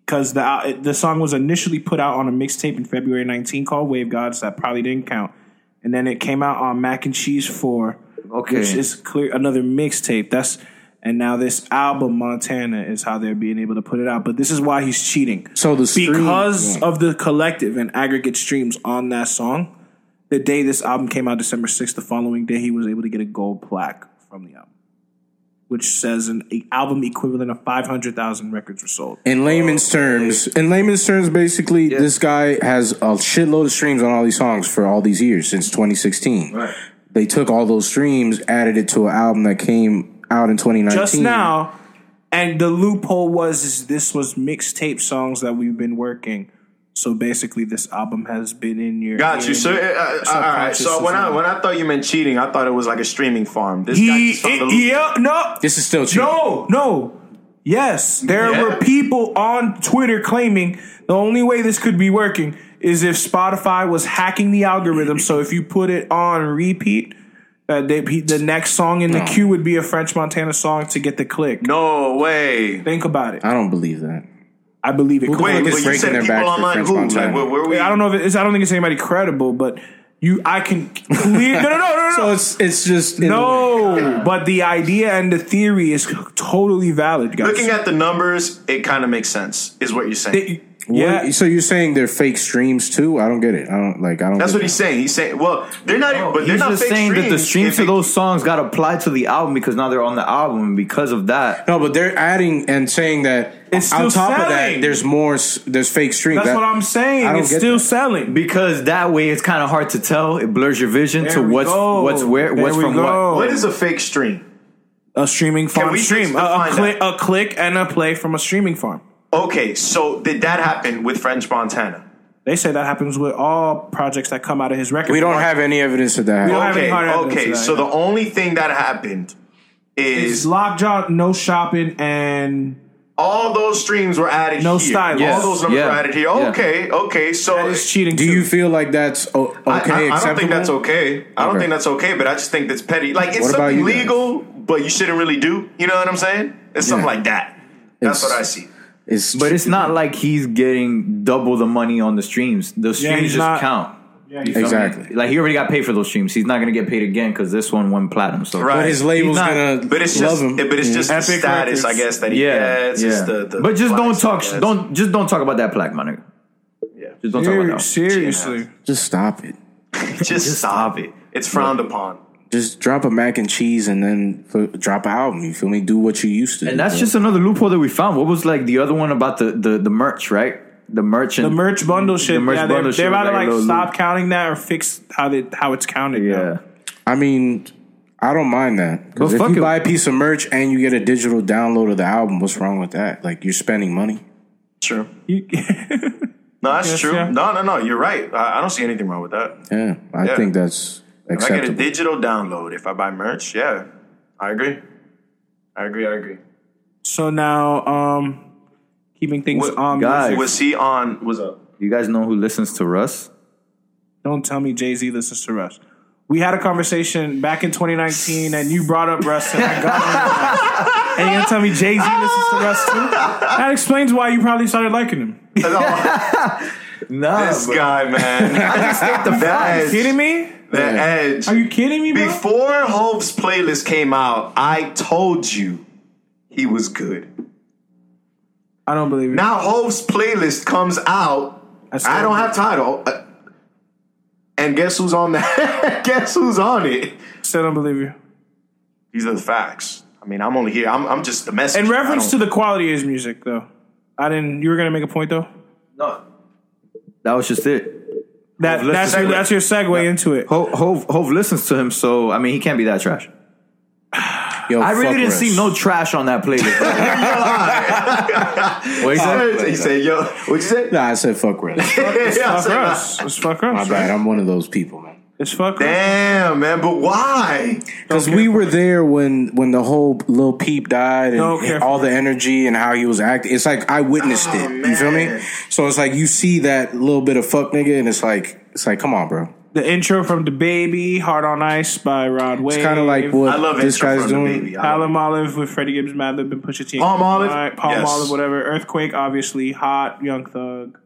[SPEAKER 2] Because the uh, the song was initially put out on a mixtape in February 19 called Wave Gods that probably didn't count, and then it came out on Mac and Cheese Four,
[SPEAKER 3] Okay.
[SPEAKER 2] which is clear another mixtape. That's and now this album Montana is how they're being able to put it out. But this is why he's cheating.
[SPEAKER 5] So the stream,
[SPEAKER 2] because
[SPEAKER 5] yeah.
[SPEAKER 2] of the collective and aggregate streams on that song, the day this album came out, December 6th, the following day, he was able to get a gold plaque from the album, which says an a album equivalent of 500,000 records were sold.
[SPEAKER 5] in layman's terms, in layman's terms, basically, this guy has a shitload of streams on all these songs for all these years since 2016. Right. They took all those streams, added it to an album that came out in 2019.
[SPEAKER 2] Just now, and the loophole was is this was mixtape songs that we've been working. So basically, this album has been in your.
[SPEAKER 1] Got you.
[SPEAKER 2] in-
[SPEAKER 1] So, uh, uh, all right. So when I when I thought you meant cheating, I thought it was like a streaming farm. This guy
[SPEAKER 2] He,
[SPEAKER 1] just found the loop.
[SPEAKER 2] yeah, no,
[SPEAKER 5] This is still cheap.
[SPEAKER 2] No, no. Yes, there
[SPEAKER 1] Yeah.
[SPEAKER 2] were people on Twitter claiming the only way this could be working is if Spotify was hacking the algorithm. So if you put it on repeat, uh, they, the next song in the queue would be a French Montana song to get the click.
[SPEAKER 1] No way.
[SPEAKER 2] Think about it.
[SPEAKER 5] I don't believe that.
[SPEAKER 2] I believe it. could.
[SPEAKER 1] Wait,
[SPEAKER 5] Look, it's
[SPEAKER 1] but you
[SPEAKER 5] breaking
[SPEAKER 1] said
[SPEAKER 5] their
[SPEAKER 1] people
[SPEAKER 5] back for
[SPEAKER 1] online
[SPEAKER 5] French
[SPEAKER 1] who?
[SPEAKER 5] Montana.
[SPEAKER 1] Like, where, where we?
[SPEAKER 2] I don't know if it's. I don't think it's anybody credible, but you, I can clear. no, no, no, no, no.
[SPEAKER 5] (laughs) So it's it's just in the way.
[SPEAKER 2] no, but the idea and the theory is totally valid, guys.
[SPEAKER 1] Looking at the numbers, it kind of makes sense. Is what you're saying.
[SPEAKER 2] They- yeah,
[SPEAKER 5] What- so you're saying they're fake streams too? I don't get it. I don't like. I don't.
[SPEAKER 1] That's
[SPEAKER 5] get
[SPEAKER 1] what he's saying. He's saying, well, they're not, e-, but they're
[SPEAKER 3] He's
[SPEAKER 1] not
[SPEAKER 3] just
[SPEAKER 1] fake
[SPEAKER 3] saying that the
[SPEAKER 1] streams
[SPEAKER 3] streams to
[SPEAKER 1] if
[SPEAKER 3] those songs got applied to the album because now they're on the album. and Because of that,
[SPEAKER 5] No, but they're adding and saying that
[SPEAKER 2] It's
[SPEAKER 5] on
[SPEAKER 2] still
[SPEAKER 5] top of that,
[SPEAKER 2] selling.
[SPEAKER 5] there's more. s- There's fake streams.
[SPEAKER 2] That's
[SPEAKER 5] That-
[SPEAKER 2] what I'm saying.
[SPEAKER 5] I don't
[SPEAKER 2] It's
[SPEAKER 5] get
[SPEAKER 2] still
[SPEAKER 5] that.
[SPEAKER 2] selling.
[SPEAKER 3] because that way it's kind of hard to tell. It blurs your vision
[SPEAKER 2] There
[SPEAKER 3] to
[SPEAKER 2] we
[SPEAKER 3] what's
[SPEAKER 2] go.
[SPEAKER 3] what's where
[SPEAKER 2] There
[SPEAKER 3] what's
[SPEAKER 2] we
[SPEAKER 3] from
[SPEAKER 2] go.
[SPEAKER 1] What is a fake stream?
[SPEAKER 2] A streaming farm
[SPEAKER 1] we just
[SPEAKER 2] stream. A, a,
[SPEAKER 1] define
[SPEAKER 2] cli- a click and a play from a streaming farm.
[SPEAKER 1] Okay, so did that happen with French Montana?
[SPEAKER 2] They say that happens with all projects that come out of his record.
[SPEAKER 5] We don't have any evidence of that.
[SPEAKER 2] don't have any
[SPEAKER 1] Okay,
[SPEAKER 2] hard evidence
[SPEAKER 1] okay.
[SPEAKER 2] of that,
[SPEAKER 1] So
[SPEAKER 2] yeah.
[SPEAKER 1] the only thing that happened
[SPEAKER 2] It's
[SPEAKER 1] is
[SPEAKER 2] Lockjaw, No Shopping, and
[SPEAKER 1] all those streams were added.
[SPEAKER 2] No
[SPEAKER 1] here.
[SPEAKER 2] style.
[SPEAKER 1] All
[SPEAKER 2] Yes,
[SPEAKER 1] those numbers
[SPEAKER 3] yeah,
[SPEAKER 1] were added here.
[SPEAKER 3] yeah.
[SPEAKER 1] Okay, okay. So
[SPEAKER 2] it's cheating.
[SPEAKER 5] Do
[SPEAKER 2] too.
[SPEAKER 5] you feel like that's o- okay?
[SPEAKER 1] I- I, I don't
[SPEAKER 5] acceptable?
[SPEAKER 1] think that's okay. I don't
[SPEAKER 5] Okay.
[SPEAKER 1] think that's okay, but I just think that's petty. Like it's
[SPEAKER 5] What about
[SPEAKER 1] something
[SPEAKER 5] you guys?
[SPEAKER 1] legal, but you shouldn't really do. You know what I'm saying? It's something
[SPEAKER 5] Yeah.
[SPEAKER 1] like that. That's
[SPEAKER 5] It's-
[SPEAKER 1] what I see.
[SPEAKER 5] It's
[SPEAKER 3] But it's not like he's getting double the money on the streams. The streams
[SPEAKER 2] he's
[SPEAKER 3] just
[SPEAKER 2] not-
[SPEAKER 3] count.
[SPEAKER 5] exactly.
[SPEAKER 3] Like he already got paid for those streams. He's not going to get paid again because this one went platinum. So
[SPEAKER 1] Right.
[SPEAKER 5] But his label's
[SPEAKER 3] He's not-
[SPEAKER 5] gonna
[SPEAKER 1] But it's
[SPEAKER 5] love
[SPEAKER 1] just,
[SPEAKER 5] him.
[SPEAKER 1] but it's just the
[SPEAKER 2] Epic
[SPEAKER 1] status, I
[SPEAKER 2] Records.
[SPEAKER 1] guess. That he
[SPEAKER 3] Yeah,
[SPEAKER 1] gets.
[SPEAKER 3] yeah.
[SPEAKER 1] It's the, the
[SPEAKER 3] but just don't
[SPEAKER 1] flex, I
[SPEAKER 3] talk.
[SPEAKER 1] guess.
[SPEAKER 3] Don't just don't talk about that plaque, my nigga.
[SPEAKER 1] Yeah.
[SPEAKER 3] Just don't talk about
[SPEAKER 2] Ser-
[SPEAKER 3] that.
[SPEAKER 2] seriously?
[SPEAKER 5] just stop it.
[SPEAKER 1] just stop it. It's frowned upon.
[SPEAKER 5] Just drop a mac and cheese and then f- drop an album. You feel me? Do what you used to. do,
[SPEAKER 3] And that's
[SPEAKER 5] bro.
[SPEAKER 3] just another loophole that we found. What was like the other one about the the, the merch, right? the merchant,
[SPEAKER 2] The merch bundle shit.
[SPEAKER 3] merch
[SPEAKER 2] yeah, they're, they're
[SPEAKER 3] bundle shit,
[SPEAKER 2] about to
[SPEAKER 3] like,
[SPEAKER 2] like
[SPEAKER 3] little-
[SPEAKER 2] stop counting that or fix how they how it's counted. now.
[SPEAKER 3] yeah.
[SPEAKER 5] I mean, I don't mind that.
[SPEAKER 3] But
[SPEAKER 5] Because if
[SPEAKER 3] fuck
[SPEAKER 5] you
[SPEAKER 3] it.
[SPEAKER 5] buy a piece of merch and you get a digital download of the album, what's wrong with that? Like you're spending money.
[SPEAKER 1] True.
[SPEAKER 2] You-
[SPEAKER 1] No, that's
[SPEAKER 2] Yes,
[SPEAKER 1] true.
[SPEAKER 2] yeah.
[SPEAKER 1] No, no, no. You're right. I, I don't see anything wrong with that.
[SPEAKER 5] Yeah, I
[SPEAKER 1] Yeah.
[SPEAKER 5] think that's
[SPEAKER 1] If I get a
[SPEAKER 5] acceptable.
[SPEAKER 1] digital download, if I buy merch, yeah, I agree. I agree. I agree.
[SPEAKER 2] (laughs) so now, um, keeping things
[SPEAKER 1] What-
[SPEAKER 2] on.
[SPEAKER 3] guys.
[SPEAKER 2] music.
[SPEAKER 1] Was he on? Was up? (laughs)
[SPEAKER 3] You guys know who listens to Russ?
[SPEAKER 2] Don't tell me Jay Z listens to Russ. We had a conversation back in 2019, and you brought up Russ, and I got on your ass. And you're gonna tell me Jay Z listens to Russ too? That explains why you probably started liking him.
[SPEAKER 3] Nah,
[SPEAKER 1] This guy, (laughs) man. that is,
[SPEAKER 2] Kidding me?
[SPEAKER 1] The edge.
[SPEAKER 2] Are you kidding me, bro?
[SPEAKER 1] Before Hope's playlist came out, I told you he was good.
[SPEAKER 2] I don't believe it.
[SPEAKER 1] Now Hope's playlist comes out.
[SPEAKER 2] That's
[SPEAKER 1] I don't
[SPEAKER 2] terrible.
[SPEAKER 1] have title. Uh, And guess who's on that? (laughs) guess who's on it?
[SPEAKER 2] Still don't believe you.
[SPEAKER 1] These are the facts. I mean, I'm only here. I'm, I'm just the message.
[SPEAKER 2] In reference to the quality of his music, though, I didn't. You were gonna make a point though.
[SPEAKER 3] that was just it.
[SPEAKER 2] That
[SPEAKER 1] let's
[SPEAKER 2] that's your,
[SPEAKER 1] segue.
[SPEAKER 2] that's your segue into it.
[SPEAKER 3] Hove, Hove, Hove listens to him, so I mean he can't be that trash.
[SPEAKER 5] Yo,
[SPEAKER 3] I
[SPEAKER 5] fuck
[SPEAKER 3] really didn't
[SPEAKER 5] Russ.
[SPEAKER 3] see no trash on that (laughs) playlist. Wait, (laughs)
[SPEAKER 1] he said, "Yo, what you say?"
[SPEAKER 5] Nah, (laughs) I said fuck Russ.
[SPEAKER 2] It's
[SPEAKER 1] Yeah, I
[SPEAKER 2] fuck
[SPEAKER 1] said,
[SPEAKER 2] Russ. It's fuck
[SPEAKER 5] My
[SPEAKER 2] Russ.
[SPEAKER 5] bad. I'm one of those people, man.
[SPEAKER 2] It's fuck Russ.
[SPEAKER 1] Damn, man, but why?
[SPEAKER 5] Because we were there when when the whole Lil Peep died and,
[SPEAKER 2] Don't care
[SPEAKER 5] and
[SPEAKER 2] for
[SPEAKER 5] all the energy and how he was acting. It's like I witnessed
[SPEAKER 1] Oh,
[SPEAKER 5] it. You feel me? So it's like you see that little bit of fuck nigga, and it's like it's like come on, bro.
[SPEAKER 2] The intro from the baby, "Hard on Ice" by Rod Wave.
[SPEAKER 5] It's kind of like what
[SPEAKER 1] I love
[SPEAKER 5] this
[SPEAKER 1] intro
[SPEAKER 5] guy's
[SPEAKER 1] from the
[SPEAKER 5] doing.
[SPEAKER 1] baby. I love it.
[SPEAKER 2] Palm Olive with Freddie Gibbs, Madlib, and Pusha T.
[SPEAKER 1] Palm Olive?
[SPEAKER 2] All Palm
[SPEAKER 1] Yes.
[SPEAKER 2] Olive, whatever. Earthquake, obviously. Hot, Young Thug.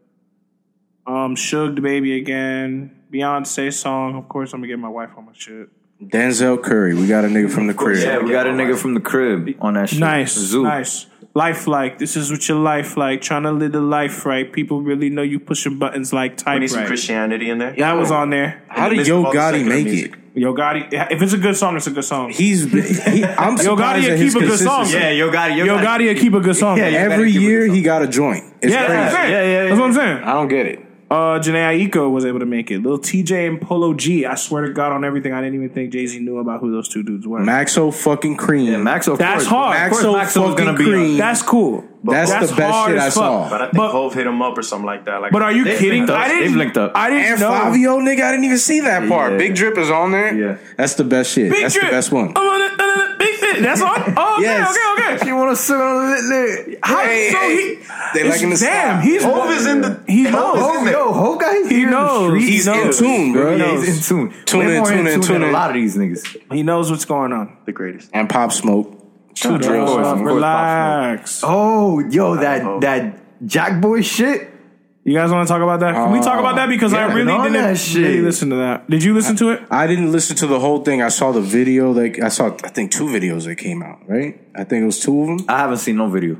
[SPEAKER 2] Um, Suge the Baby again. Beyonce song. Of course, I'm gonna get my wife on my shit.
[SPEAKER 5] Denzel Curry. We got a nigga from the crib.
[SPEAKER 3] yeah, we got a nigga from the crib on that shit.
[SPEAKER 2] Nice,
[SPEAKER 3] Zoo.
[SPEAKER 2] nice. Life like this is what your life like. Trying to live the life right. People really know you pushing buttons like
[SPEAKER 1] I need some
[SPEAKER 2] typewriter.
[SPEAKER 1] Christianity in there.
[SPEAKER 2] yeah, I was on there.
[SPEAKER 5] How did
[SPEAKER 1] Listen
[SPEAKER 5] Yo
[SPEAKER 1] to all the
[SPEAKER 5] Gotti
[SPEAKER 1] secular
[SPEAKER 5] make
[SPEAKER 1] music.
[SPEAKER 5] it?
[SPEAKER 2] Yo Gotti. If it's a good song, it's a good song.
[SPEAKER 5] (laughs) He's he, I'm
[SPEAKER 2] Yo
[SPEAKER 5] surprised
[SPEAKER 2] Gotti
[SPEAKER 5] at
[SPEAKER 2] keep
[SPEAKER 5] his
[SPEAKER 2] a good song.
[SPEAKER 5] consistency.
[SPEAKER 3] Yeah, yo got it.
[SPEAKER 2] Yo Gotti, a keep a good song.
[SPEAKER 3] Yeah, Yo
[SPEAKER 5] Every
[SPEAKER 3] Gotti keep a
[SPEAKER 5] year
[SPEAKER 3] good
[SPEAKER 5] he got a joint. It's
[SPEAKER 2] Yeah, that's
[SPEAKER 5] crazy.
[SPEAKER 2] what I'm saying.
[SPEAKER 3] Yeah, yeah, yeah.
[SPEAKER 2] That's what I'm saying.
[SPEAKER 5] I don't get it.
[SPEAKER 2] Uh, Janae Aiko was able to make it. Lil TJ and Polo G. I swear to God on everything, I didn't even think Jay Z knew about who those two dudes were.
[SPEAKER 5] Maxo fucking cream.
[SPEAKER 3] Yeah, Max, of
[SPEAKER 2] That's
[SPEAKER 3] course.
[SPEAKER 2] hard.
[SPEAKER 3] Of course
[SPEAKER 5] Maxo
[SPEAKER 3] Maxo was gonna
[SPEAKER 5] fucking
[SPEAKER 3] be. on
[SPEAKER 5] cream.
[SPEAKER 3] there.
[SPEAKER 2] That's cool.
[SPEAKER 5] That's the best
[SPEAKER 2] hard
[SPEAKER 5] shit
[SPEAKER 2] as
[SPEAKER 5] I saw.
[SPEAKER 1] But I think
[SPEAKER 2] But-
[SPEAKER 1] Hove hit him up or something like that. Like,
[SPEAKER 2] But are you
[SPEAKER 3] They've
[SPEAKER 2] kidding?
[SPEAKER 3] linked up.
[SPEAKER 2] I didn't,
[SPEAKER 3] They've linked up.
[SPEAKER 2] I didn't
[SPEAKER 5] And
[SPEAKER 2] know.
[SPEAKER 5] Fabio, nigga, I didn't even see that part.
[SPEAKER 3] Yeah.
[SPEAKER 5] Big Drip is on there.
[SPEAKER 3] Yeah.
[SPEAKER 5] That's the best shit.
[SPEAKER 2] Big Oh,
[SPEAKER 5] That's
[SPEAKER 2] Drip.
[SPEAKER 5] the best one.
[SPEAKER 2] I'm on it, da, da, da, Big Drip. That's on. Oh, okay,
[SPEAKER 5] Yes.
[SPEAKER 2] okay, okay.
[SPEAKER 3] She want to sit on the lit lit.
[SPEAKER 2] How-
[SPEAKER 5] Hey,
[SPEAKER 2] so
[SPEAKER 5] hey,
[SPEAKER 2] he,
[SPEAKER 5] they
[SPEAKER 2] it's-
[SPEAKER 5] liking the
[SPEAKER 2] damn.
[SPEAKER 5] style.
[SPEAKER 2] He's
[SPEAKER 1] Hove is in the.
[SPEAKER 2] He
[SPEAKER 1] Hov is
[SPEAKER 2] knows.
[SPEAKER 1] in there.
[SPEAKER 3] Yo, Ho got his ear in the
[SPEAKER 2] knows.
[SPEAKER 3] street.
[SPEAKER 5] He's in
[SPEAKER 2] knows.
[SPEAKER 5] tune, bro.
[SPEAKER 3] Yeah, he's in tune.
[SPEAKER 5] Tune
[SPEAKER 3] Way
[SPEAKER 5] in,
[SPEAKER 3] more
[SPEAKER 5] tune in, tune
[SPEAKER 3] than
[SPEAKER 5] in.
[SPEAKER 3] A lot of these niggas.
[SPEAKER 2] He knows what's going on.
[SPEAKER 1] The greatest.
[SPEAKER 5] And Pop Smoke. Two
[SPEAKER 2] Shut
[SPEAKER 5] drills.
[SPEAKER 2] up,
[SPEAKER 3] of course,
[SPEAKER 2] relax.
[SPEAKER 3] Oh, yo,
[SPEAKER 1] know.
[SPEAKER 3] that that Jack Boy shit.
[SPEAKER 2] You guys want to talk about that? Can we talk about that because I
[SPEAKER 5] yeah,
[SPEAKER 2] really
[SPEAKER 3] and all
[SPEAKER 2] didn't
[SPEAKER 3] that shit.
[SPEAKER 2] really listen to that. Did you listen to it?
[SPEAKER 5] I didn't listen to the whole thing. I saw the video. Like I saw, I think two videos that came out. Right? I think it was two of them.
[SPEAKER 3] I haven't seen no video.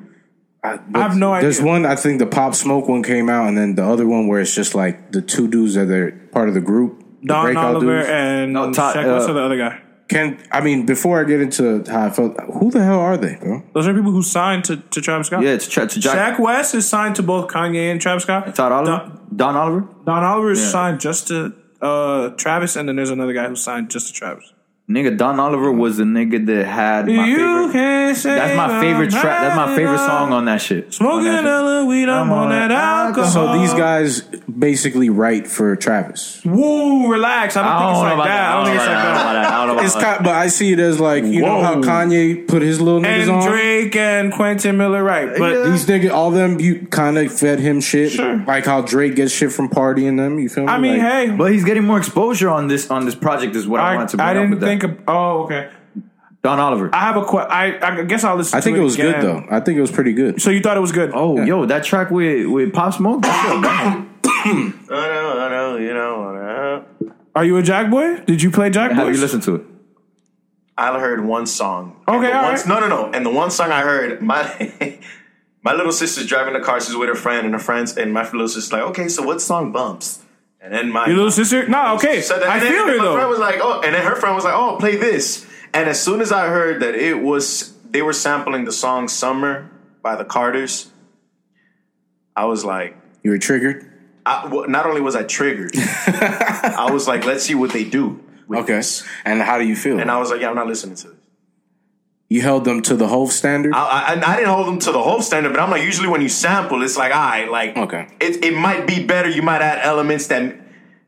[SPEAKER 5] I, but
[SPEAKER 2] have no
[SPEAKER 5] There's
[SPEAKER 2] idea.
[SPEAKER 5] one. I think the Pop Smoke one came out, and then the other one where it's just like the two dudes that are part of the group. the
[SPEAKER 2] Don
[SPEAKER 5] breakout
[SPEAKER 2] Oliver
[SPEAKER 5] dudes.
[SPEAKER 2] and
[SPEAKER 3] No, Todd,
[SPEAKER 2] Shaq, what's
[SPEAKER 3] uh,
[SPEAKER 2] the other guy?
[SPEAKER 5] Can I mean before I get into how I felt? Who the hell are they, bro?
[SPEAKER 2] Those are people who signed to, to Travis Scott.
[SPEAKER 3] Yeah, it's, tra- it's Jack.
[SPEAKER 2] Shaq West is signed to both Kanye and Travis Scott.
[SPEAKER 3] Todd Oliver.
[SPEAKER 2] Don,
[SPEAKER 3] Don Oliver.
[SPEAKER 2] Don Oliver is
[SPEAKER 3] Yeah.
[SPEAKER 2] signed just to uh, Travis, and then there's another guy who signed just to Travis.
[SPEAKER 3] Nigga, Don Oliver was the nigga that had my
[SPEAKER 2] you
[SPEAKER 3] favorite.
[SPEAKER 2] can say
[SPEAKER 3] That's my favorite track. That's my favorite song on that shit.
[SPEAKER 2] Smoking
[SPEAKER 3] On that shit.
[SPEAKER 2] a little weed, I'm on that alcohol.
[SPEAKER 5] So these guys basically write for Travis.
[SPEAKER 2] Woo, relax. I don't
[SPEAKER 3] I
[SPEAKER 2] think
[SPEAKER 3] don't know
[SPEAKER 2] it's
[SPEAKER 3] about
[SPEAKER 2] like that.
[SPEAKER 3] that.
[SPEAKER 2] I don't think it's like that.
[SPEAKER 3] I don't know about that. I don't know about
[SPEAKER 5] It's
[SPEAKER 3] that.
[SPEAKER 5] kind, but I see it as like you know how
[SPEAKER 3] Whoa.
[SPEAKER 5] Kanye put his little niggas
[SPEAKER 2] And
[SPEAKER 5] on.
[SPEAKER 2] Drake and Quentin Miller, right? But
[SPEAKER 3] Yeah.
[SPEAKER 5] These niggas, all them, you kind of fed him shit, like how Drake gets shit from partying them. You feel me?
[SPEAKER 2] I mean,
[SPEAKER 5] Like,
[SPEAKER 2] hey,
[SPEAKER 3] But he's getting more exposure on this on this project. Is what I,
[SPEAKER 2] I,
[SPEAKER 3] wanted to bring
[SPEAKER 2] I
[SPEAKER 3] up
[SPEAKER 2] didn't
[SPEAKER 3] with
[SPEAKER 2] think.
[SPEAKER 3] that.
[SPEAKER 2] Of, oh, okay.
[SPEAKER 3] Don Oliver.
[SPEAKER 2] I have a question. I, I guess I'll listen.
[SPEAKER 5] I think
[SPEAKER 2] to
[SPEAKER 5] it was
[SPEAKER 2] again.
[SPEAKER 5] good though. I think it was pretty good.
[SPEAKER 2] So you thought it was good?
[SPEAKER 3] oh, yo, that track with with Pop Smoke.
[SPEAKER 1] I know, I know, you know, I know.
[SPEAKER 2] Are you a Jack boy? Did you play Jack boy?
[SPEAKER 3] Have you listened to it?
[SPEAKER 1] I heard one song.
[SPEAKER 2] Okay,
[SPEAKER 1] And the
[SPEAKER 2] all
[SPEAKER 1] one-
[SPEAKER 2] right.
[SPEAKER 1] No, no, no. And the one song I heard, my (laughs) my little sister's driving the car. She's with her friend, and her friends, and my little sister's like, "Okay, so what song bumps?" And then my
[SPEAKER 2] Your little sister? Nah, okay.
[SPEAKER 1] So then-
[SPEAKER 2] I
[SPEAKER 1] and then
[SPEAKER 2] feel
[SPEAKER 1] my
[SPEAKER 2] her
[SPEAKER 1] friend
[SPEAKER 2] though.
[SPEAKER 1] was like, "Oh," and then her friend was like, "Oh, play this." And as soon as I heard that it was they were sampling the song "Summer" by the Carters, I was like,
[SPEAKER 5] You were triggered.
[SPEAKER 1] I, well, not only was I
[SPEAKER 2] (laughs)
[SPEAKER 1] triggered, I was like, let's see what they do. with
[SPEAKER 5] Okay.
[SPEAKER 1] this.
[SPEAKER 5] And how do you feel?
[SPEAKER 1] And I was like, yeah, I'm not listening to this.
[SPEAKER 5] you held them to the whole standard.
[SPEAKER 1] I, I, I didn't hold them to the whole standard, but I'm like, usually when you sample, it's like, all right, like,
[SPEAKER 5] Okay.
[SPEAKER 1] it, it might be better. You might add elements that.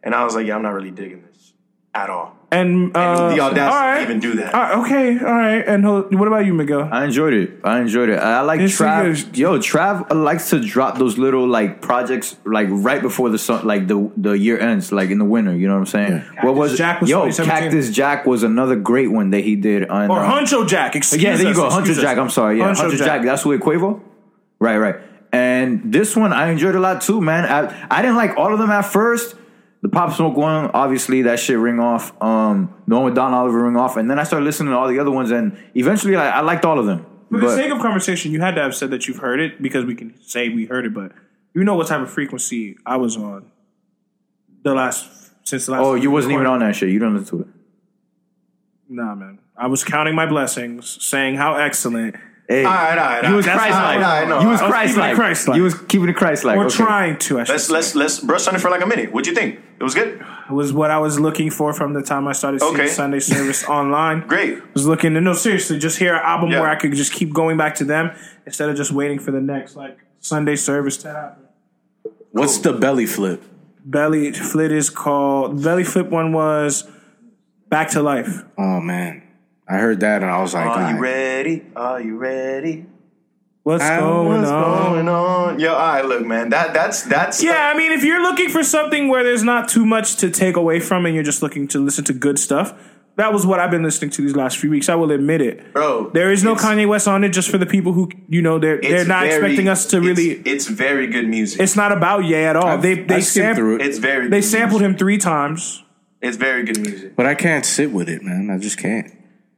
[SPEAKER 1] And I was like, yeah, I'm not really digging this at all.
[SPEAKER 2] And, uh,
[SPEAKER 1] the audacity
[SPEAKER 2] all
[SPEAKER 1] to even do that.
[SPEAKER 2] All right, Uh, okay, all right. And he'll- what about you, Miguel?
[SPEAKER 3] I enjoyed it. I enjoyed it. I like
[SPEAKER 2] This
[SPEAKER 3] Trav.
[SPEAKER 2] nigga-
[SPEAKER 3] Yo, Trav likes to drop those little like projects like right before the sun, like the the year ends, like in the winter. You know what I'm saying? what was
[SPEAKER 2] Jack was
[SPEAKER 3] yo
[SPEAKER 2] 2017.
[SPEAKER 3] Cactus Jack was another great one that he did on.
[SPEAKER 2] Or
[SPEAKER 3] uh,
[SPEAKER 2] Huncho Jack? Excuse
[SPEAKER 3] yeah, there you
[SPEAKER 2] us,
[SPEAKER 3] go, Hunter
[SPEAKER 2] excuse us.
[SPEAKER 3] Jack. I'm sorry, yeah,
[SPEAKER 2] Huncho
[SPEAKER 3] Hunter Jack. That's with Quavo. Right, right. And this one I enjoyed a lot too, man. I I didn't like all of them at first. The Pop Smoke one, obviously, that shit ring off. Um, the one with Don Oliver ring off, and then I started listening to all the other ones, and eventually, I, I liked all of them.
[SPEAKER 2] For the
[SPEAKER 3] But-
[SPEAKER 2] sake of conversation, you had to have said that you've heard it because we can say we heard it, but you know what type of frequency I was on the last since the last.
[SPEAKER 3] Oh, you wasn't even on that shit. You didn't listen to it.
[SPEAKER 2] Nah, man. I was counting my blessings, saying how excellent.
[SPEAKER 3] Hey,
[SPEAKER 1] All right, all right.
[SPEAKER 2] You was
[SPEAKER 1] all right,
[SPEAKER 2] Christ-like.
[SPEAKER 1] all right, all right,
[SPEAKER 3] you
[SPEAKER 1] all
[SPEAKER 3] was
[SPEAKER 1] right.
[SPEAKER 2] I was keeping it
[SPEAKER 3] Christ-like.
[SPEAKER 2] Christ-like.
[SPEAKER 3] You was keeping it Christ-like.
[SPEAKER 2] We're
[SPEAKER 3] okay.
[SPEAKER 2] trying to. I should
[SPEAKER 1] Let's let's let's brush on it for like a minute. What'd you think? It was good.
[SPEAKER 2] was what I was looking for from the time I started seeing
[SPEAKER 1] Okay.
[SPEAKER 2] Sunday (laughs) service online.
[SPEAKER 1] Great.
[SPEAKER 2] was looking to no seriously just hear an album
[SPEAKER 1] Yeah.
[SPEAKER 2] where I could just keep going back to them instead of just waiting for the next like Sunday service to happen.
[SPEAKER 5] What's the belly flip?
[SPEAKER 2] Belly Flip is called Belly Flip. One was Back to Life.
[SPEAKER 5] Oh man, I heard that and I was like,
[SPEAKER 1] Are
[SPEAKER 5] "Alright."
[SPEAKER 1] Oh, you ready? Are you ready?
[SPEAKER 2] What's
[SPEAKER 5] I
[SPEAKER 2] going
[SPEAKER 5] was
[SPEAKER 2] on?
[SPEAKER 1] Going on. Yo, all right, look, man. That that's that's
[SPEAKER 2] Yeah, I mean, if you're looking for something where there's not too much to take away from, and you're just looking to listen to good stuff, that was what I've been listening to these last few weeks. I will admit it,
[SPEAKER 1] Bro,
[SPEAKER 2] There is no
[SPEAKER 1] it's-
[SPEAKER 2] Kanye West on it, just for the people who you know they're
[SPEAKER 1] it's
[SPEAKER 2] they're not
[SPEAKER 1] very-
[SPEAKER 2] expecting us to really. It's,
[SPEAKER 1] It's, it's very good music. It's,
[SPEAKER 2] not about Ye at all.
[SPEAKER 5] I've-
[SPEAKER 2] they they
[SPEAKER 5] I skimmed
[SPEAKER 2] sam-
[SPEAKER 5] through it,
[SPEAKER 1] very.
[SPEAKER 2] They
[SPEAKER 1] good
[SPEAKER 2] sampled him three times.
[SPEAKER 1] music. It's very good music.
[SPEAKER 5] but I can't sit with it, man. I just can't.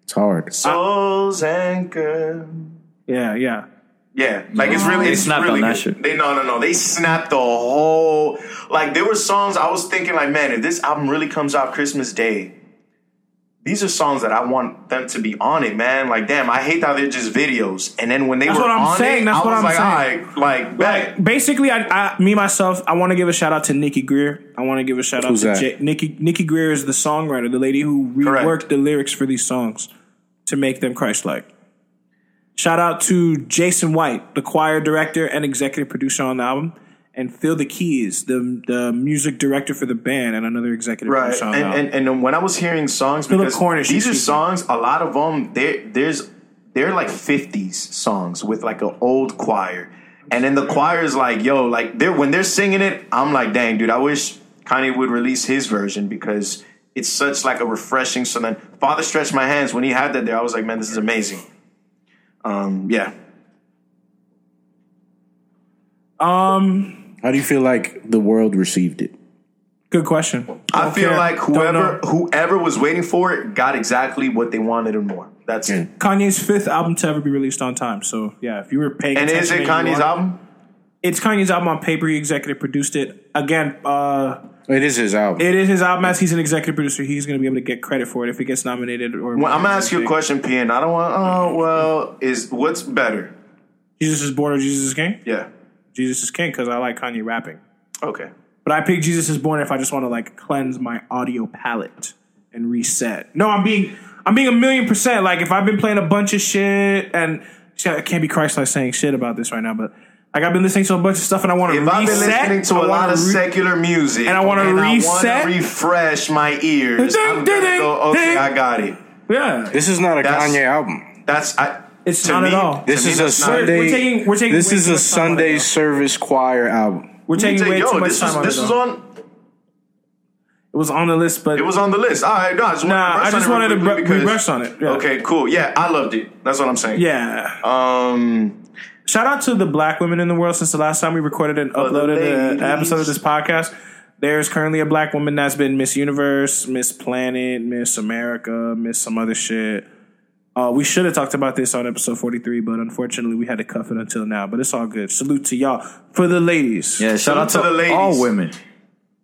[SPEAKER 5] It's hard.
[SPEAKER 1] Souls anchor.
[SPEAKER 2] Yeah, yeah.
[SPEAKER 1] Yeah, like it's really
[SPEAKER 3] They
[SPEAKER 1] it's
[SPEAKER 3] snapped
[SPEAKER 1] really
[SPEAKER 3] on that
[SPEAKER 1] good.
[SPEAKER 3] shit.
[SPEAKER 1] They no no no. They snapped the whole like there were songs I was thinking like man if this album really comes out Christmas Day, these are songs that I want them to be on it man. Like damn, I hate how they're just videos. And then when they
[SPEAKER 2] That's
[SPEAKER 1] were
[SPEAKER 2] what I'm
[SPEAKER 1] on
[SPEAKER 2] saying,
[SPEAKER 1] it,
[SPEAKER 2] that's
[SPEAKER 1] I
[SPEAKER 2] what
[SPEAKER 1] was
[SPEAKER 2] I'm
[SPEAKER 1] like
[SPEAKER 2] saying.
[SPEAKER 1] all right, like back.
[SPEAKER 2] Basically, I, I me myself, I want to give a shout out to Nikki Greer. I want to give a shout out
[SPEAKER 5] Who's
[SPEAKER 2] to
[SPEAKER 5] that?
[SPEAKER 2] J- Nikki. Nikki Greer is the songwriter, the lady who reworked
[SPEAKER 1] Correct.
[SPEAKER 2] the lyrics for these songs to make them Christ-like. Shout out to Jason White, the choir director and executive producer on the album, and Phil the Keys, the the music director for the band and another executive
[SPEAKER 1] Right,
[SPEAKER 2] producer on the album.
[SPEAKER 1] and, and and when I was hearing songs, because
[SPEAKER 2] Cornish,
[SPEAKER 1] these are
[SPEAKER 2] excuse me.
[SPEAKER 1] songs. A lot of them, there there's they're like '50s songs with like an old choir, and then the choir is like, yo, like they're when they're singing it, I'm like, dang, dude, I wish Kanye would release his version because it's such like a refreshing. So then, Father stretched my hands when he had that there, I was like, man, this is amazing. Um, yeah,
[SPEAKER 5] How do you feel like the world received it?
[SPEAKER 2] Good question.
[SPEAKER 1] I
[SPEAKER 2] Don't
[SPEAKER 1] feel
[SPEAKER 2] care.
[SPEAKER 1] like
[SPEAKER 2] Don't
[SPEAKER 1] whoever
[SPEAKER 2] know.
[SPEAKER 1] whoever was waiting for it got exactly what they wanted and more. That's it.
[SPEAKER 2] Kanye's fifth album to ever be released on time. So yeah, if you were paying
[SPEAKER 1] And is
[SPEAKER 2] attention
[SPEAKER 1] it
[SPEAKER 2] you
[SPEAKER 1] Kanye's
[SPEAKER 2] wanted-
[SPEAKER 1] album?
[SPEAKER 2] It's Kanye's album on paper. He executive produced it. Again, uh,
[SPEAKER 5] It is his album.
[SPEAKER 2] it is his album as he's an executive producer. He's going to be able to get credit for it if he gets nominated. Or
[SPEAKER 1] Well, I'm gonna ask you a question, P, and I don't want. Oh well, is what's better?
[SPEAKER 2] Jesus is born or Jesus is king?
[SPEAKER 1] Yeah.
[SPEAKER 2] Jesus is king because I like Kanye rapping.
[SPEAKER 1] Okay.
[SPEAKER 2] But I pick Jesus is born if I just want to like cleanse my audio palette and reset. No, I'm being I'm being a million percent. Like if I've been playing a bunch of shit and shit, I can't be Christ like saying shit about this right now, but like I've been listening to a bunch of stuff and I want to
[SPEAKER 1] If
[SPEAKER 2] reset.
[SPEAKER 1] I've been listening to
[SPEAKER 2] I
[SPEAKER 1] a
[SPEAKER 2] wanna
[SPEAKER 1] lot of
[SPEAKER 2] re-
[SPEAKER 1] secular music
[SPEAKER 2] And I wanna
[SPEAKER 1] wanna
[SPEAKER 2] reset?
[SPEAKER 1] refresh my ears,
[SPEAKER 2] Ding,
[SPEAKER 1] I'm gonna
[SPEAKER 2] ding,
[SPEAKER 1] go, okay,
[SPEAKER 2] ding.
[SPEAKER 1] I got it.
[SPEAKER 2] yeah,
[SPEAKER 5] This is not a
[SPEAKER 1] That's-
[SPEAKER 5] Kanye album.
[SPEAKER 1] That's I.
[SPEAKER 2] It's
[SPEAKER 1] to
[SPEAKER 2] not
[SPEAKER 1] me-
[SPEAKER 2] at all.
[SPEAKER 1] to
[SPEAKER 5] This
[SPEAKER 1] me,
[SPEAKER 5] is a
[SPEAKER 1] that's not-
[SPEAKER 5] Sunday.
[SPEAKER 2] we're taking- we're taking
[SPEAKER 5] this
[SPEAKER 2] way
[SPEAKER 5] is
[SPEAKER 2] too
[SPEAKER 5] a
[SPEAKER 2] much time on it,
[SPEAKER 5] Sunday
[SPEAKER 2] though.
[SPEAKER 5] service choir album.
[SPEAKER 2] we're
[SPEAKER 1] It's
[SPEAKER 2] taking
[SPEAKER 1] like,
[SPEAKER 2] way
[SPEAKER 1] yo,
[SPEAKER 2] too much
[SPEAKER 1] this
[SPEAKER 2] time
[SPEAKER 1] was,
[SPEAKER 2] on
[SPEAKER 1] this
[SPEAKER 2] it.
[SPEAKER 1] was
[SPEAKER 2] though.
[SPEAKER 1] on.
[SPEAKER 2] it was on the list, but
[SPEAKER 1] It was on the list. All right, no, I just
[SPEAKER 2] Nah, I just wanted
[SPEAKER 1] wanted
[SPEAKER 2] to
[SPEAKER 1] to brush on it real quickly because-
[SPEAKER 2] br- we brushed on it, yeah.
[SPEAKER 1] Okay, cool. Yeah, I loved it. That's what I'm saying.
[SPEAKER 2] yeah.
[SPEAKER 1] Um.
[SPEAKER 2] Shout out to the black women in the world since the last time we recorded and
[SPEAKER 1] the
[SPEAKER 2] uploaded an
[SPEAKER 1] ladies.
[SPEAKER 2] episode of this podcast. There's currently a black woman that's been Miss Universe, Miss Planet, Miss America, Miss some other shit. Uh, we should have talked about this on episode 43, but unfortunately we had to cuff it until now. But it's all good. Salute to y'all for the ladies.
[SPEAKER 3] Yeah, shout out
[SPEAKER 1] to
[SPEAKER 3] to,
[SPEAKER 1] the ladies.
[SPEAKER 3] all women,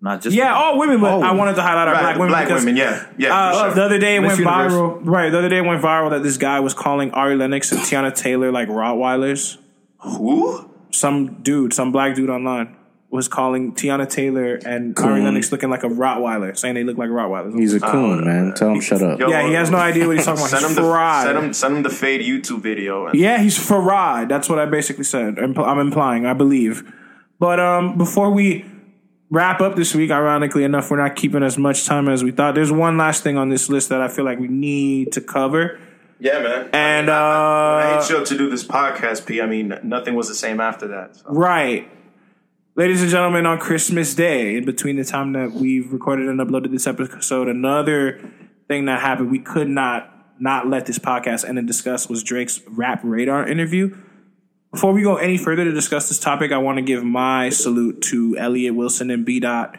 [SPEAKER 3] not just
[SPEAKER 2] Yeah, all women, but
[SPEAKER 3] All
[SPEAKER 2] I
[SPEAKER 3] women.
[SPEAKER 2] wanted to highlight our
[SPEAKER 1] Oh. Right,
[SPEAKER 2] black women.
[SPEAKER 1] black
[SPEAKER 2] because,
[SPEAKER 1] women, yeah, yeah,
[SPEAKER 2] uh,
[SPEAKER 1] for
[SPEAKER 2] uh,
[SPEAKER 1] sure.
[SPEAKER 2] the other day it
[SPEAKER 3] Miss
[SPEAKER 2] went
[SPEAKER 3] Universe.
[SPEAKER 2] viral. Right, the other day it went viral that this guy was calling Ari Lennox and Tiana Taylor like Rottweilers.
[SPEAKER 1] Who?
[SPEAKER 2] Some dude, some black dude online. was calling Tiana Taylor and Ari
[SPEAKER 5] Coon.
[SPEAKER 2] Lennox looking like a Rottweiler, saying they look like Rottweilers.
[SPEAKER 5] He's a coon, man. Tell him shut up.
[SPEAKER 1] Uh, Yo,
[SPEAKER 2] yeah, he has no idea what he's
[SPEAKER 1] (laughs)
[SPEAKER 2] talking about.
[SPEAKER 1] Send him,
[SPEAKER 2] He's
[SPEAKER 1] the,
[SPEAKER 2] fried.
[SPEAKER 1] send, him, send him the fade YouTube video. And
[SPEAKER 2] Yeah, he's Farad. That's what I basically said. Impl- I'm implying, I believe. But um, before we wrap up this week, ironically enough, we're not keeping as much time as we thought. There's one last thing on this list that I feel like we need to cover.
[SPEAKER 1] Yeah, man.
[SPEAKER 2] And
[SPEAKER 1] I
[SPEAKER 2] uh,
[SPEAKER 1] hit you up to do this podcast, P. I mean, nothing was the same after that. So.
[SPEAKER 2] right. Ladies and gentlemen, on Christmas Day, in between the time that we've recorded and uploaded this episode, another thing that happened we could not not let this podcast end and discuss was Drake's Rap Radar interview. Before we go any further to discuss this topic, I want to give my salute to Elliot Wilson and B Dot,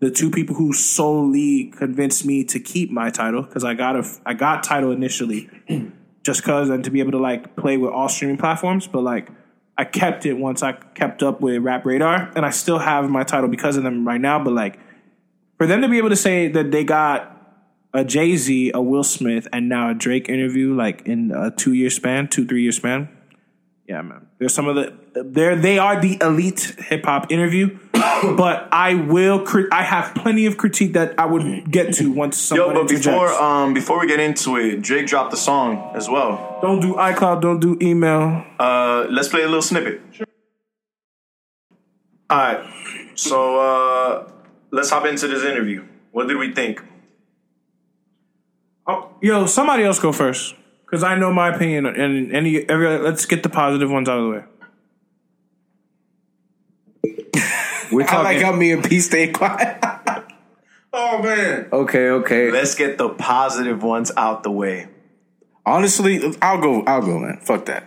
[SPEAKER 2] the two people who solely convinced me to keep my title because I got a I got title initially, just cause and to be able to like play with all streaming platforms. But like I kept it once I kept up with Rap Radar, and I still have my title because of them right now. But like for them to be able to say that they got a Jay Z, a Will Smith, and now a Drake interview like in a two year span, two three year span, yeah, man. They're some of the they're they are the elite hip hop interview. (coughs) but I will cri- I have plenty of critique that I would get to once
[SPEAKER 1] Yo,
[SPEAKER 2] somebody
[SPEAKER 1] but before
[SPEAKER 2] interjects.
[SPEAKER 1] um before we get into it, Drake dropped the song as well.
[SPEAKER 2] don't do iCloud, don't do email.
[SPEAKER 1] Uh, let's play a little snippet. All right, so uh, let's hop into this interview. What did we think?
[SPEAKER 2] Oh, yo, somebody else go first cuz I know my opinion and any every let's get the positive ones out of the way.
[SPEAKER 3] We're talking.
[SPEAKER 5] me and P stay quiet. oh man.
[SPEAKER 3] okay, okay.
[SPEAKER 1] Let's get the positive ones out the way.
[SPEAKER 5] (laughs) Honestly, I'll go. I'll go, man. Fuck that.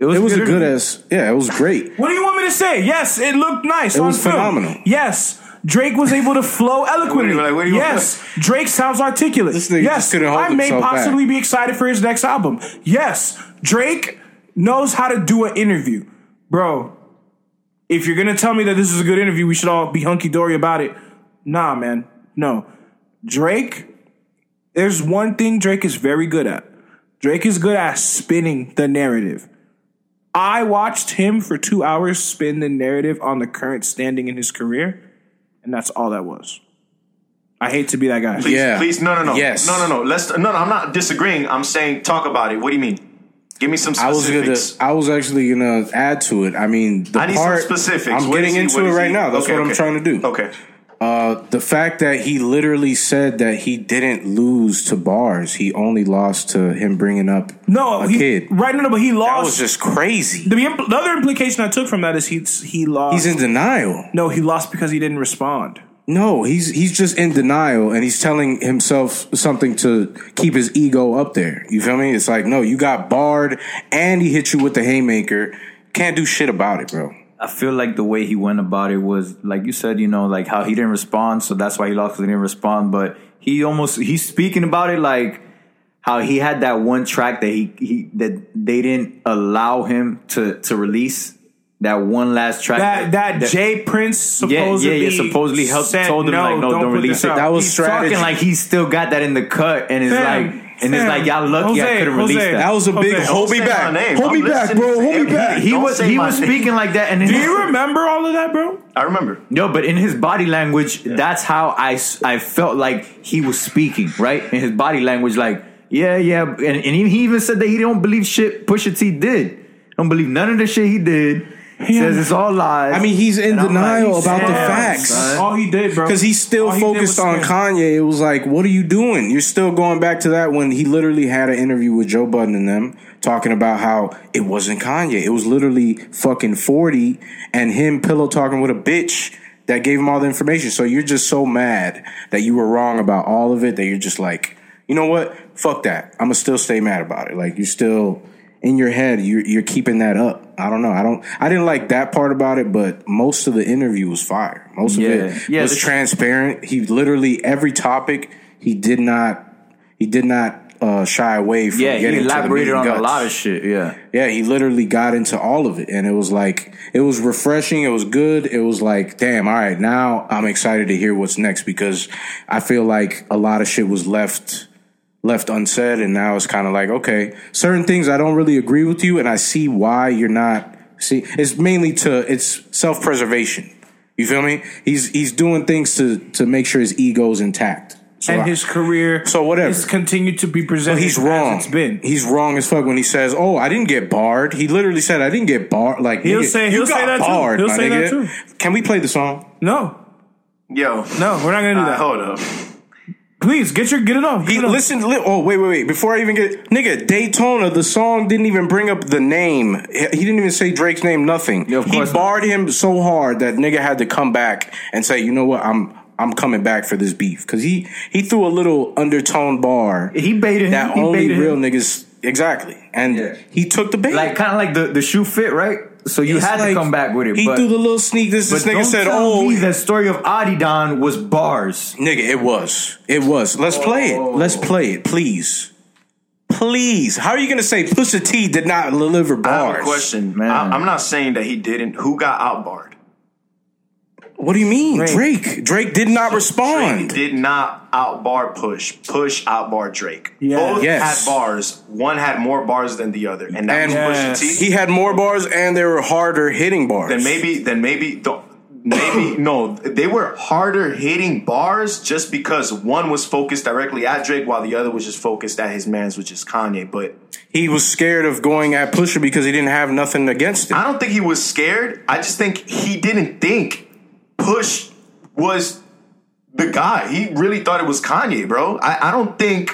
[SPEAKER 3] was
[SPEAKER 5] it was
[SPEAKER 3] a
[SPEAKER 5] a
[SPEAKER 3] good
[SPEAKER 5] good
[SPEAKER 3] interview.
[SPEAKER 5] ass. Yeah, it was great.
[SPEAKER 2] What do you want me to say? Yes, it looked nice.
[SPEAKER 5] It
[SPEAKER 2] on
[SPEAKER 5] was
[SPEAKER 2] film.
[SPEAKER 5] phenomenal.
[SPEAKER 2] Yes, Drake was able to
[SPEAKER 5] (laughs)
[SPEAKER 2] flow eloquently.
[SPEAKER 1] What do you- what do you-
[SPEAKER 2] yes, Drake sounds articulate.
[SPEAKER 5] This nigga
[SPEAKER 2] yes,
[SPEAKER 5] just couldn't hold
[SPEAKER 2] I may
[SPEAKER 5] himself back.
[SPEAKER 2] possibly be excited for his next album. Yes, Drake knows how to do an interview, bro. If you're gonna tell me that this is a good interview, we should all be hunky dory about it. Nah, man, no. Drake, there's one thing Drake is very good at. Drake is good at spinning the narrative. I watched him for two hours spin the narrative on the current standing in his career, and that's all that was. I hate to be that guy.
[SPEAKER 1] Please,
[SPEAKER 5] Yeah.
[SPEAKER 1] please, no, no, no,
[SPEAKER 5] Yes.
[SPEAKER 1] no, no, no. Let's no, no. I'm not disagreeing. I'm saying talk about it. What do you mean? Give me some
[SPEAKER 5] I was
[SPEAKER 1] specifics.
[SPEAKER 5] gonna. I was actually gonna add to it. I mean, the
[SPEAKER 1] I need some
[SPEAKER 5] part
[SPEAKER 1] specifics.
[SPEAKER 5] I'm
[SPEAKER 1] What is
[SPEAKER 5] getting
[SPEAKER 1] he-
[SPEAKER 5] into
[SPEAKER 1] what
[SPEAKER 5] it
[SPEAKER 1] is
[SPEAKER 5] right
[SPEAKER 1] he-
[SPEAKER 5] now. That's
[SPEAKER 1] okay,
[SPEAKER 5] what I'm
[SPEAKER 1] okay.
[SPEAKER 5] trying to do.
[SPEAKER 1] okay.
[SPEAKER 5] Uh, the fact that he literally said that he didn't lose to bars, he only lost to him bringing up
[SPEAKER 2] No,
[SPEAKER 5] a
[SPEAKER 2] he,
[SPEAKER 5] kid.
[SPEAKER 2] right? No, no, but he lost.
[SPEAKER 5] That was just crazy.
[SPEAKER 2] the, impl- the other implication I took from that is he he lost.
[SPEAKER 5] He's in denial.
[SPEAKER 2] no, he lost because he didn't respond.
[SPEAKER 5] No, he's he's just in denial and he's telling himself something to keep his ego up there. You feel me? It's like, no, you got barred and he hit you with the haymaker. Can't do shit about it, bro.
[SPEAKER 3] I feel like the way he went about it was like you said, you know, like how he didn't respond, so that's why he lost because he didn't respond. But he almost he's speaking about it like how he had that one track that he, he that they didn't allow him to to release that one last track
[SPEAKER 2] That that, Jay Prince supposedly
[SPEAKER 3] yeah, yeah, supposedly helped-
[SPEAKER 2] said,
[SPEAKER 3] told him,
[SPEAKER 2] no,
[SPEAKER 3] like, no,
[SPEAKER 2] don't,
[SPEAKER 3] don't
[SPEAKER 2] put
[SPEAKER 3] release
[SPEAKER 2] this
[SPEAKER 3] it."
[SPEAKER 2] out."
[SPEAKER 5] That was
[SPEAKER 2] He's
[SPEAKER 5] strategy.
[SPEAKER 2] talking
[SPEAKER 3] fucking like he still got that in the cut and it's
[SPEAKER 2] Fam,
[SPEAKER 3] like and it's
[SPEAKER 2] fam,
[SPEAKER 3] like y'all lucky I
[SPEAKER 2] Jose,
[SPEAKER 3] couldn't
[SPEAKER 2] Jose.
[SPEAKER 3] release that.
[SPEAKER 5] That was a big
[SPEAKER 2] Okay.
[SPEAKER 5] hold me
[SPEAKER 1] Don't say my
[SPEAKER 5] back.
[SPEAKER 1] name.
[SPEAKER 5] Hold me
[SPEAKER 1] I'm
[SPEAKER 5] back,
[SPEAKER 1] listening
[SPEAKER 5] bro.
[SPEAKER 1] to
[SPEAKER 5] Hold me
[SPEAKER 1] everything.
[SPEAKER 5] back.
[SPEAKER 3] he
[SPEAKER 1] Don't
[SPEAKER 3] was
[SPEAKER 1] say
[SPEAKER 3] he
[SPEAKER 1] my
[SPEAKER 3] was
[SPEAKER 1] name.
[SPEAKER 3] speaking like that and
[SPEAKER 2] Do you remember all of that, bro?
[SPEAKER 1] I remember.
[SPEAKER 3] No, but in his body language, that's how I, s- I felt like he was speaking, right? In his body language, like, yeah, yeah. And, and he he even said that he don't believe shit Pusha T did. Don't believe none of the shit he did. Says it's all lies.
[SPEAKER 5] I mean, he's in
[SPEAKER 3] And I'm
[SPEAKER 5] denial
[SPEAKER 3] like,
[SPEAKER 5] about the
[SPEAKER 3] damn,
[SPEAKER 5] facts.
[SPEAKER 3] son.
[SPEAKER 2] All he did, bro,
[SPEAKER 5] Because he's still
[SPEAKER 2] All he did
[SPEAKER 5] focused
[SPEAKER 2] was
[SPEAKER 5] on
[SPEAKER 2] spin.
[SPEAKER 5] Kanye. It was like, what are you doing? You're still going back to that when he literally had an interview with Joe Budden and them talking about how it wasn't Kanye. It was literally fucking 40 and him pillow talking with a bitch that gave him all the information. So you're just so mad that you were wrong about all of it that you're just like, you know what? Fuck that. I'm going to still stay mad about it. Like, you're still. In your head, you're, you're keeping that up. I don't know. I don't. I didn't like that part about it, but most of the interview was fire. Most of
[SPEAKER 3] Yeah.
[SPEAKER 5] it
[SPEAKER 3] Yeah,
[SPEAKER 5] was
[SPEAKER 3] the-
[SPEAKER 5] transparent. He literally every topic he did not he did not uh, shy away from.
[SPEAKER 3] yeah, he
[SPEAKER 5] getting to the meat
[SPEAKER 3] elaborated
[SPEAKER 5] and
[SPEAKER 3] on a
[SPEAKER 5] guts.
[SPEAKER 3] lot of shit. Yeah.
[SPEAKER 5] Yeah, he literally got into all of it, and it was like it was refreshing. It was good. It was like, damn, all right, now I'm excited to hear what's next because I feel like a lot of shit was left left unsaid, and now it's kind of like, okay, certain things I don't really agree with you, and I see why you're not. See, it's mainly to it's self preservation. You feel me? He's he's doing things to to make sure his ego's intact. So
[SPEAKER 2] and
[SPEAKER 5] I-
[SPEAKER 2] his career
[SPEAKER 5] So whatever.
[SPEAKER 2] is continued to be presented
[SPEAKER 5] but he's
[SPEAKER 2] as
[SPEAKER 5] wrong.
[SPEAKER 2] it's been.
[SPEAKER 5] He's wrong as fuck when he says, "Oh, I didn't get barred." He literally said, "I didn't get barred." Like
[SPEAKER 2] He'll
[SPEAKER 5] nigga,
[SPEAKER 2] say-
[SPEAKER 5] you
[SPEAKER 2] he'll
[SPEAKER 5] got
[SPEAKER 2] say that too.
[SPEAKER 5] barred,
[SPEAKER 2] He'll
[SPEAKER 5] my
[SPEAKER 2] say that
[SPEAKER 5] nigga.
[SPEAKER 2] too.
[SPEAKER 5] Can we play the song?
[SPEAKER 2] no,
[SPEAKER 1] Yo,
[SPEAKER 2] no, we're not gonna do
[SPEAKER 1] uh,
[SPEAKER 2] that.
[SPEAKER 1] hold up.
[SPEAKER 2] Please get your get it off. Get
[SPEAKER 5] He
[SPEAKER 2] it off.
[SPEAKER 5] listen. Li- oh wait, wait, wait! Before I even get nigga Daytona, the song didn't even bring up the name. He he didn't even say Drake's name. Nothing.
[SPEAKER 3] Yeah, of course
[SPEAKER 5] he
[SPEAKER 3] not.
[SPEAKER 5] barred him so hard that nigga had to come back and say, you know what, I'm I'm coming back for this beef because he he threw a little undertone bar
[SPEAKER 3] He baited him.
[SPEAKER 5] that
[SPEAKER 3] He
[SPEAKER 5] only
[SPEAKER 3] baited him.
[SPEAKER 5] real niggas exactly, and
[SPEAKER 3] Yeah.
[SPEAKER 5] he took the bait.
[SPEAKER 3] like kind of like the, the shoe fit, right? So you
[SPEAKER 5] It's
[SPEAKER 3] had to
[SPEAKER 5] like
[SPEAKER 3] come back with it.
[SPEAKER 5] He
[SPEAKER 3] but,
[SPEAKER 5] threw the little sneak. This
[SPEAKER 3] but
[SPEAKER 5] this nigga
[SPEAKER 3] don't
[SPEAKER 5] said,
[SPEAKER 3] tell
[SPEAKER 5] oh.
[SPEAKER 3] me that story of Adidon was bars.
[SPEAKER 5] Nigga, it was. It was. Let's play it.
[SPEAKER 3] Oh.
[SPEAKER 5] Let's play it, please. Please. How are you gonna say Pusha T did not deliver
[SPEAKER 1] I have a
[SPEAKER 5] bars?
[SPEAKER 1] question.
[SPEAKER 3] Man.
[SPEAKER 1] I, I'm not saying that he didn't. Who got outbarred?
[SPEAKER 5] What do you mean, Drake? Drake, did not respond.
[SPEAKER 1] Drake did not outbar Push. Push outbar Drake.
[SPEAKER 2] Yeah.
[SPEAKER 1] Both
[SPEAKER 5] Yes.
[SPEAKER 1] had bars. One had more bars than the other, and that
[SPEAKER 5] And
[SPEAKER 1] was
[SPEAKER 2] Yes.
[SPEAKER 1] Pusha T.
[SPEAKER 5] He had more bars, and they were harder hitting bars.
[SPEAKER 1] then maybe, then maybe, the,
[SPEAKER 5] (coughs)
[SPEAKER 1] maybe no. They were harder hitting bars just because one was focused directly at Drake, while the other was just focused at his man's, which is Kanye. But
[SPEAKER 5] he was scared of going at Pusha because he didn't have nothing against it.
[SPEAKER 1] I don't think he was scared. I just think he didn't think Push was the guy. He really thought it was Kanye, bro. I, I don't think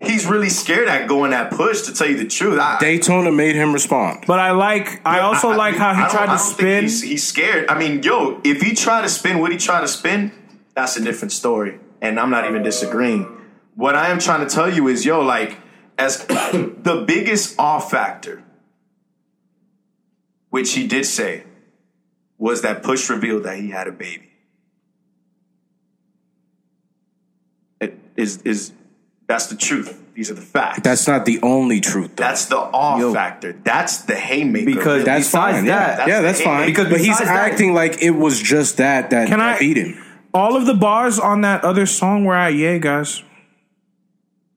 [SPEAKER 1] he's really scared at going at Push, to tell you the truth. I,
[SPEAKER 5] Daytona made him respond.
[SPEAKER 2] But I like. I also
[SPEAKER 1] I- I
[SPEAKER 2] like
[SPEAKER 1] mean,
[SPEAKER 2] how
[SPEAKER 1] I
[SPEAKER 2] he
[SPEAKER 1] don't- I
[SPEAKER 2] tried to
[SPEAKER 1] don't think
[SPEAKER 2] spin.
[SPEAKER 1] He's, he's scared. I mean, yo, if he tried to spin what he tried to spin, that's a different story. And I'm not even disagreeing. What I am trying to tell you is, yo, like, as (coughs) the biggest off factor, which he did say, was that push revealed that he had a baby. It is is that's the truth. These are the facts.
[SPEAKER 5] That's not the only truth, though.
[SPEAKER 1] that's the off
[SPEAKER 3] Yo.
[SPEAKER 1] factor. That's the haymaker.
[SPEAKER 3] Because
[SPEAKER 1] really.
[SPEAKER 5] That's
[SPEAKER 3] Besides
[SPEAKER 5] fine.
[SPEAKER 3] that-
[SPEAKER 5] yeah. yeah, that's
[SPEAKER 1] that's-
[SPEAKER 5] fine.
[SPEAKER 1] because
[SPEAKER 5] but he's
[SPEAKER 3] besides that-
[SPEAKER 5] acting like it was just that that,
[SPEAKER 2] Can
[SPEAKER 5] that
[SPEAKER 2] I-
[SPEAKER 5] beat him.
[SPEAKER 2] All of the bars on that other song were at yeah, guys.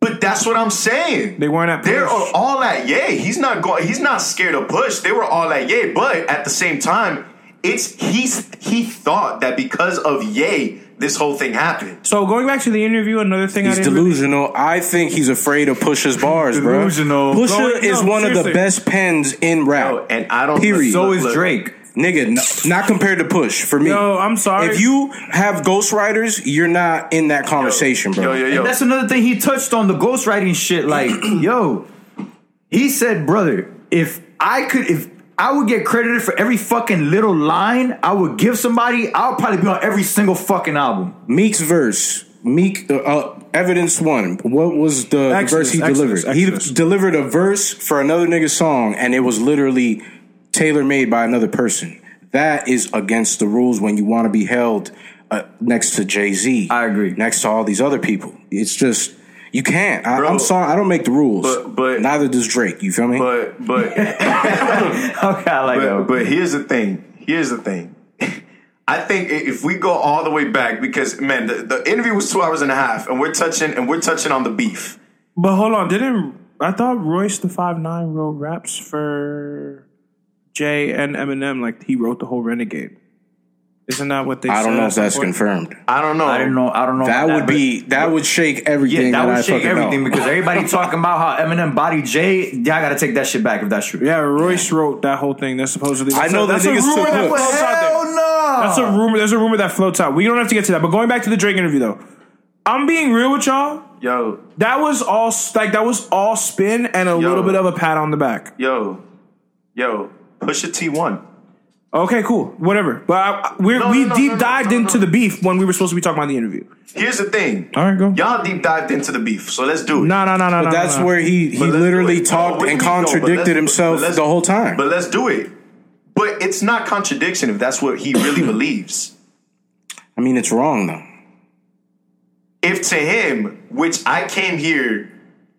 [SPEAKER 1] But that's what I'm saying.
[SPEAKER 2] They weren't at
[SPEAKER 1] They
[SPEAKER 2] Push.
[SPEAKER 1] are all at yay. He's not going. He's not scared of push. They were all at yay. But at the same time, it's he's he thought that because of yay, this whole thing happened.
[SPEAKER 2] So going back to the interview, another thing I
[SPEAKER 5] He's
[SPEAKER 2] didn't really-
[SPEAKER 5] delusional. I think he's afraid of Pusha's bars, bro.
[SPEAKER 3] Delusional.
[SPEAKER 5] Pusha
[SPEAKER 2] No,
[SPEAKER 5] is
[SPEAKER 2] no,
[SPEAKER 5] one of the
[SPEAKER 2] seriously.
[SPEAKER 5] best pens in rap.
[SPEAKER 1] Oh, and I don't.
[SPEAKER 5] Period.
[SPEAKER 3] So
[SPEAKER 1] look,
[SPEAKER 3] is
[SPEAKER 1] look.
[SPEAKER 3] Drake.
[SPEAKER 5] Nigga, n- not compared to Push for me.
[SPEAKER 2] Yo, I'm sorry.
[SPEAKER 5] If you have ghostwriters, you're not in that conversation,
[SPEAKER 1] Yo,
[SPEAKER 5] bro.
[SPEAKER 1] yo, yo.
[SPEAKER 3] And that's another thing he touched on the ghostwriting shit.
[SPEAKER 5] (clears throat)
[SPEAKER 3] Like, yo, he said, brother, if I could, if I would get credited for every fucking little line I would give somebody, I'll probably be on every single fucking album. (laughs)
[SPEAKER 5] Meek's verse, Meek, uh, uh, evidence one. What was the, the
[SPEAKER 2] Exodus,
[SPEAKER 5] verse he
[SPEAKER 2] Exodus,
[SPEAKER 5] delivered?
[SPEAKER 2] Exodus.
[SPEAKER 5] He delivered a verse for another nigga's song, and it was literally tailor made by another person. That is against the rules when you want to be held uh, next to Jay Z.
[SPEAKER 3] I agree.
[SPEAKER 5] Next to all these other people, it's just you can't. I,
[SPEAKER 1] Bro.
[SPEAKER 5] I'm sorry, I don't make the rules.
[SPEAKER 1] But- but-
[SPEAKER 5] neither does Drake. You feel me?
[SPEAKER 1] But
[SPEAKER 3] (laughs)
[SPEAKER 1] but
[SPEAKER 3] Okay, I like
[SPEAKER 1] but,
[SPEAKER 3] that.
[SPEAKER 1] but here's the thing. Here's the thing. (laughs) I think i- if we go all the way back, because man, the, the interview was two hours and a half, and we're touching and we're touching on the beef.
[SPEAKER 2] But hold on, didn't I thought Royce the Five Nine wrote raps for Jay and Eminem? Like he wrote the whole Renegade. Isn't that what they?
[SPEAKER 5] I don't
[SPEAKER 2] said
[SPEAKER 5] know
[SPEAKER 2] at
[SPEAKER 5] if
[SPEAKER 2] some
[SPEAKER 5] that's
[SPEAKER 2] point?
[SPEAKER 5] confirmed.
[SPEAKER 1] I don't know.
[SPEAKER 3] I don't know. I don't know.
[SPEAKER 5] That
[SPEAKER 3] about
[SPEAKER 5] would
[SPEAKER 3] but-
[SPEAKER 5] be that would shake
[SPEAKER 3] Yeah,
[SPEAKER 5] everything.
[SPEAKER 3] that,
[SPEAKER 5] that, I
[SPEAKER 3] would shake
[SPEAKER 5] fucking know.
[SPEAKER 3] everything because
[SPEAKER 5] (laughs)
[SPEAKER 3] everybody talking about how Eminem body Jay. Yeah, I gotta take that shit back if that's true.
[SPEAKER 2] Yeah, Royce wrote that whole thing. That's supposedly.
[SPEAKER 5] I know
[SPEAKER 2] that's
[SPEAKER 5] the
[SPEAKER 2] a
[SPEAKER 5] niggas
[SPEAKER 2] rumor
[SPEAKER 5] took
[SPEAKER 2] that
[SPEAKER 5] hooks.
[SPEAKER 2] floats out there.
[SPEAKER 3] Hell no.
[SPEAKER 2] That's a rumor. There's a rumor that floats out. We don't have to get to that. But going back to the Drake interview, though, I'm being real with y'all.
[SPEAKER 1] Yo
[SPEAKER 2] That was all like that was all spin and a little bit of a pat on the back.
[SPEAKER 1] yo yo. Push a T one.
[SPEAKER 2] Okay, cool, whatever. But I, I- we're,
[SPEAKER 1] No,
[SPEAKER 2] we
[SPEAKER 1] no, no,
[SPEAKER 2] deep
[SPEAKER 1] no, no,
[SPEAKER 2] dived
[SPEAKER 1] no, no.
[SPEAKER 2] into the beef when we were supposed to be talking about the interview.
[SPEAKER 1] Here's the thing.
[SPEAKER 2] All right, go.
[SPEAKER 1] Y'all deep dived into the beef, so let's do it.
[SPEAKER 2] No, no, no, no. no,
[SPEAKER 5] But that's
[SPEAKER 2] no.
[SPEAKER 5] where he, he
[SPEAKER 1] But let's
[SPEAKER 5] literally
[SPEAKER 1] do it.
[SPEAKER 5] talked
[SPEAKER 1] No, what
[SPEAKER 5] and
[SPEAKER 1] do you mean no? But
[SPEAKER 5] contradicted
[SPEAKER 1] let's- but
[SPEAKER 5] himself
[SPEAKER 1] let's-
[SPEAKER 5] the whole time.
[SPEAKER 1] But let's do it. But it's not contradiction if that's what he
[SPEAKER 5] (clears throat)
[SPEAKER 1] really believes.
[SPEAKER 5] I mean, it's wrong though.
[SPEAKER 1] If to him, which I came here,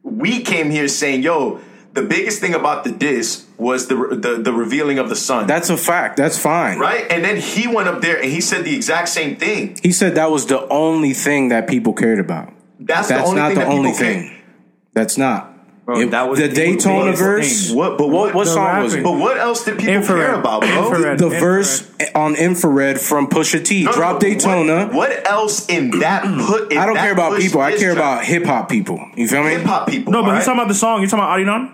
[SPEAKER 1] we came here saying, "Yo, the biggest thing about the diss was the the, the revealing of the sun."
[SPEAKER 5] That's a fact. That's fine.
[SPEAKER 1] right, and then he went up there and he said the exact same thing.
[SPEAKER 5] He said that was the only thing that people cared about.
[SPEAKER 1] That's,
[SPEAKER 5] That's
[SPEAKER 1] the only
[SPEAKER 5] not
[SPEAKER 1] thing
[SPEAKER 5] the
[SPEAKER 1] that
[SPEAKER 5] only
[SPEAKER 1] people
[SPEAKER 5] thing.
[SPEAKER 1] Care.
[SPEAKER 5] That's not.
[SPEAKER 8] Bro,
[SPEAKER 5] It-
[SPEAKER 8] that was
[SPEAKER 5] the Daytona verse.
[SPEAKER 1] What? But what?
[SPEAKER 5] What
[SPEAKER 1] What
[SPEAKER 5] song was it?
[SPEAKER 1] But what else did people
[SPEAKER 2] Infrared.
[SPEAKER 1] care about, bro?
[SPEAKER 2] Infrared.
[SPEAKER 5] The verse on infrared from Pusha T.
[SPEAKER 1] No, no,
[SPEAKER 5] Drop
[SPEAKER 1] what-
[SPEAKER 5] Daytona.
[SPEAKER 1] What, else in
[SPEAKER 5] (clears throat)
[SPEAKER 1] that put? In
[SPEAKER 5] I don't
[SPEAKER 1] that
[SPEAKER 5] care about
[SPEAKER 1] push
[SPEAKER 5] people. I
[SPEAKER 1] diss
[SPEAKER 5] care
[SPEAKER 1] track?
[SPEAKER 5] about hip hop people. You feel me?
[SPEAKER 1] hip hop people.
[SPEAKER 2] No, but
[SPEAKER 1] alright?
[SPEAKER 2] he's talking about the song. You're talking about Adinon?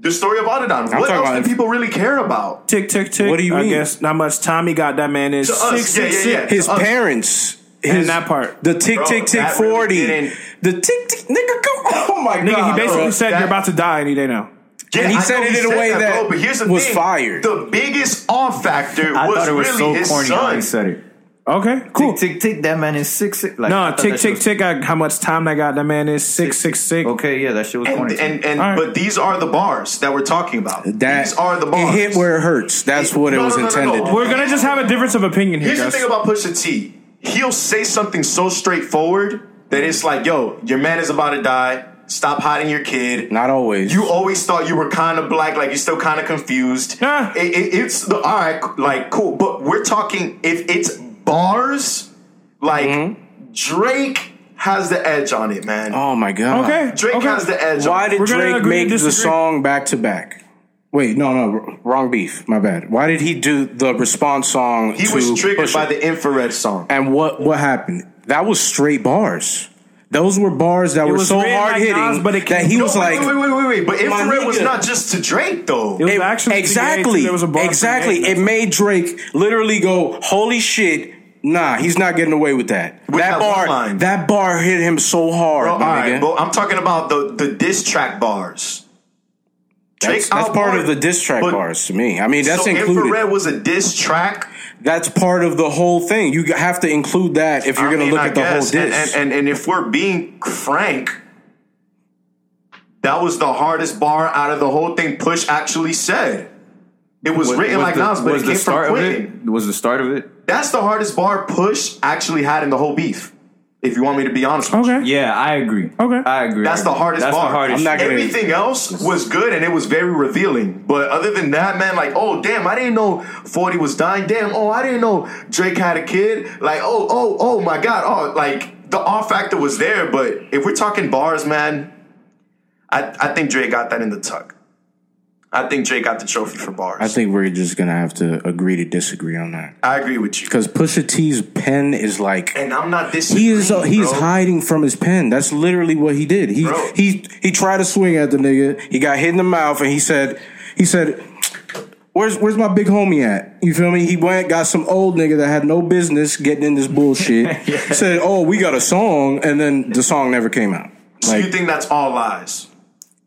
[SPEAKER 1] the story of Autodon. What
[SPEAKER 5] talking
[SPEAKER 1] else
[SPEAKER 5] about
[SPEAKER 1] do
[SPEAKER 5] if-
[SPEAKER 1] people really care about?
[SPEAKER 2] Tick, tick, tick.
[SPEAKER 5] What do you
[SPEAKER 2] I
[SPEAKER 5] mean?
[SPEAKER 2] guess not much time he got. That man is
[SPEAKER 1] To us,
[SPEAKER 2] six,
[SPEAKER 1] yeah,
[SPEAKER 2] six,
[SPEAKER 1] yeah,
[SPEAKER 2] six.
[SPEAKER 1] yeah.
[SPEAKER 5] His
[SPEAKER 1] Uh,
[SPEAKER 5] parents.
[SPEAKER 2] And
[SPEAKER 5] His,
[SPEAKER 2] that part.
[SPEAKER 5] The tick,
[SPEAKER 1] Bro,
[SPEAKER 5] tick, tick
[SPEAKER 1] that really
[SPEAKER 5] 40.
[SPEAKER 1] didn't-
[SPEAKER 5] the tick, tick, nigga, come (laughs) Oh my
[SPEAKER 2] Nigga,
[SPEAKER 5] God.
[SPEAKER 2] he basically
[SPEAKER 5] bro.
[SPEAKER 2] said
[SPEAKER 1] that-
[SPEAKER 2] you're about to die any day now.
[SPEAKER 1] Yeah,
[SPEAKER 5] he
[SPEAKER 1] I
[SPEAKER 5] said
[SPEAKER 1] know
[SPEAKER 5] it in a way that
[SPEAKER 1] bro, but here's the
[SPEAKER 5] was
[SPEAKER 1] thing.
[SPEAKER 5] fired.
[SPEAKER 1] The biggest off factor
[SPEAKER 3] I
[SPEAKER 1] was,
[SPEAKER 3] thought it was
[SPEAKER 1] really
[SPEAKER 3] so
[SPEAKER 1] his
[SPEAKER 3] corny how
[SPEAKER 1] son.
[SPEAKER 3] he said it.
[SPEAKER 2] Okay, cool.
[SPEAKER 3] Tick tick tick. That man is six six. Like, I
[SPEAKER 2] no,
[SPEAKER 3] thought
[SPEAKER 2] tick,
[SPEAKER 3] that
[SPEAKER 2] tick,
[SPEAKER 3] shit was-
[SPEAKER 2] tick. I, how much time that got? That man is six, six, six.
[SPEAKER 3] Okay, yeah, that shit was
[SPEAKER 1] and
[SPEAKER 3] corny.
[SPEAKER 1] and, and
[SPEAKER 2] Alright.
[SPEAKER 1] but these are the bars that we're talking about.
[SPEAKER 5] That,
[SPEAKER 1] these are the bars.
[SPEAKER 5] It hit where it hurts. That's what it
[SPEAKER 1] No,
[SPEAKER 5] was
[SPEAKER 1] no, no, no, no.
[SPEAKER 5] intended.
[SPEAKER 2] We're gonna just have a difference of opinion here,
[SPEAKER 1] Here's the
[SPEAKER 2] guys.
[SPEAKER 1] thing about Pusha T. He'll say something so straightforward that it's like, "Yo, your man is about to die. Stop hiding your kid.
[SPEAKER 5] Not always.
[SPEAKER 1] You always thought you were kind of black, like you're still kind of confused.
[SPEAKER 2] Nah.
[SPEAKER 1] It- it- it's the all right, like cool, but we're talking if it's bars, like Drake has the edge on it, man.
[SPEAKER 5] Mm-hmm. oh my God.
[SPEAKER 2] okay,
[SPEAKER 1] Drake
[SPEAKER 2] okay.
[SPEAKER 1] has the edge.
[SPEAKER 5] Why
[SPEAKER 1] on
[SPEAKER 5] did
[SPEAKER 2] We're gonna
[SPEAKER 5] Drake
[SPEAKER 2] agree to
[SPEAKER 5] make the
[SPEAKER 2] disagree.
[SPEAKER 5] song back to back? Wait, no, no, wr- wrong beef. My bad. Why did he do the response song?
[SPEAKER 1] it. He
[SPEAKER 5] to
[SPEAKER 1] was triggered
[SPEAKER 5] Pusha?
[SPEAKER 1] by the infrared song.
[SPEAKER 5] And what what happened? That was straight bars. Those were bars that were
[SPEAKER 2] was
[SPEAKER 5] so
[SPEAKER 2] written
[SPEAKER 5] hard
[SPEAKER 2] like
[SPEAKER 5] hitting
[SPEAKER 2] Nas, but it
[SPEAKER 5] that
[SPEAKER 2] came-
[SPEAKER 5] he
[SPEAKER 2] No,
[SPEAKER 5] was
[SPEAKER 1] wait,
[SPEAKER 5] like,
[SPEAKER 1] wait, wait, wait, wait. But
[SPEAKER 5] my
[SPEAKER 1] infrared was
[SPEAKER 5] nigga.
[SPEAKER 1] not just to Drake though.
[SPEAKER 2] It was
[SPEAKER 5] It-
[SPEAKER 2] actually
[SPEAKER 5] exactly,
[SPEAKER 2] There was a bar from
[SPEAKER 5] exactly.
[SPEAKER 2] Ye
[SPEAKER 5] It
[SPEAKER 2] too.
[SPEAKER 5] made Drake literally go, "Holy shit!" Nah, he's not getting away with that.
[SPEAKER 1] With
[SPEAKER 5] that
[SPEAKER 1] that
[SPEAKER 5] bar,
[SPEAKER 1] one line.
[SPEAKER 5] that bar hit him so hard.
[SPEAKER 1] Bro, all
[SPEAKER 5] my
[SPEAKER 1] right,
[SPEAKER 5] nigga.
[SPEAKER 1] but I'm talking about the the diss track bars.
[SPEAKER 5] that's, that's
[SPEAKER 1] out
[SPEAKER 5] part
[SPEAKER 1] bar-
[SPEAKER 5] of the diss track
[SPEAKER 1] but-
[SPEAKER 5] bars to me. I mean, that's
[SPEAKER 1] so
[SPEAKER 5] included.
[SPEAKER 1] infrared was a diss track.
[SPEAKER 5] that's part of the whole thing. You have to include that if you're
[SPEAKER 1] I
[SPEAKER 5] going to
[SPEAKER 1] mean,
[SPEAKER 5] look
[SPEAKER 1] I
[SPEAKER 5] at the whole
[SPEAKER 1] guess,
[SPEAKER 5] diss.
[SPEAKER 1] And, and, and, and if we're being frank, that was the hardest bar out of the whole thing Push actually said. It was written like Nas, but it came from
[SPEAKER 3] of
[SPEAKER 1] Quentin.
[SPEAKER 3] it? Was the start of it?
[SPEAKER 1] That's the hardest bar Push actually had in the whole beef. If you want me to be honest, with you.
[SPEAKER 2] Okay,
[SPEAKER 3] Yeah, I agree.
[SPEAKER 2] Okay.
[SPEAKER 5] Uh,
[SPEAKER 3] I agree.
[SPEAKER 1] that's the hardest
[SPEAKER 3] That's
[SPEAKER 1] bar.
[SPEAKER 3] the hardest.
[SPEAKER 5] I'm not gonna-
[SPEAKER 1] Everything else was good and it was very revealing. But other than that, man, like, oh damn, I didn't know Forty was dying. Damn, oh I didn't know Drake had a kid. Like, oh oh oh my god, oh like the off factor was there. But if we're talking bars, man, I I think Drake got that in the tuck. I think Drake got the trophy for bars.
[SPEAKER 5] I think we're just going to have to agree to disagree on that
[SPEAKER 1] I agree with you.
[SPEAKER 5] because Pusha T's pen is like
[SPEAKER 1] And I'm not this.
[SPEAKER 5] He is he is
[SPEAKER 1] bro.
[SPEAKER 5] hiding from his pen. That's literally what he did. He
[SPEAKER 1] Bro.
[SPEAKER 5] he he tried to swing at the nigga. He got hit in the mouth, and he said he said, "Where's where's my big homie at?" You feel me? He went got some old nigga that had no business getting in
[SPEAKER 1] (laughs)
[SPEAKER 5] this bullshit. Said, "Oh, we got a song," and then the song never came out.
[SPEAKER 1] So you
[SPEAKER 5] Like
[SPEAKER 1] think that's all lies?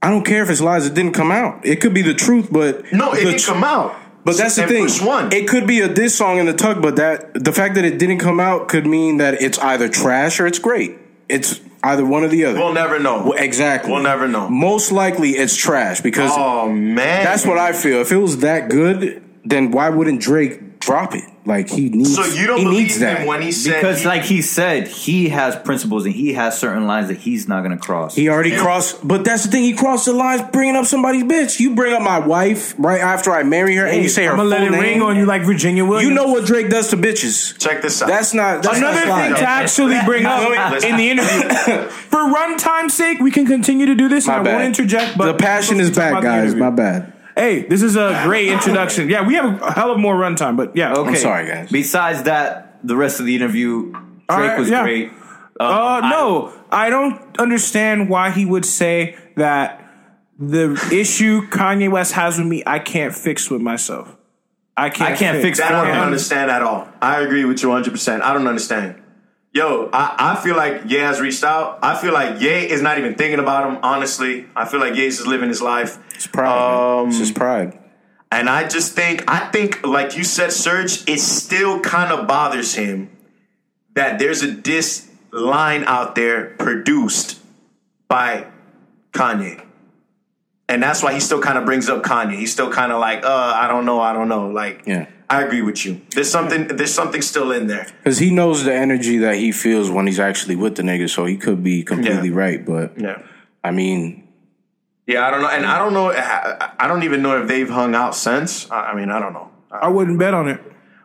[SPEAKER 5] I don't care if it's lies. It didn't come out. It could be the truth, but
[SPEAKER 1] No, it
[SPEAKER 5] the
[SPEAKER 1] didn't
[SPEAKER 5] tr-
[SPEAKER 1] come out.
[SPEAKER 5] But that's the
[SPEAKER 1] And
[SPEAKER 5] thing.
[SPEAKER 1] Push won.
[SPEAKER 5] It could be a diss song in the tug, but that the fact that it didn't come out could mean that it's either trash or it's great. It's either one or the other.
[SPEAKER 1] we'll never know.
[SPEAKER 5] Well, exactly.
[SPEAKER 1] We'll never know.
[SPEAKER 5] Most likely, it's trash because
[SPEAKER 1] Oh man,
[SPEAKER 5] that's what I feel. If it was that good, then why wouldn't Drake drop it? Like he needs.
[SPEAKER 1] So you don't
[SPEAKER 5] he
[SPEAKER 1] believe
[SPEAKER 5] needs that.
[SPEAKER 1] him when he said
[SPEAKER 3] because,
[SPEAKER 1] he-
[SPEAKER 3] like he said, he has principles and he has certain lines that he's not going to cross.
[SPEAKER 5] He already crossed, but that's the thing. He crossed the lines bringing up somebody's bitch. You bring up my wife right after I marry her, and you say her
[SPEAKER 2] I'm
[SPEAKER 5] full
[SPEAKER 2] gonna let it
[SPEAKER 5] name.
[SPEAKER 2] ring on you like Virginia Williams.
[SPEAKER 5] You know what Drake does to bitches.
[SPEAKER 1] check this out.
[SPEAKER 5] That's not. That's
[SPEAKER 2] Another
[SPEAKER 5] not lying.
[SPEAKER 2] thing to actually bring up
[SPEAKER 1] Listen.
[SPEAKER 2] in the interview, (laughs) for runtime's sake, we can continue to do this.
[SPEAKER 5] My
[SPEAKER 2] and I
[SPEAKER 5] bad.
[SPEAKER 2] won't interject, but
[SPEAKER 5] the passion is
[SPEAKER 2] Talk about
[SPEAKER 5] back,
[SPEAKER 2] the
[SPEAKER 5] guys.
[SPEAKER 2] interview.
[SPEAKER 5] My bad.
[SPEAKER 2] Hey, this is a great introduction. Yeah, we have a hell of more runtime, but yeah.
[SPEAKER 3] Okay.
[SPEAKER 5] I'm sorry, guys.
[SPEAKER 3] Besides that, the rest of the interview, Drake
[SPEAKER 2] right,
[SPEAKER 3] was
[SPEAKER 2] yeah.
[SPEAKER 3] great.
[SPEAKER 2] Uh,
[SPEAKER 3] I-
[SPEAKER 2] no, I don't understand why he would say that the issue Kanye West has with me, I can't fix with myself. I can't.
[SPEAKER 3] I can't fix
[SPEAKER 1] that
[SPEAKER 3] for
[SPEAKER 1] I don't
[SPEAKER 3] him.
[SPEAKER 1] understand at all. I agree with you 100. percent I don't understand. Yo, I, I feel like Ye has reached out. I feel like Ye is not even thinking about him. Honestly, I feel like Ye's just living his life.
[SPEAKER 5] It's
[SPEAKER 1] Um,
[SPEAKER 5] pride. man. it's just pride.
[SPEAKER 1] And I just think, I think, like you said, Serge, it still kind of bothers him that there's a diss line out there produced by Kanye. And that's why he still kind of brings up Kanye. He's still kind of like, uh, I don't know, I don't know. Like,
[SPEAKER 5] Yeah.
[SPEAKER 1] I agree with you. There's something, there's something still in there.
[SPEAKER 5] Because he knows the energy that he feels when he's actually with the nigga, so he could be completely
[SPEAKER 1] Yeah.
[SPEAKER 5] right. But
[SPEAKER 1] Yeah.
[SPEAKER 5] I mean,
[SPEAKER 1] Yeah, I don't know. And I don't know, I I don't even know if they've hung out since. I I mean, I don't know.
[SPEAKER 2] I wouldn't bet on it.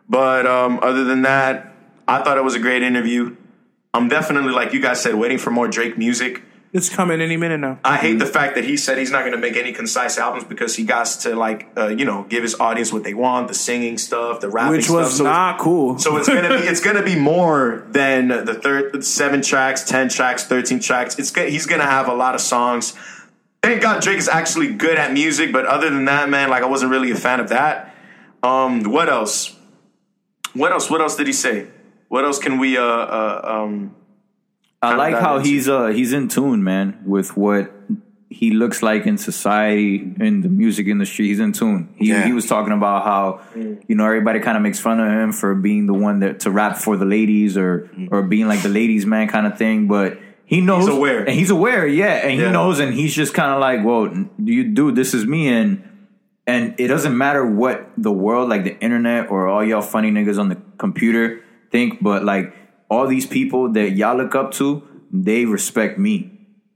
[SPEAKER 1] But um, other than that, I thought it was a great interview. I'm definitely, like you guys said, waiting for more Drake music.
[SPEAKER 2] It's coming any minute now.
[SPEAKER 1] I hate the fact that he said he's not going to make any concise albums because he got to like uh, you know give his audience what they want, the singing stuff, the rapping
[SPEAKER 2] Which
[SPEAKER 1] stuff.
[SPEAKER 2] was
[SPEAKER 1] so,
[SPEAKER 2] not cool.
[SPEAKER 1] so it's gonna be it's gonna be more than the third seven tracks, ten tracks, thirteen tracks. It's go- he's gonna have a lot of songs. Thank God Drake is actually good at music, but other than that, man, like I wasn't really a fan of that. Um, what else? What else? What else did he say? What else can we? Uh, uh, um,
[SPEAKER 3] I like
[SPEAKER 1] that
[SPEAKER 3] how
[SPEAKER 1] is-
[SPEAKER 3] he's uh he's in tune, man, with what he looks like in society in the music industry. He's in tune. He
[SPEAKER 5] Yeah.
[SPEAKER 3] he was talking about how you know everybody kind of makes fun of him for being the one that to rap for the ladies or or being like the ladies man kind of thing, but. He knows,
[SPEAKER 1] aware.
[SPEAKER 3] and he's aware, yeah, and
[SPEAKER 1] Yeah.
[SPEAKER 3] he knows, and he's just kind of like, "Well, you dude, this is me," and and it doesn't matter what the world, like the internet or all y'all funny niggas on the computer think, but like all these people that y'all look up to, they respect me.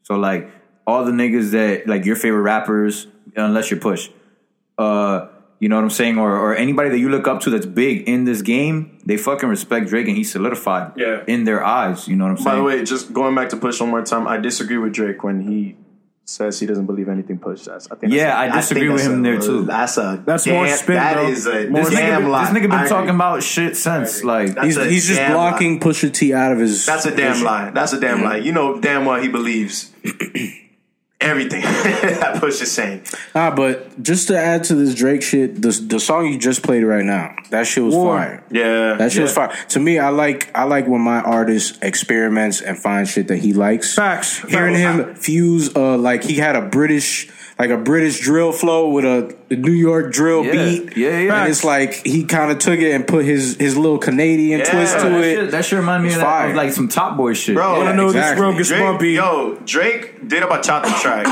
[SPEAKER 3] So like all the niggas that like your favorite rappers, unless you're push, uh, you know what I'm saying, or or anybody that you look up to that's big in this game, they fucking respect Drake and he's solidified
[SPEAKER 1] Yeah.
[SPEAKER 3] in their eyes. You know what I'm saying?
[SPEAKER 1] by the way, just going back to Push one more time, I disagree with Drake when he says he doesn't believe anything Push says. I think that's-
[SPEAKER 3] yeah, I disagree
[SPEAKER 7] think
[SPEAKER 3] with
[SPEAKER 7] that's
[SPEAKER 3] him
[SPEAKER 7] a-
[SPEAKER 3] there too.
[SPEAKER 7] That's a
[SPEAKER 2] That's
[SPEAKER 7] damn,
[SPEAKER 2] more spin,
[SPEAKER 7] That
[SPEAKER 2] bro.
[SPEAKER 7] is a
[SPEAKER 2] More
[SPEAKER 3] This
[SPEAKER 7] damn
[SPEAKER 3] nigga,
[SPEAKER 7] lie.
[SPEAKER 3] this nigga
[SPEAKER 7] I
[SPEAKER 3] been
[SPEAKER 7] agree.
[SPEAKER 3] talking about shit since like
[SPEAKER 5] He's,
[SPEAKER 7] That's a
[SPEAKER 5] he's just
[SPEAKER 7] damn
[SPEAKER 5] blocking Mm-hmm. Pusha T out of his.
[SPEAKER 1] That's a damn lie. That's a damn lie. You know damn well he believes (clears throat) everything (laughs) that Push is saying.
[SPEAKER 5] Ah, but just to add to this Drake shit, the the song you just played right now, that shit was
[SPEAKER 2] War.
[SPEAKER 5] fire.
[SPEAKER 1] Yeah,
[SPEAKER 5] That shit was fire. To me, I like I like when my artist experiments and finds shit that he likes.
[SPEAKER 2] Facts.
[SPEAKER 5] Hearing him fuse, uh, like he had a British, like a British drill flow with a, a New York drill
[SPEAKER 3] Yeah.
[SPEAKER 5] beat.
[SPEAKER 3] Yeah, yeah.
[SPEAKER 5] And it's like he kind of took it and put his his little Canadian twist
[SPEAKER 1] Yeah,
[SPEAKER 5] to
[SPEAKER 3] that
[SPEAKER 5] it.
[SPEAKER 3] shit, that shit remind me
[SPEAKER 5] It's
[SPEAKER 3] of, that,
[SPEAKER 5] fire.
[SPEAKER 3] of like some Top Boy shit,
[SPEAKER 1] Bro,
[SPEAKER 2] I
[SPEAKER 1] Yeah,
[SPEAKER 2] know this
[SPEAKER 5] exactly.
[SPEAKER 2] road gets
[SPEAKER 1] Drake,
[SPEAKER 2] bumpy.
[SPEAKER 1] Yo, Drake did a bachata
[SPEAKER 5] (clears throat)
[SPEAKER 1] track,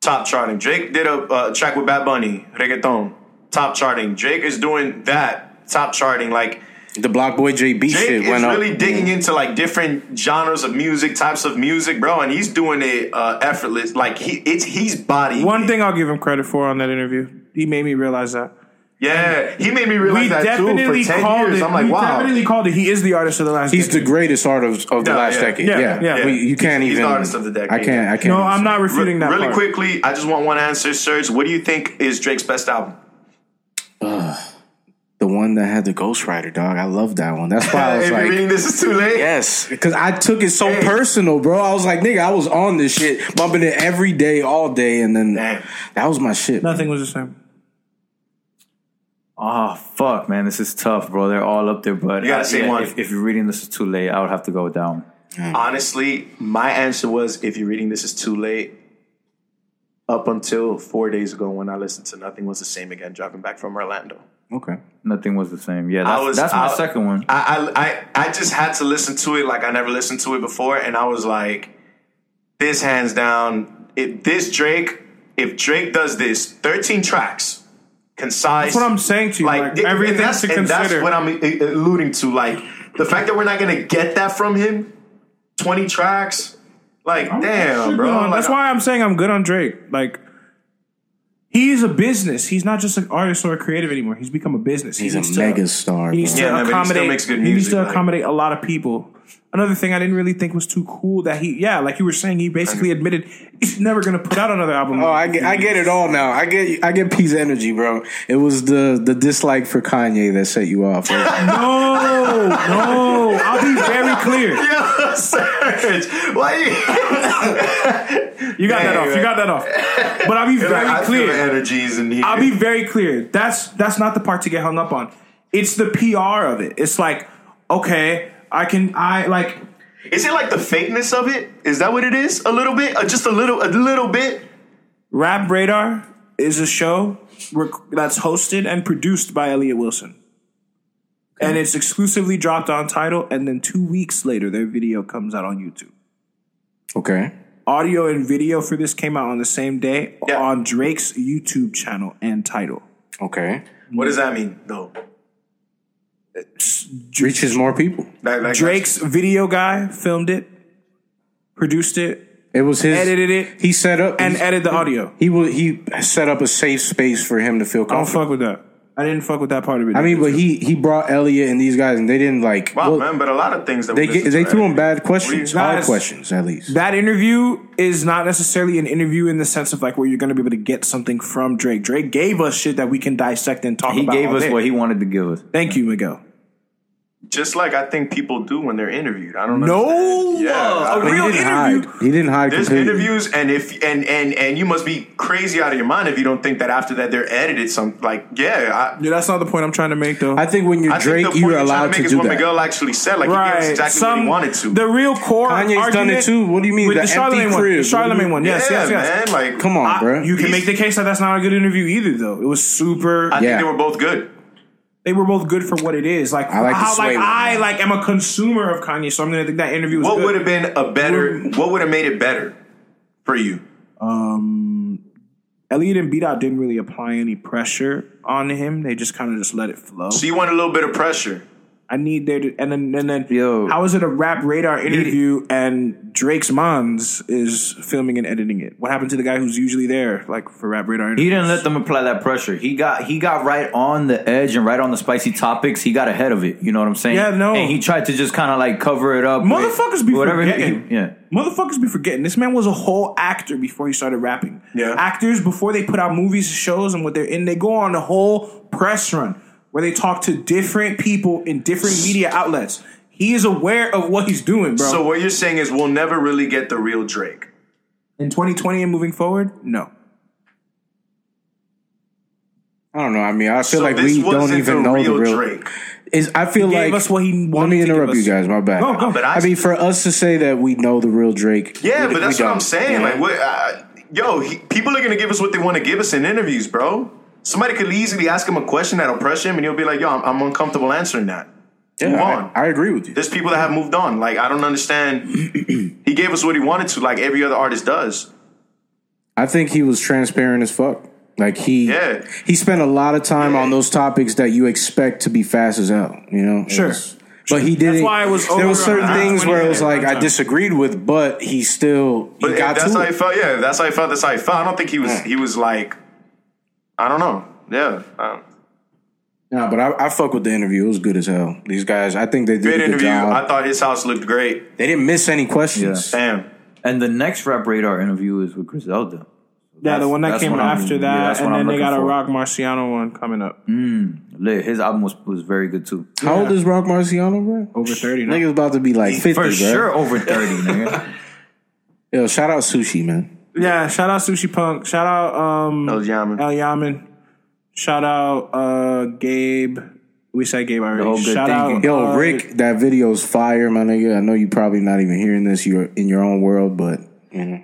[SPEAKER 1] top charting. Drake did a uh, track with Bad Bunny, reggaeton, top charting. Drake is doing that, top charting. Like
[SPEAKER 5] The Block Boy JB
[SPEAKER 1] Drake
[SPEAKER 5] shit
[SPEAKER 1] is
[SPEAKER 5] went up.
[SPEAKER 1] really digging into like different genres of music, types of music, bro, and he's doing it uh, effortless. Like he, it's he's body.
[SPEAKER 2] One thing I'll give him credit for on that interview, he made me realize that.
[SPEAKER 1] yeah, he made me realize
[SPEAKER 2] we
[SPEAKER 1] that
[SPEAKER 2] definitely
[SPEAKER 1] too. For ten
[SPEAKER 2] called
[SPEAKER 1] years,
[SPEAKER 2] it.
[SPEAKER 1] I'm like,
[SPEAKER 2] we
[SPEAKER 1] wow,
[SPEAKER 2] definitely called it. He is the artist of the last.
[SPEAKER 5] He's the
[SPEAKER 2] decade.
[SPEAKER 5] greatest artist of the
[SPEAKER 1] Yeah,
[SPEAKER 5] last
[SPEAKER 1] yeah.
[SPEAKER 5] decade.
[SPEAKER 2] Yeah,
[SPEAKER 5] Yeah,
[SPEAKER 2] yeah.
[SPEAKER 5] We- you can't
[SPEAKER 1] He's- he's
[SPEAKER 5] even.
[SPEAKER 1] the artist of the decade.
[SPEAKER 5] I can't. I can't.
[SPEAKER 2] No, I'm not
[SPEAKER 1] Re-
[SPEAKER 2] refuting that.
[SPEAKER 1] really
[SPEAKER 2] part.
[SPEAKER 1] quickly, I just want one answer, Serge. What do you think is Drake's best album?
[SPEAKER 5] The one that had the ghostwriter, dog. I love that one. That's why I
[SPEAKER 1] (laughs)
[SPEAKER 5] was
[SPEAKER 1] if you're
[SPEAKER 5] like,
[SPEAKER 1] reading this, is too late.
[SPEAKER 5] Yes, because I took it so
[SPEAKER 1] Hey.
[SPEAKER 5] personal, bro. I was like, nigga, I was on this shit, bumping it every day, all day, and then
[SPEAKER 1] Damn.
[SPEAKER 5] that was my shit.
[SPEAKER 2] Nothing was the same.
[SPEAKER 3] Oh fuck, man, this is tough, bro. They're all up there, but
[SPEAKER 1] You gotta
[SPEAKER 3] uh,
[SPEAKER 1] say one.
[SPEAKER 3] If, if you're reading this is too late, I would have to go down.
[SPEAKER 1] Honestly, my answer was if you're reading this is too late. Up until four days ago, when I listened to "Nothing Was the Same Again," dropping back from Orlando,
[SPEAKER 5] Okay,
[SPEAKER 3] Nothing was the same. Yeah, that's,
[SPEAKER 1] I was-
[SPEAKER 3] that's my
[SPEAKER 1] I-
[SPEAKER 3] second one.
[SPEAKER 1] I, I I I just had to listen to it like I never listened to it before, and I was like, this hands down. If this Drake, if Drake does this, thirteen tracks, concise.
[SPEAKER 2] That's what I'm saying to you. Like,
[SPEAKER 1] it-
[SPEAKER 2] everything
[SPEAKER 1] and that's,
[SPEAKER 2] to
[SPEAKER 1] and that's
[SPEAKER 2] consider.
[SPEAKER 1] what I'm a- alluding to. Like the fact that we're not gonna get that from him, twenty tracks. Like damn, bro.
[SPEAKER 2] Good on-
[SPEAKER 1] Like,
[SPEAKER 2] that's why I'm saying I'm good on Drake. Like, he's a business. He's not just an artist or a creative anymore. He's become a business.
[SPEAKER 5] he's
[SPEAKER 2] he
[SPEAKER 5] a
[SPEAKER 2] needs to-
[SPEAKER 5] mega star.
[SPEAKER 2] He needs
[SPEAKER 5] bro.
[SPEAKER 2] to
[SPEAKER 1] Yeah, man, but he still
[SPEAKER 2] accommodate.
[SPEAKER 1] makes good
[SPEAKER 2] he needs
[SPEAKER 1] music,
[SPEAKER 2] to
[SPEAKER 1] like-
[SPEAKER 2] accommodate a lot of people. Another thing I didn't really think was too cool that he, yeah, like you were saying, he basically admitted he's never going to put out another album.
[SPEAKER 5] Oh, I get, I get it all now. I get, I get P's energy, bro. It was the the dislike for Kanye that set you off. right?
[SPEAKER 2] no, no. I'll be very clear.
[SPEAKER 1] Yo, (laughs) Serge, why
[SPEAKER 2] (laughs)
[SPEAKER 1] you?
[SPEAKER 2] You got that
[SPEAKER 1] Yeah,
[SPEAKER 2] off. You
[SPEAKER 1] yeah.
[SPEAKER 2] got that off. But I'll be very
[SPEAKER 1] I feel
[SPEAKER 2] clear.
[SPEAKER 1] the energies in here.
[SPEAKER 2] I'll be very clear. That's that's not the part to get hung up on. It's the PR of it. It's like, okay, I can I like
[SPEAKER 1] Is it like the fakeness of it? Is that what it is? A little bit, uh, just a little, a little bit.
[SPEAKER 2] Rap Radar is a show rec- that's hosted and produced by Elliot Wilson. And it's exclusively dropped on title, and then two weeks later, their video comes out on YouTube.
[SPEAKER 5] okay,
[SPEAKER 2] Audio and video for this came out on the same day
[SPEAKER 1] Yeah.
[SPEAKER 2] on Drake's YouTube channel and title.
[SPEAKER 5] okay,
[SPEAKER 1] What does that mean? No,
[SPEAKER 5] reaches more people.
[SPEAKER 1] That- that-
[SPEAKER 2] Drake's video guy filmed it, produced it,
[SPEAKER 5] It was his.
[SPEAKER 2] Edited it.
[SPEAKER 5] He set up
[SPEAKER 2] and
[SPEAKER 5] he-
[SPEAKER 2] edit the audio.
[SPEAKER 5] He will. He set up a safe space for him to feel
[SPEAKER 2] I don't
[SPEAKER 5] comfortable.
[SPEAKER 2] fuck with that. I didn't fuck with that part of it.
[SPEAKER 5] I mean, but he he brought Elliot and these guys, and they didn't like.
[SPEAKER 1] Wow,
[SPEAKER 5] well,
[SPEAKER 1] man, but a lot of things that
[SPEAKER 5] They
[SPEAKER 1] we
[SPEAKER 5] get,
[SPEAKER 1] listen
[SPEAKER 5] they
[SPEAKER 1] to,
[SPEAKER 5] threw
[SPEAKER 1] right?
[SPEAKER 5] him bad questions,
[SPEAKER 1] What do you-
[SPEAKER 5] hard
[SPEAKER 2] guys-
[SPEAKER 5] questions at least.
[SPEAKER 2] That interview is not necessarily an interview in the sense of like where you're going to be able to get something from Drake. Drake gave us shit that we can dissect and talk
[SPEAKER 3] He
[SPEAKER 2] about.
[SPEAKER 3] gave
[SPEAKER 2] all
[SPEAKER 3] us
[SPEAKER 2] day.
[SPEAKER 3] what he wanted to give us.
[SPEAKER 2] Thank you, Miguel.
[SPEAKER 1] Just like I think people do when they're interviewed. I don't know.
[SPEAKER 2] No,
[SPEAKER 1] Yeah,
[SPEAKER 2] a
[SPEAKER 1] I-
[SPEAKER 5] But
[SPEAKER 2] real
[SPEAKER 5] he didn't
[SPEAKER 2] interview.
[SPEAKER 5] hide. He didn't hide.
[SPEAKER 1] There's
[SPEAKER 5] completely.
[SPEAKER 1] interviews, and if and and and you must be crazy out of your mind if you don't think that after that they're edited. Some like yeah, I,
[SPEAKER 2] Yeah, that's not the point I'm trying to make though.
[SPEAKER 5] I think when you're
[SPEAKER 1] I
[SPEAKER 5] Drake,
[SPEAKER 1] think the point
[SPEAKER 5] you're
[SPEAKER 1] you're trying
[SPEAKER 5] allowed
[SPEAKER 1] to make
[SPEAKER 5] to
[SPEAKER 1] is
[SPEAKER 5] do
[SPEAKER 1] what
[SPEAKER 5] that.
[SPEAKER 1] Miguel actually said. Like he gave us exactly what he wanted to.
[SPEAKER 2] The real core
[SPEAKER 5] Kanye's
[SPEAKER 2] argument,
[SPEAKER 5] done it too. What do you mean?
[SPEAKER 2] With
[SPEAKER 5] The
[SPEAKER 2] the, Charlemagne
[SPEAKER 5] empty
[SPEAKER 2] one,
[SPEAKER 5] crib.
[SPEAKER 2] the Charlemagne one. Yes,
[SPEAKER 1] yeah,
[SPEAKER 2] yes, yes.
[SPEAKER 1] man. Like
[SPEAKER 5] Come on,
[SPEAKER 2] I-
[SPEAKER 5] bro.
[SPEAKER 2] You can make the case that that's not a good interview either, though. It was super.
[SPEAKER 1] I
[SPEAKER 5] Yeah.
[SPEAKER 1] think they were both good.
[SPEAKER 2] they were both good for what it is. Like
[SPEAKER 5] I like the
[SPEAKER 2] how,
[SPEAKER 5] Sway
[SPEAKER 2] like
[SPEAKER 5] one.
[SPEAKER 2] I like am a consumer of Kanye, so I'm gonna think that interview was
[SPEAKER 1] What
[SPEAKER 2] good.
[SPEAKER 1] would have been a better? What would have made it better for you?
[SPEAKER 2] Elliot and Beat Out didn't really apply any pressure on him. They just kind of just let it flow.
[SPEAKER 1] So you want a little bit of pressure.
[SPEAKER 2] I need there to, and then and then
[SPEAKER 3] Yo.
[SPEAKER 2] how is it a rap radar interview and Drake's Mons is filming and editing it? What happened to the guy who's usually there, like for rap radar?
[SPEAKER 3] He
[SPEAKER 2] Interviews?
[SPEAKER 3] didn't let them apply that pressure. He got he got right on the edge and right on the spicy topics. He got ahead of it. You know what I'm saying?
[SPEAKER 2] Yeah, no.
[SPEAKER 3] And he tried to just kind of like cover it up. with
[SPEAKER 2] Motherfuckers be
[SPEAKER 3] he-
[SPEAKER 2] forgetting.
[SPEAKER 3] he- yeah.
[SPEAKER 2] Motherfuckers be forgetting. This man was a whole actor before he started rapping.
[SPEAKER 1] Yeah.
[SPEAKER 2] Actors before they put out movies, shows, and what they're in, they go on a whole press run where they talk to different people in different media outlets. He is aware of what he's doing, bro.
[SPEAKER 1] So what you're saying is we'll never really get the real Drake.
[SPEAKER 2] in 2020 and moving forward, no.
[SPEAKER 5] I don't know. I mean, I feel
[SPEAKER 1] So
[SPEAKER 5] like
[SPEAKER 1] this
[SPEAKER 5] we don't
[SPEAKER 1] wasn't
[SPEAKER 5] even
[SPEAKER 1] the
[SPEAKER 5] know
[SPEAKER 1] real
[SPEAKER 5] the real
[SPEAKER 1] Drake.
[SPEAKER 5] Is I feel
[SPEAKER 2] gave
[SPEAKER 5] like
[SPEAKER 2] us what he
[SPEAKER 5] Let
[SPEAKER 2] wanted
[SPEAKER 5] me
[SPEAKER 2] to give
[SPEAKER 5] interrupt you
[SPEAKER 2] us.
[SPEAKER 5] guys. My bad.
[SPEAKER 2] Go, go.
[SPEAKER 1] But I-
[SPEAKER 5] I, mean, for us to say that we know the real Drake.
[SPEAKER 1] Yeah,
[SPEAKER 5] we-
[SPEAKER 1] but that's
[SPEAKER 5] we
[SPEAKER 1] what I'm
[SPEAKER 5] don't.
[SPEAKER 1] saying.
[SPEAKER 5] Yeah.
[SPEAKER 1] Like, what, uh, yo, he, people are gonna give us what they want to give us in interviews, bro. Somebody could easily ask him a question that'll pressure him, and he'll be like, "Yo, I'm, I'm uncomfortable answering that."
[SPEAKER 5] Yeah,
[SPEAKER 1] Move
[SPEAKER 5] I-
[SPEAKER 1] on.
[SPEAKER 5] I, agree with you.
[SPEAKER 1] There's people that have moved on. Like, I don't
[SPEAKER 5] (clears throat)
[SPEAKER 1] understand. he gave us what he wanted to, like every other artist does.
[SPEAKER 5] I think he was transparent as fuck. Like he,
[SPEAKER 1] Yeah.
[SPEAKER 5] he spent a lot of time
[SPEAKER 1] Yeah.
[SPEAKER 5] on those topics that you expect to be fast as hell. You know, It
[SPEAKER 2] Sure.
[SPEAKER 5] was- but he didn't.
[SPEAKER 2] why it was
[SPEAKER 5] there
[SPEAKER 2] over
[SPEAKER 5] were certain
[SPEAKER 2] on
[SPEAKER 5] things where it was
[SPEAKER 2] 20
[SPEAKER 5] like I disagreed with, but he still he
[SPEAKER 1] But if
[SPEAKER 5] got
[SPEAKER 1] that's
[SPEAKER 5] to
[SPEAKER 1] how
[SPEAKER 5] it.
[SPEAKER 1] he felt. Yeah, if that's how he felt. That's how he felt. I don't think he was. He was like, I don't know. Yeah, um,
[SPEAKER 5] Nah, but I, I fuck with the interview. It was good as hell. These guys, I think they did
[SPEAKER 1] great
[SPEAKER 5] a good
[SPEAKER 1] interview.
[SPEAKER 5] job.
[SPEAKER 1] I thought his house looked great.
[SPEAKER 5] they didn't miss any questions.
[SPEAKER 1] Damn.
[SPEAKER 3] And the next rap radar interview is with Griselda.
[SPEAKER 2] Yeah, the
[SPEAKER 3] That's-
[SPEAKER 2] one that
[SPEAKER 3] that's
[SPEAKER 2] came
[SPEAKER 3] what I'm-
[SPEAKER 2] after
[SPEAKER 3] yeah,
[SPEAKER 2] that,
[SPEAKER 3] that's what
[SPEAKER 2] and then
[SPEAKER 3] I'm
[SPEAKER 2] they got
[SPEAKER 3] looking
[SPEAKER 2] a
[SPEAKER 3] for.
[SPEAKER 2] Rock Marciano one coming up.
[SPEAKER 3] Lit. His album was, was very good too.
[SPEAKER 5] How old is Rock Marciano, bro?
[SPEAKER 2] Over 30 now.
[SPEAKER 5] Nigga's about to be like 50,
[SPEAKER 3] For
[SPEAKER 5] bro.
[SPEAKER 3] sure over 30, nigga.
[SPEAKER 5] Yo, shout out Sushi, man.
[SPEAKER 2] Yeah, shout out Sushi Punk. Shout out um,
[SPEAKER 1] El Yaman.
[SPEAKER 2] El Yaman. Shout out uh, Gabe. We said Gabe already.
[SPEAKER 3] whole good
[SPEAKER 2] shout
[SPEAKER 3] thing.
[SPEAKER 2] out
[SPEAKER 5] Yo,
[SPEAKER 2] uh,
[SPEAKER 5] Rick, that video's fire, my nigga. I know you probably not even hearing this. You're in your own world, but, you know,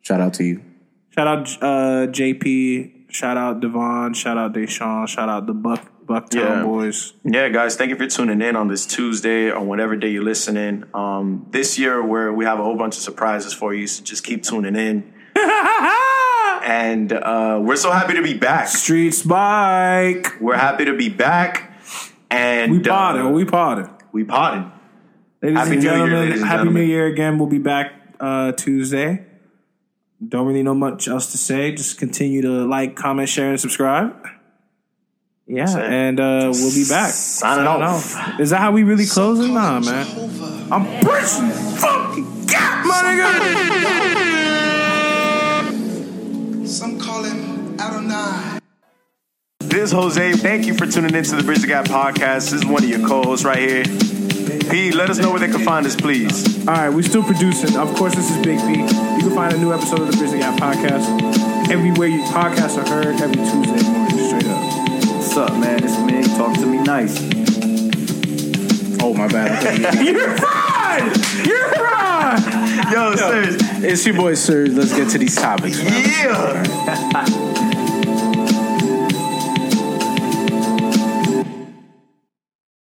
[SPEAKER 5] shout out to you.
[SPEAKER 2] Shout out uh, JP. Shout out Devon. Shout out Deshaun. Shout out the Buck Bucktown
[SPEAKER 1] Yeah.
[SPEAKER 2] Boys. (laughs)
[SPEAKER 1] Yeah, guys, thank you for tuning in on this Tuesday or whatever day you're listening. Um, this year, where we have a whole bunch of surprises for you, so just keep tuning in. and uh, we're so happy to be back.
[SPEAKER 2] Street Spike.
[SPEAKER 1] We're happy to be back. And
[SPEAKER 2] We
[SPEAKER 1] uh,
[SPEAKER 2] potted. we potted.
[SPEAKER 1] we potted.
[SPEAKER 2] Ladies
[SPEAKER 1] Happy
[SPEAKER 2] and
[SPEAKER 1] New Year,
[SPEAKER 2] gentlemen,
[SPEAKER 1] ladies and
[SPEAKER 2] Happy
[SPEAKER 1] gentlemen.
[SPEAKER 2] New Year again. We'll be back uh, Tuesday. Don't really know much else to say. Just continue to like, comment, share, and subscribe. Yeah, and uh, we'll be back.
[SPEAKER 1] Signing off.
[SPEAKER 2] Is that how we really closing? Nah, man. I'm pushing fucking God, my nigga.
[SPEAKER 9] Some call him Adonai.
[SPEAKER 1] This is Jose. Thank you for tuning in to the Bridge the Gap podcast. This is one of your co hosts right here. P, let us know where they can find us, please.
[SPEAKER 2] All right, we're still producing. Of course, this is Big B. You can find a new episode of the Business Gap Podcast everywhere your podcasts are heard every Tuesday morning, straight up.
[SPEAKER 3] What's up, man? It's Mig. Talk to me nice.
[SPEAKER 5] Oh, my bad.
[SPEAKER 2] You're fried. You're fried.
[SPEAKER 1] Yo, serious.
[SPEAKER 5] it's your boy, sir. Let's get to these topics, man.
[SPEAKER 1] Yeah.